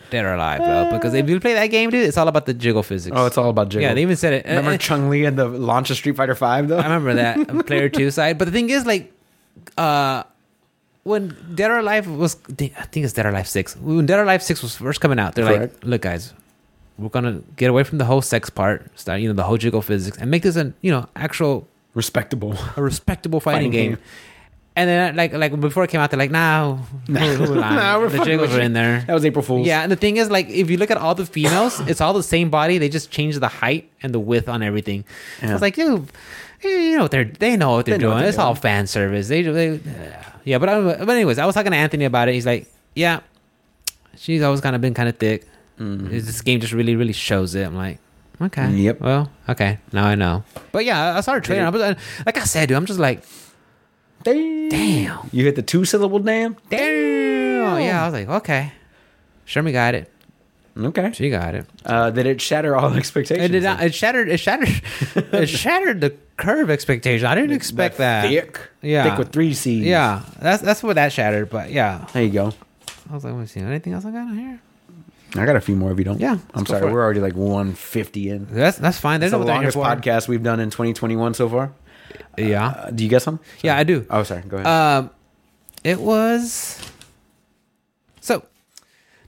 Speaker 1: Dead or Alive, bro. Because if you play that game, dude, it's all about the jiggle physics.
Speaker 2: Ah. Oh, it's all about jiggle.
Speaker 1: yeah. They even said it.
Speaker 2: remember
Speaker 1: Uh, uh,
Speaker 2: Chung Li and the launch of Street Fighter Five though.
Speaker 1: I remember that on player two side. But the thing is, like, uh, when Dead or Alive was, I think it's Dead or Alive six. When Dead or Alive six was first coming out, they're
Speaker 2: Correct.
Speaker 1: like, look, guys, we're gonna get away from the whole sex part, start you know the whole jiggle physics, and make this an you know actual
Speaker 2: Respectable.
Speaker 1: a respectable fighting,
Speaker 2: Fighting
Speaker 1: game.
Speaker 2: game.
Speaker 1: And then uh, like like before it came out, they're like, nah, nah
Speaker 2: Nah, we're
Speaker 1: the
Speaker 2: fucking
Speaker 1: jiggles
Speaker 2: with
Speaker 1: were
Speaker 2: you.
Speaker 1: in there.
Speaker 2: That was April Fool's.
Speaker 1: Yeah, and the thing is, like, if you look at all the females, it's all the same body. They just change the height and the width on everything.
Speaker 2: Yeah.
Speaker 1: It's like you, you know what they're they know what they're
Speaker 2: They know
Speaker 1: doing.
Speaker 2: what they're
Speaker 1: it's all fan service. They, they yeah. But I, but anyways, I was talking to Anthony about it. He's like, yeah, she's always kind of been kind of thick. This game just really really shows it. I'm like. Okay.
Speaker 2: Mm-hmm. Yep.
Speaker 1: Well, okay. Now I know. But yeah, I- I saw her trailer. I was, uh, like I said, dude, I'm just like,
Speaker 2: Damn.
Speaker 1: Damn.
Speaker 2: You hit the two syllable damn?
Speaker 1: damn. Oh,
Speaker 2: Oh.
Speaker 1: Yeah, I was like, okay. Shermie got it.
Speaker 2: Okay.
Speaker 1: She got it.
Speaker 2: Uh, did it shatter all expectations?
Speaker 1: It did not. It shattered. It shattered. it shattered the curve expectation. I didn't expect that.
Speaker 2: Thick.
Speaker 1: Yeah.
Speaker 2: Thick with three C's.
Speaker 1: Yeah, that's that's what that shattered. But yeah,
Speaker 2: There you go.
Speaker 1: I was like, let me see anything else I got on here.
Speaker 2: I got a few more if you don't.
Speaker 1: Yeah,
Speaker 2: I'm
Speaker 1: let's go
Speaker 2: sorry.
Speaker 1: for it.
Speaker 2: We're already like 150 in.
Speaker 1: That's that's fine. There's
Speaker 2: It's the
Speaker 1: no
Speaker 2: longest podcast we've done in 2021 so far.
Speaker 1: Yeah,
Speaker 2: Uh, do you get some?
Speaker 1: yeah, I do.
Speaker 2: Oh, sorry. Go ahead.
Speaker 1: Um, it was so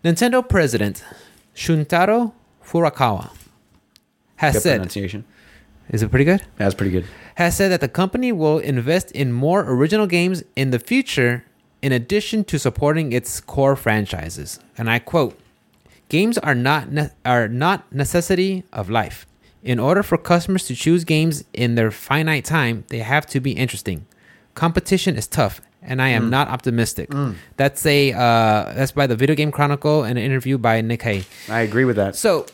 Speaker 1: Nintendo president Shuntaro Furukawa has
Speaker 2: Good
Speaker 1: said,
Speaker 2: pronunciation.
Speaker 1: "Is it pretty good?"
Speaker 2: That's pretty good.
Speaker 1: has said that the company will invest in more original games in the future in addition to supporting its core franchises. And I quote, "Games are not ne- are not necessity of life. In order for customers to choose games in their finite time, they have to be interesting. Competition is tough." And I am not optimistic. That's a uh, that's by the Video Game Chronicle and an interview by Nick Hay.
Speaker 2: I agree with that.
Speaker 1: So,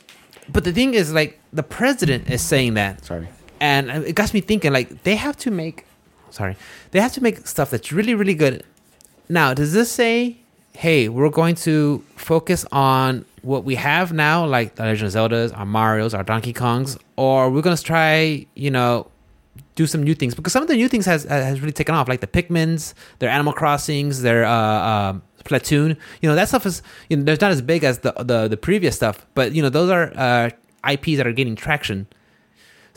Speaker 1: but the thing is, like, the president is saying that
Speaker 2: Sorry.
Speaker 1: and it got me thinking like they have to make sorry they have to make stuff that's really really good now does this say hey we're going to focus on what we have now like the legend of zeldas our marios our donkey kongs or we're going to try you know do some new things because some of the new things has has really taken off like the pikmins their animal crossings their uh, um platoon you know that stuff is you know there's not as big as the the, the previous stuff but you know those are uh, ips that are gaining traction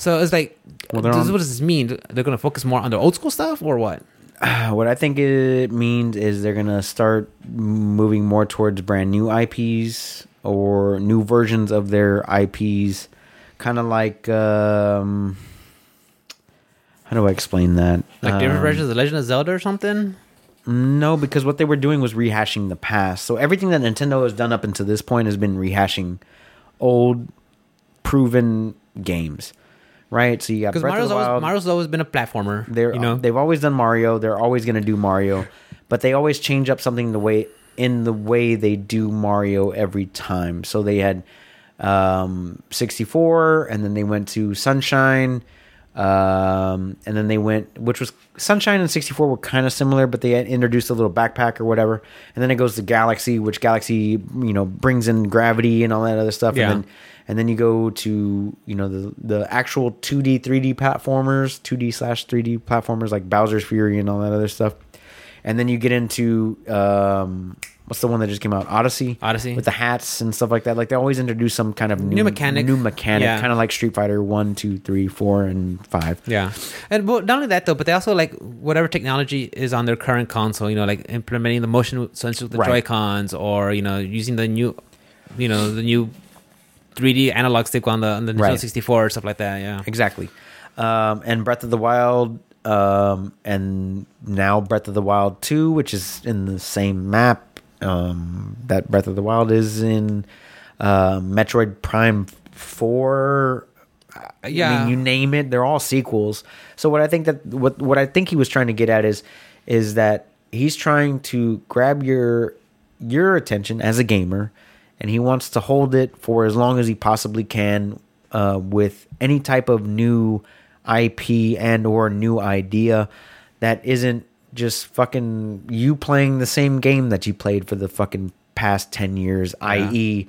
Speaker 1: so it's like,
Speaker 2: Well, they're
Speaker 1: does,
Speaker 2: on-
Speaker 1: what does this mean? They're gonna focus more on the old school stuff or what?
Speaker 2: Uh, what I think it means is they're gonna start moving more towards brand new IPs or new versions of their IPs, kind of like um, how do I explain that?
Speaker 1: Like different
Speaker 2: Um,
Speaker 1: versions of The Legend of Zelda or something?
Speaker 2: No, because what they were doing was rehashing the past. So everything that Nintendo has done up until this point has been rehashing old, proven games, right? So you got
Speaker 1: Because
Speaker 2: Breath of
Speaker 1: Mario's
Speaker 2: the Wild.
Speaker 1: always Mario's always been a platformer.
Speaker 2: They're
Speaker 1: you know,
Speaker 2: they've always done Mario. They're always going to do Mario, but they always change up something the way in the way they do Mario every time. So they had um, 64, and then they went to Sunshine, um, and then they went, which was Sunshine and 64 were kind of similar, but they had introduced a little backpack or whatever, and then it goes to Galaxy, which Galaxy you know brings in gravity and all that other stuff,
Speaker 1: Yeah.
Speaker 2: and then and then you go to you know the the actual 2D 3D platformers 2D slash 3D platformers like Bowser's Fury and all that other stuff and then you get into um what's the one that just came out Odyssey
Speaker 1: Odyssey.
Speaker 2: with the hats and stuff like that like they always introduce some kind of new,
Speaker 1: mechanic.
Speaker 2: new mechanic
Speaker 1: Yeah.
Speaker 2: kind of like Street Fighter one two three four and 5
Speaker 1: yeah. And but not only that though, but they also like whatever technology is on their current console. You know, like implementing the motion sensors with the
Speaker 2: Right.
Speaker 1: Joy Cons, or you know, using the new, you know, the new 3D analog stick on the on the Nintendo
Speaker 2: Right.
Speaker 1: 64 or stuff like that. Yeah.
Speaker 2: Exactly. Um, and Breath of the Wild, um, and now Breath of the Wild 2, which is in the same map um, that Breath of the Wild is in uh, Metroid Prime 4. I
Speaker 1: Yeah.
Speaker 2: mean, you name it, they're all sequels. So what I think that what what I think he was trying to get at is is that he's trying to grab your your attention as a gamer, and he wants to hold it for as long as he possibly can uh, with any type of new IP and or new idea that isn't just fucking you playing the same game that you played for the fucking past ten years, i.e.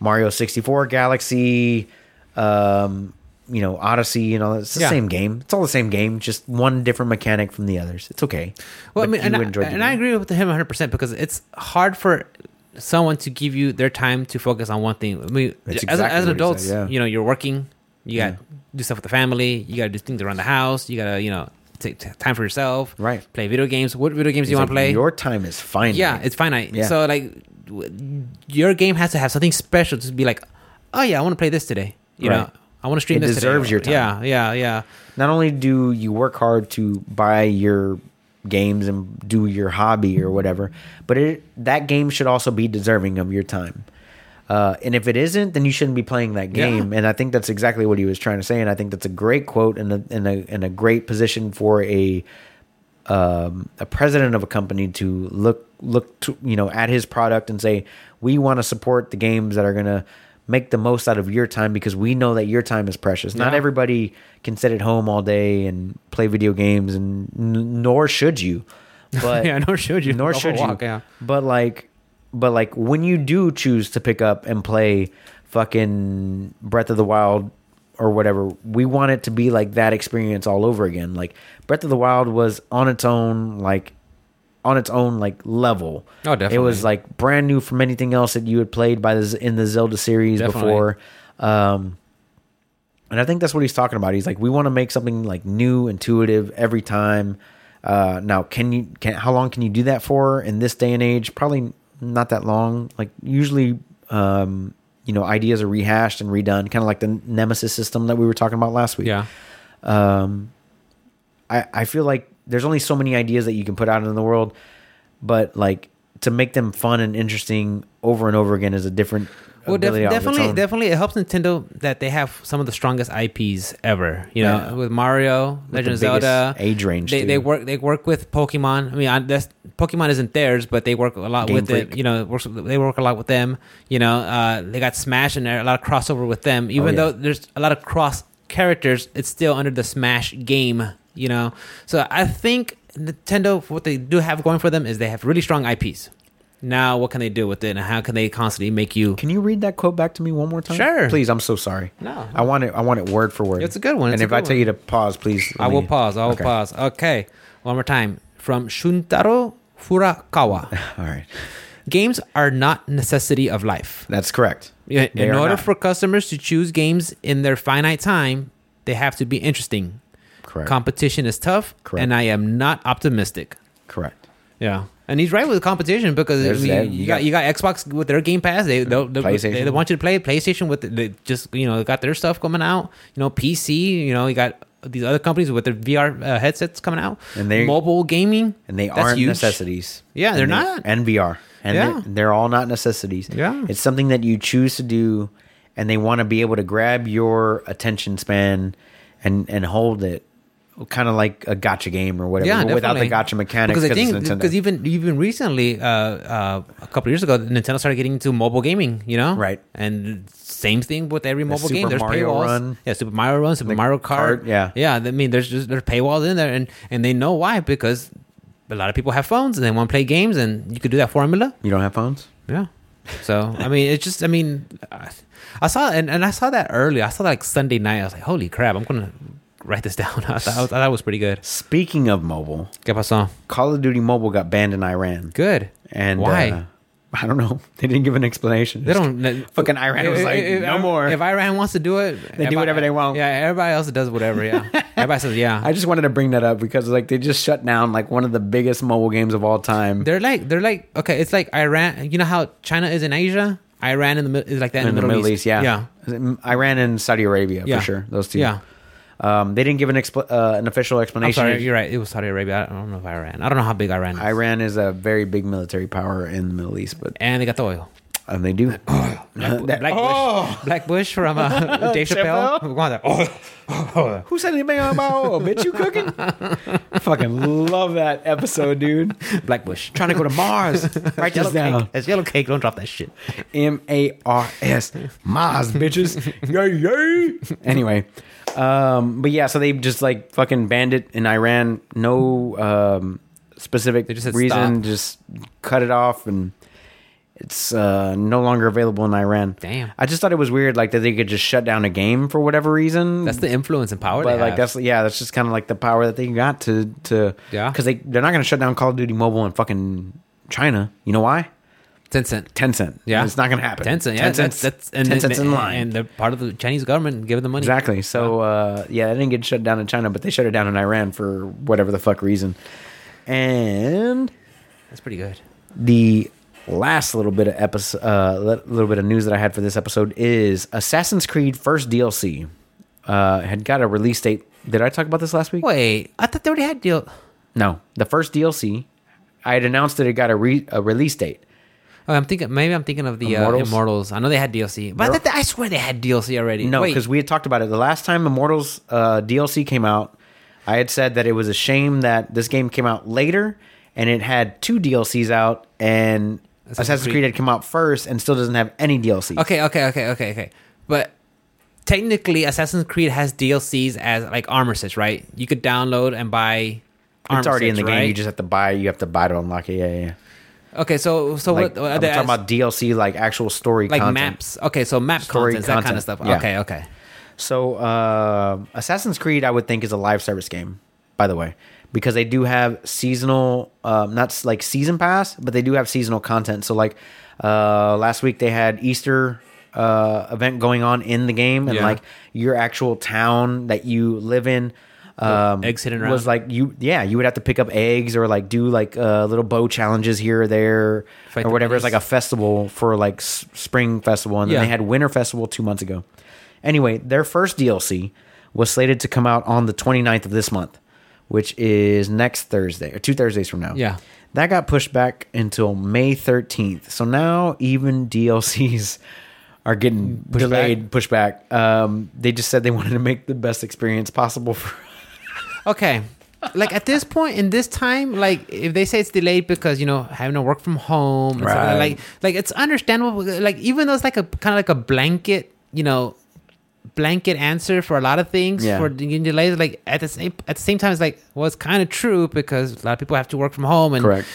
Speaker 2: Mario sixty four Galaxy um, you know, Odyssey and all that. It's the
Speaker 1: Yeah.
Speaker 2: same game. It's all the same game, just one different mechanic from the others. It's okay.
Speaker 1: Well,
Speaker 2: But
Speaker 1: I mean, and,
Speaker 2: you
Speaker 1: I,
Speaker 2: enjoyed the
Speaker 1: and I
Speaker 2: game.
Speaker 1: agree with him 100 percent because it's hard for someone to give you their time to focus on one thing. I mean,
Speaker 2: That's
Speaker 1: as,
Speaker 2: exactly
Speaker 1: as an
Speaker 2: what he
Speaker 1: adult,
Speaker 2: said, yeah.
Speaker 1: you know, you're working, you got to do stuff with the family, you got to do things around the house, you got to, you know, take t- time for yourself,
Speaker 2: Right.
Speaker 1: Play video games. What video games do
Speaker 2: He's
Speaker 1: you
Speaker 2: like,
Speaker 1: want to play?
Speaker 2: Your time is fine.
Speaker 1: yeah, it's finite.
Speaker 2: Yeah.
Speaker 1: So like, w- your game has to have something special to be like, oh yeah, I want to play this today. You
Speaker 2: Right.
Speaker 1: know, I want to stream
Speaker 2: It
Speaker 1: this. today.
Speaker 2: deserves your time.
Speaker 1: Yeah, yeah, yeah.
Speaker 2: Not only do you work hard to buy your games and do your hobby or whatever. But it, that game should also be deserving of your time. Uh, and if it isn't, then you shouldn't be playing that
Speaker 1: Yeah.
Speaker 2: game. And I think that's exactly what he was trying to say. And I think that's a great quote and a and a, and a great position for a um, a president of a company to look look to, you know at his product and say we want to support the games that are going to make the most out of your time because we know that your time is precious. Not
Speaker 1: Yeah.
Speaker 2: everybody can sit at home all day and play video games, and n- nor should you. But
Speaker 1: yeah, nor should you.
Speaker 2: nor
Speaker 1: The whole
Speaker 2: should
Speaker 1: walk,
Speaker 2: you.
Speaker 1: Yeah.
Speaker 2: But like, but like when you do choose to pick up and play fucking Breath of the Wild or whatever, we want it to be like that experience all over again. Like Breath of the Wild was on its own, like on its own like level.
Speaker 1: Oh, definitely.
Speaker 2: It was like brand new from anything else that you had played by the Z- in the Zelda series
Speaker 1: Definitely.
Speaker 2: before. Um and I think that's what he's talking about. He's like, we want to make something like new, intuitive every time. Uh, now, can you? Can how long can you do that for in this day and age? Probably not that long. Like usually, um, you know, ideas are rehashed and redone, kind of like the Nemesis system that we were talking about last week.
Speaker 1: Yeah.
Speaker 2: Um, I I feel like there's only so many ideas that you can put out in the world, but like to make them fun and interesting over and over again is a different.
Speaker 1: Well, def-
Speaker 2: ability on its
Speaker 1: definitely,
Speaker 2: own.
Speaker 1: definitely, it helps Nintendo that they have some of the strongest IPs ever. You know,
Speaker 2: Yeah.
Speaker 1: with Mario,
Speaker 2: With the
Speaker 1: Legend of
Speaker 2: biggest
Speaker 1: Zelda,
Speaker 2: age range.
Speaker 1: they,
Speaker 2: too.
Speaker 1: they work they work with Pokemon. I mean, I, that's Pokemon isn't theirs, but they work a lot
Speaker 2: Game
Speaker 1: with it.
Speaker 2: Freak.
Speaker 1: You know, it works, they work a lot with them. You know, uh, they got Smash and there a lot of crossover with them. Even
Speaker 2: Oh, yeah.
Speaker 1: though there's a lot of cross characters, it's still under the Smash game. You know, so I think Nintendo what they do have going for them is they have really strong IPs. Now, what can they do with it, and how can they constantly make you?
Speaker 2: Can you read that quote back to me one more time?
Speaker 1: Sure.
Speaker 2: Please, I'm so sorry.
Speaker 1: No.
Speaker 2: I want it I want it word for word.
Speaker 1: It's a good one,
Speaker 2: And
Speaker 1: it's a
Speaker 2: if I
Speaker 1: good
Speaker 2: tell
Speaker 1: one.
Speaker 2: you to pause, please
Speaker 1: I
Speaker 2: let
Speaker 1: will
Speaker 2: me-
Speaker 1: pause. I will
Speaker 2: Okay.
Speaker 1: pause. Okay, one more time from Shuntaro Furakawa.
Speaker 2: All right.
Speaker 1: Games are not necessity of life.
Speaker 2: That's correct.
Speaker 1: Yeah,
Speaker 2: They
Speaker 1: in
Speaker 2: are
Speaker 1: order
Speaker 2: not.
Speaker 1: for customers to choose games in their finite time, they have to be interesting.
Speaker 2: Correct.
Speaker 1: Competition is tough,
Speaker 2: Correct.
Speaker 1: and I am not optimistic.
Speaker 2: correct.
Speaker 1: Yeah, and he's right with competition because
Speaker 2: There's
Speaker 1: you,
Speaker 2: that.
Speaker 1: you got you got Xbox with their Game Pass. They they'll, they'll,
Speaker 2: PlayStation.
Speaker 1: they want you to play PlayStation with they just you know got their stuff coming out. You know PC. You know you got these other companies with their VR uh, headsets coming out
Speaker 2: And they-
Speaker 1: mobile gaming
Speaker 2: And they
Speaker 1: That's
Speaker 2: aren't
Speaker 1: huge.
Speaker 2: necessities.
Speaker 1: Yeah,
Speaker 2: And
Speaker 1: they're
Speaker 2: they-
Speaker 1: not.
Speaker 2: And VR. And
Speaker 1: Yeah.
Speaker 2: they, they're all not necessities.
Speaker 1: Yeah.
Speaker 2: It's something that you choose to do and they want to be able to grab your attention span and and hold it. Kind of like a gotcha game or whatever.
Speaker 1: Yeah,
Speaker 2: but without the
Speaker 1: definitely.
Speaker 2: gotcha mechanics
Speaker 1: Because I think
Speaker 2: it's Nintendo.
Speaker 1: because even even recently, uh, uh, a couple years ago, Nintendo started getting into mobile gaming. You know,
Speaker 2: Right.
Speaker 1: And same thing with every mobile
Speaker 2: Super
Speaker 1: game. There's
Speaker 2: Mario
Speaker 1: paywalls.
Speaker 2: Run.
Speaker 1: Yeah, Super Mario Run, Super Mario Kart.
Speaker 2: Kart, yeah.
Speaker 1: yeah. I mean, there's just there's paywalls in there, and and they know why because a lot of people have phones and they want to play games, and you could do that formula.
Speaker 2: you don't have phones?
Speaker 1: Yeah. So I mean, it's just I mean, I I saw and, and I saw that early. I saw that like Sunday night. I was like, holy crap! I'm gonna write this down. I thought, I thought that was pretty good.
Speaker 2: Speaking of mobile,
Speaker 1: ¿Qué pasó?
Speaker 2: Call of Duty Mobile got banned in Iran.
Speaker 1: Good.
Speaker 2: And
Speaker 1: why?
Speaker 2: uh, I don't know. They didn't give an explanation.
Speaker 1: They don't let-
Speaker 2: Fucking Iran was like, "No
Speaker 1: I-
Speaker 2: more."
Speaker 1: If Iran wants to do it,
Speaker 2: They do
Speaker 1: everybody-
Speaker 2: whatever they want.
Speaker 1: Yeah, everybody else does whatever. Yeah, everybody says yeah.
Speaker 2: I just wanted to bring that up because like they just shut down like one of the biggest mobile games of all time.
Speaker 1: they're like they're like okay. It's like Iran. You know how China is in Asia, Iran in the mid- is like that in,
Speaker 2: in the Middle East, yeah. Mm,
Speaker 1: yeah.
Speaker 2: Iran and Saudi Arabia
Speaker 1: Yeah.
Speaker 2: for sure. Those two.
Speaker 1: Yeah.
Speaker 2: Um, they didn't give an expl- uh, an official
Speaker 1: I'm
Speaker 2: explanation.
Speaker 1: sorry, you're right. It was Saudi Arabia. I don't know if Iran. I don't know how big Iran is.
Speaker 2: Iran is a very big military power in the Middle East, but
Speaker 1: And they got the oil.
Speaker 2: and they do. That- Oh!
Speaker 1: Black Bush. Black Bush from uh, Dave Chappelle.
Speaker 2: Chappelle?
Speaker 1: We're going there. Oh,
Speaker 2: Who said anything about oil? Bitch, you cooking? Fucking love that episode, dude.
Speaker 1: oh. Black Bush.
Speaker 2: Trying to go to Mars. Write this
Speaker 1: Yellow
Speaker 2: down.
Speaker 1: cake. It's yellow cake. Don't drop that shit.
Speaker 2: M A R S Mars bitches. yay yay. Anyway, um, but yeah, so they just like fucking banned it in Iran. No um, specific
Speaker 1: They just said
Speaker 2: reason.
Speaker 1: stop.
Speaker 2: Just cut it off, and it's uh, no longer available in Iran.
Speaker 1: Damn.
Speaker 2: I just thought it was weird, like that they could just shut down a game for whatever reason.
Speaker 1: That's the influence and power.
Speaker 2: but
Speaker 1: they
Speaker 2: like
Speaker 1: have.
Speaker 2: that's yeah, that's just kind of like the power that they got to to
Speaker 1: Yeah.
Speaker 2: because they they're not gonna shut down Call of Duty Mobile in fucking China. You know why?
Speaker 1: Tencent.
Speaker 2: Tencent.
Speaker 1: Yeah.
Speaker 2: it's not gonna happen.
Speaker 1: Tencent, yeah, that's, that's and
Speaker 2: Tencent's
Speaker 1: and-
Speaker 2: in line.
Speaker 1: and they're part of the Chinese government giving the money.
Speaker 2: exactly. So uh, yeah, they didn't get shut down in China, but they shut it down in Iran for whatever the fuck reason. And
Speaker 1: That's pretty good.
Speaker 2: the last little bit of episode, uh, li- little bit of news that I had for this episode is Assassin's Creed first DLC uh, had got a release date. Did I talk about this last week?
Speaker 1: Wait, I thought they already had deal.
Speaker 2: No, the first DLC, I had announced that it got a, re- a release date.
Speaker 1: Oh, I'm thinking maybe I'm thinking of the Immortals.
Speaker 2: Immortals?
Speaker 1: Uh, Immortals. I know they had DLC, but I, thought- I swear they had DLC already.
Speaker 2: No,
Speaker 1: Wait.
Speaker 2: because we had talked about it the last time Immortals uh, DLC came out. I had said that it was a shame that this game came out later, and it had two DLCs out, and
Speaker 1: Assassin's
Speaker 2: Assassin's,
Speaker 1: Creed.
Speaker 2: Creed. had come out first, and still doesn't have any DLC.
Speaker 1: Okay, okay, okay, okay, okay. But technically, Assassin's Creed has DLCs as like armor sets, right? You could download and buy. Armor
Speaker 2: it's already in
Speaker 1: sets,
Speaker 2: the game.
Speaker 1: right?
Speaker 2: You just have to buy. You have to buy to unlock it. Yeah, yeah. yeah.
Speaker 1: okay. So, so
Speaker 2: Like,
Speaker 1: what? uh,
Speaker 2: I'm
Speaker 1: the-
Speaker 2: talking about DLC, like actual story,
Speaker 1: like
Speaker 2: content.
Speaker 1: maps. Okay, so map
Speaker 2: Story
Speaker 1: contents, that kind of
Speaker 2: content,
Speaker 1: stuff.
Speaker 2: yeah.
Speaker 1: Okay, okay.
Speaker 2: So, uh, Assassin's Creed, I would think, is a live service game, by the way, because they do have seasonal, um, not s- like season pass, but they do have seasonal content. So, like uh, last week, they had Easter uh, event going on in the game, and
Speaker 1: Yeah.
Speaker 2: like your actual town that you live in. Um,
Speaker 1: eggs hidden around.
Speaker 2: was like you, yeah. You would have to pick up eggs or like do like uh, little bow challenges here or there
Speaker 1: Fight
Speaker 2: or
Speaker 1: the
Speaker 2: whatever. It's
Speaker 1: bees.
Speaker 2: like a festival for like s- spring festival, and then
Speaker 1: Yeah.
Speaker 2: they had Winter Festival two months ago. Anyway, their first DLC was slated to come out on the 29th of this month, which is next Thursday or two Thursdays from now.
Speaker 1: Yeah.
Speaker 2: That got pushed back until May 13th. So now even DLCs are getting delayed, pushed back. Um, they just said they wanted to make the best experience possible for
Speaker 1: Okay. Like at this point in this time, like if they say it's delayed because you know having to work from home, and stuff like that,
Speaker 2: Right.
Speaker 1: like like it's understandable. Like even though it's like a kind of like a blanket, you know, blanket answer for a lot of things
Speaker 2: Yeah.
Speaker 1: for the delays. Like at the same at the same time, it's like well, it's kind of true because a lot of people have to work from home and eh,
Speaker 2: Correct.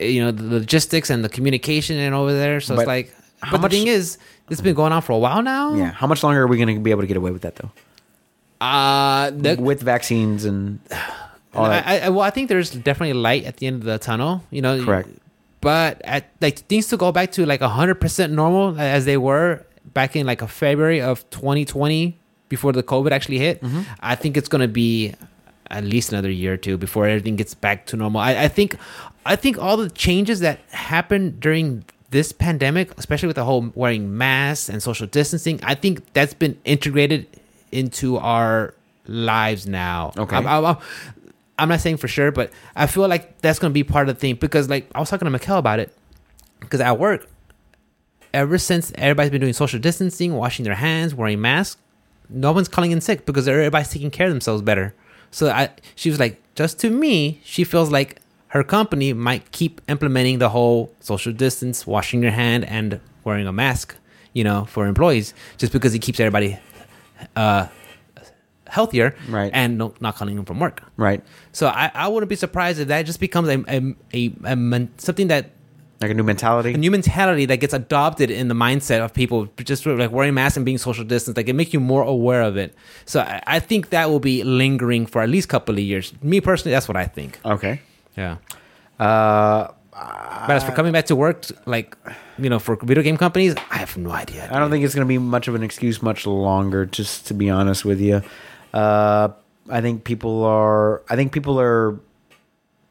Speaker 1: you know the logistics and the communication and over there. So it's
Speaker 2: But
Speaker 1: like,
Speaker 2: how
Speaker 1: but
Speaker 2: much-
Speaker 1: the thing is, it's been going on for a while now.
Speaker 2: yeah. How much longer are we going to be able to get away with that though?
Speaker 1: Uh, the,
Speaker 2: with vaccines and all that.
Speaker 1: I, I, well, I think there's definitely light at the end of the tunnel. You know,
Speaker 2: Correct.
Speaker 1: But at, like things to go back to like 100 percent normal as they were back in like a February of 2020 before the COVID actually hit.
Speaker 2: Mm-hmm.
Speaker 1: I think it's gonna be at least another year or two before everything gets back to normal. I, I think, I think all the changes that happened during this pandemic, especially with the whole wearing masks and social distancing, I think that's been integrated into our lives now.
Speaker 2: Okay.
Speaker 1: I'm- I'm- I'm- I'm not saying for sure, but I feel like that's going to be part of the thing because, like, I was talking to Mikkel about it because at work, ever since everybody's been doing social distancing, washing their hands, wearing masks, no one's calling in sick because everybody's taking care of themselves better. So I, she was like, just to me, she feels like her company might keep implementing the whole social distance, washing your hand, and wearing a mask, you know, for employees, just because it keeps everybody uh, healthier
Speaker 2: Right.
Speaker 1: and no, not calling them from work.
Speaker 2: right.
Speaker 1: So I, I wouldn't be surprised if that just becomes a, a, a, a men, something that
Speaker 2: Like a new mentality.
Speaker 1: a new mentality that gets adopted in the mindset of people just sort of like wearing masks and being social distance. Like it make you more aware of it. So I, I think that will be lingering for at least a couple of years. Me personally, that's what I think.
Speaker 2: okay.
Speaker 1: Yeah.
Speaker 2: Uh,
Speaker 1: But as for coming back to work, like you know, for video game companies, I have no idea.
Speaker 2: I don't think it's going to be much of an excuse much longer. Just to be honest with you, uh, I think people are. I think people are.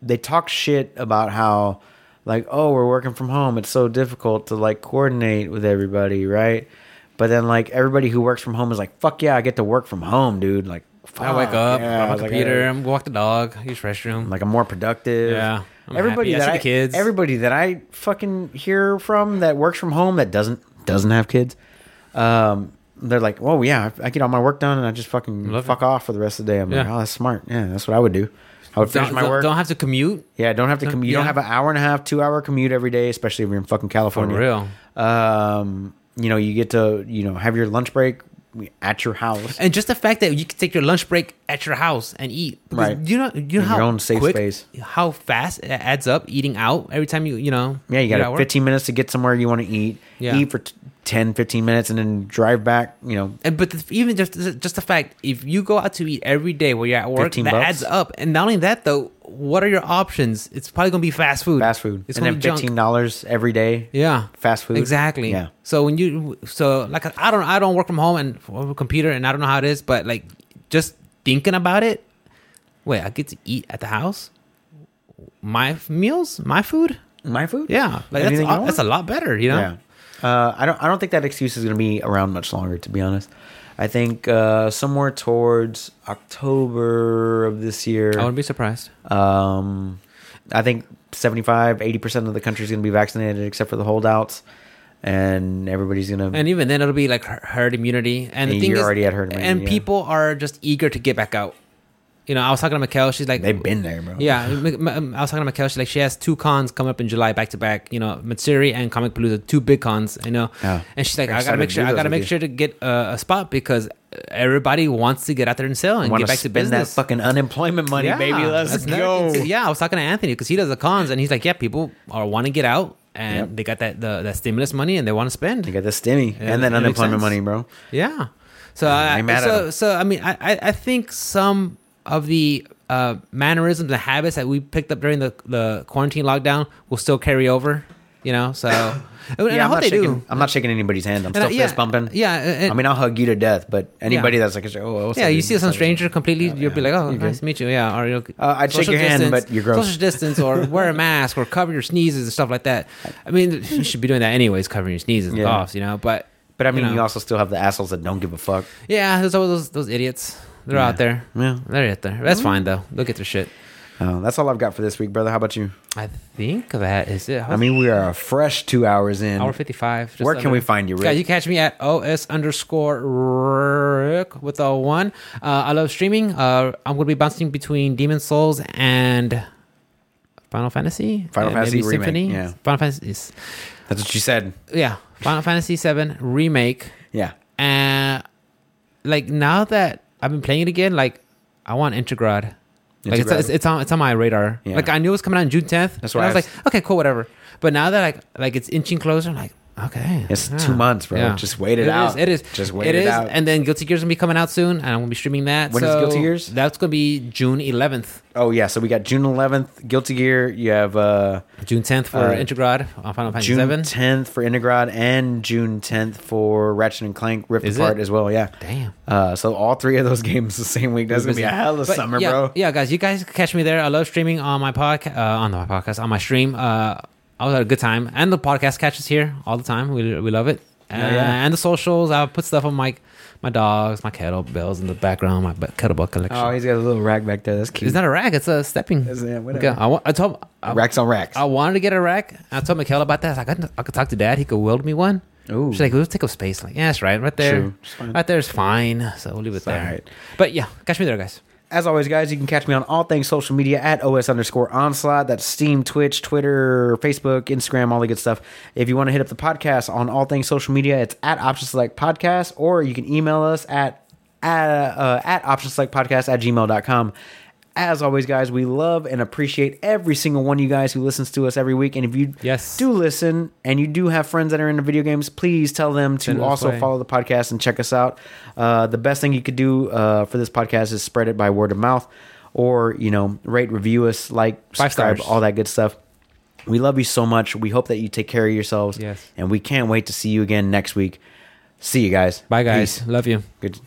Speaker 2: They talk shit about how, like, oh, we're working from home. It's so difficult to like coordinate with everybody, right? But then, like, everybody who works from home is like, fuck yeah, I get to work from home, dude. Like, fuck,
Speaker 1: I wake up,
Speaker 2: Ah, yeah.
Speaker 1: I'm on
Speaker 2: It's
Speaker 1: my
Speaker 2: like, uh,
Speaker 1: computer, I'm walk the dog, use restroom.
Speaker 2: like I'm more productive.
Speaker 1: Yeah, I'm
Speaker 2: everybody
Speaker 1: happy. I
Speaker 2: that
Speaker 1: see
Speaker 2: I,
Speaker 1: the kids.
Speaker 2: everybody that I fucking hear from that works from home that doesn't doesn't have kids, um, they're like, "Oh yeah, I, I get all my work done and I just fucking
Speaker 1: Love it.
Speaker 2: fuck off for the rest of the day." I'm like,
Speaker 1: Yeah.
Speaker 2: "Oh, that's smart. Yeah, that's what I would do. I would finish
Speaker 1: don't,
Speaker 2: my work.
Speaker 1: don't have to commute.
Speaker 2: yeah, don't have to commute. You
Speaker 1: yeah.
Speaker 2: don't have an hour and a half, two hour commute every day, especially if you're in fucking
Speaker 1: For
Speaker 2: California.
Speaker 1: real.
Speaker 2: Um, you know, you get to you know have your lunch break at your house.
Speaker 1: And just the fact that you can take your lunch break at your house and eat, because
Speaker 2: Right.
Speaker 1: You know, you know
Speaker 2: In
Speaker 1: how
Speaker 2: your own safe
Speaker 1: quick,
Speaker 2: space.
Speaker 1: how fast it adds up eating out every time you, you know.
Speaker 2: Yeah, you
Speaker 1: you're
Speaker 2: got
Speaker 1: at work?
Speaker 2: 15 minutes to get somewhere you want to eat.
Speaker 1: Yeah.
Speaker 2: Eat for t- 10, 15 minutes and then drive back, you know.
Speaker 1: And but the, even just just the fact if you go out to eat every day while you're at work, that
Speaker 2: 15 bucks?
Speaker 1: adds up. And not only that though, what are your options? It's probably gonna be fast food.
Speaker 2: Fast food.
Speaker 1: It's
Speaker 2: and
Speaker 1: gonna
Speaker 2: then
Speaker 1: be junk.
Speaker 2: fifteen dollars every day.
Speaker 1: Yeah.
Speaker 2: Fast food.
Speaker 1: Exactly.
Speaker 2: Yeah.
Speaker 1: So when you so like I don't I don't work from home and from a computer and I don't know how it is, but like just thinking about it, wait, I get to eat at the house, my meals, my food.
Speaker 2: My food?
Speaker 1: Yeah, like that's,
Speaker 2: Anything you
Speaker 1: a,
Speaker 2: want?
Speaker 1: that's a lot better, you know.
Speaker 2: Yeah. Uh, I don't I don't think that excuse is gonna be around much longer, to be honest. I think uh, somewhere towards October of this year.
Speaker 1: I wouldn't be surprised.
Speaker 2: Um, I think 75, 80% of the country is going to be vaccinated except for the holdouts. And everybody's going to.
Speaker 1: And even then, it'll be like her- herd immunity. And the
Speaker 2: And
Speaker 1: thing
Speaker 2: you're
Speaker 1: is,
Speaker 2: already at herd immunity,
Speaker 1: and
Speaker 2: yeah.
Speaker 1: people are just eager to get back out. You know, I was talking to Mikhail. She's like,
Speaker 2: They've been there, bro.
Speaker 1: Yeah, M- M- um, I was talking to Mikhail. She's like, she has two cons coming up in July back to back. You know, Matsuri and Comic Palooza, two big cons. You know,
Speaker 2: Yeah.
Speaker 1: and she's like,
Speaker 2: I'm
Speaker 1: I gotta
Speaker 2: excited
Speaker 1: make
Speaker 2: to
Speaker 1: sure,
Speaker 2: do
Speaker 1: I
Speaker 2: those
Speaker 1: gotta
Speaker 2: with
Speaker 1: make
Speaker 2: you."
Speaker 1: sure to get uh, a spot because everybody wants to get out there and sell and
Speaker 2: Want
Speaker 1: get
Speaker 2: to
Speaker 1: back to
Speaker 2: spend that
Speaker 1: business.
Speaker 2: fucking unemployment money, baby. Let's
Speaker 1: that's another
Speaker 2: go.
Speaker 1: thing, too. Yeah, I was talking to Anthony because he does the cons, and he's like, yeah, people are want to get out, and
Speaker 2: Yep.
Speaker 1: they got that the, that stimulus money, and they want to spend.
Speaker 2: You got the stimmy
Speaker 1: Yeah,
Speaker 2: and then
Speaker 1: that makes
Speaker 2: unemployment
Speaker 1: sense.
Speaker 2: money, bro.
Speaker 1: Yeah. So I,
Speaker 2: ain't mad at
Speaker 1: so,
Speaker 2: 'em.
Speaker 1: so I mean I, I I think some of the uh, mannerisms and habits that we picked up during the, the quarantine lockdown will still carry over. You know, so and I
Speaker 2: Yeah, I'm
Speaker 1: hope
Speaker 2: not
Speaker 1: they
Speaker 2: shaking.
Speaker 1: do.
Speaker 2: I'm not shaking anybody's hand. I'm
Speaker 1: And I-
Speaker 2: still
Speaker 1: yeah,
Speaker 2: fist bumping.
Speaker 1: Yeah, and-
Speaker 2: I mean, I'll hug you to death, but anybody that's like, oh, what's
Speaker 1: yeah.
Speaker 2: up,
Speaker 1: You
Speaker 2: dude?
Speaker 1: see some
Speaker 2: What's up, dude?
Speaker 1: stranger completely, you'll be like, "Oh,
Speaker 2: You're good.
Speaker 1: nice to meet you." Yeah, or you'll,
Speaker 2: Uh, Mm-hmm. I'd shake
Speaker 1: social
Speaker 2: your hand,
Speaker 1: distance-
Speaker 2: but you're gross.
Speaker 1: Social distance, or wear a mask, or cover your sneezes and stuff like that. I mean, you should be doing that anyways, covering your sneezes and
Speaker 2: Yeah.
Speaker 1: coughs, you know. But
Speaker 2: But I mean, you,
Speaker 1: know.
Speaker 2: also still have the assholes that don't give a fuck.
Speaker 1: Yeah, there's always those, those idiots. They're out there.
Speaker 2: Yeah.
Speaker 1: They're out there. That's fine though. Look at their shit.
Speaker 2: Uh, that's all I've got for this week, brother. How about you?
Speaker 1: I think that is it.
Speaker 2: I mean, we are a fresh two hours in.
Speaker 1: hour fifty five.
Speaker 2: Where can we find you, Rick?
Speaker 1: Guys, you catch me at os underscore Rick with a one. Uh, I love streaming. Uh, I'm gonna be bouncing between Demon Souls and Final Fantasy.
Speaker 2: Final
Speaker 1: and
Speaker 2: Fantasy
Speaker 1: maybe
Speaker 2: Remake,
Speaker 1: Symphony.
Speaker 2: yeah.
Speaker 1: Final Fantasy. is-
Speaker 2: That's what you said.
Speaker 1: Yeah, Final Fantasy Seven remake.
Speaker 2: Yeah.
Speaker 1: And like now that I've been playing it again, like I want Integrad. Like it's,
Speaker 2: Integrad.
Speaker 1: it's, it's on it's on my radar.
Speaker 2: Yeah.
Speaker 1: Like I knew it was coming out on June tenth.
Speaker 2: That's
Speaker 1: and
Speaker 2: why
Speaker 1: I was
Speaker 2: I
Speaker 1: like, okay, cool, whatever. But now that like like it's inching closer, I'm like, okay,
Speaker 2: It's two months, bro. Just wait it
Speaker 1: is,
Speaker 2: out.
Speaker 1: it is.
Speaker 2: Just wait it
Speaker 1: is.
Speaker 2: out.
Speaker 1: And then Guilty Gear's gonna be coming out soon, and I'm gonna be streaming that.
Speaker 2: When is
Speaker 1: so
Speaker 2: Guilty Gear's?
Speaker 1: That's gonna be June eleventh,
Speaker 2: Oh yeah. So we got June 11th, Guilty Gear. You have uh,
Speaker 1: June tenth for
Speaker 2: Uh,
Speaker 1: Integrad on Final Fantasy
Speaker 2: June
Speaker 1: Seven.
Speaker 2: 10th for Integrad and June 10th for Ratchet and Clank Rift
Speaker 1: Is
Speaker 2: Apart
Speaker 1: it?
Speaker 2: as well. Yeah.
Speaker 1: Damn.
Speaker 2: Uh, so all three of those games the same week. That's gonna be a hell of a
Speaker 1: But
Speaker 2: summer,
Speaker 1: yeah,
Speaker 2: bro.
Speaker 1: Yeah, guys, you guys can catch me there. I love streaming on my podcast, uh, on my podcast, on my stream. Uh, I was at a good time, and the podcast catches here all the time. We we love it, uh,
Speaker 2: Yeah, yeah.
Speaker 1: and the socials. I put stuff on my my dogs, my kettlebells in the background, my be- kettlebell collection.
Speaker 2: Oh, he's got a little rack back there. That's cute.
Speaker 1: it's not a rack; it's a stepping.
Speaker 2: It's- yeah, whatever.
Speaker 1: I, wa- I told I,
Speaker 2: racks on racks.
Speaker 1: I wanted to get a rack. I told Mikhail about that. I, was like, I, could, I could talk to Dad. He could weld me one.
Speaker 2: Ooh.
Speaker 1: She's like, it would take up space. I'm like, yeah, that's right, right there,
Speaker 2: True. It's fine.
Speaker 1: right there is fine. So we'll leave it there.
Speaker 2: alright.
Speaker 1: But yeah, catch me there, guys.
Speaker 2: As always, guys, you can catch me on all things social media at OS underscore onslaught. That's Steam, Twitch, Twitter, Facebook, Instagram, all the good stuff. If you want to hit up the podcast on all things social media, it's at Option Select Podcast, or you can email us at at, uh, at Option Select Podcast at gmail.com. As always, guys, we love and appreciate every single one of you guys who listens to us every week. And if you
Speaker 1: Yes.
Speaker 2: do listen and you do have friends that are into video games, please tell them to
Speaker 1: Send it this
Speaker 2: also
Speaker 1: way.
Speaker 2: follow follow the podcast and check us out. Uh, the best thing you could do uh, for this podcast is spread it by word of mouth, or you know, rate, review us, like,
Speaker 1: Five
Speaker 2: subscribe,
Speaker 1: stars.
Speaker 2: all that good stuff. We love you so much. We hope that you take care of yourselves.
Speaker 1: Yes.
Speaker 2: and we can't wait to see you again next week. See you guys.
Speaker 1: Bye, guys.
Speaker 2: Peace.
Speaker 1: Love you.
Speaker 2: Good.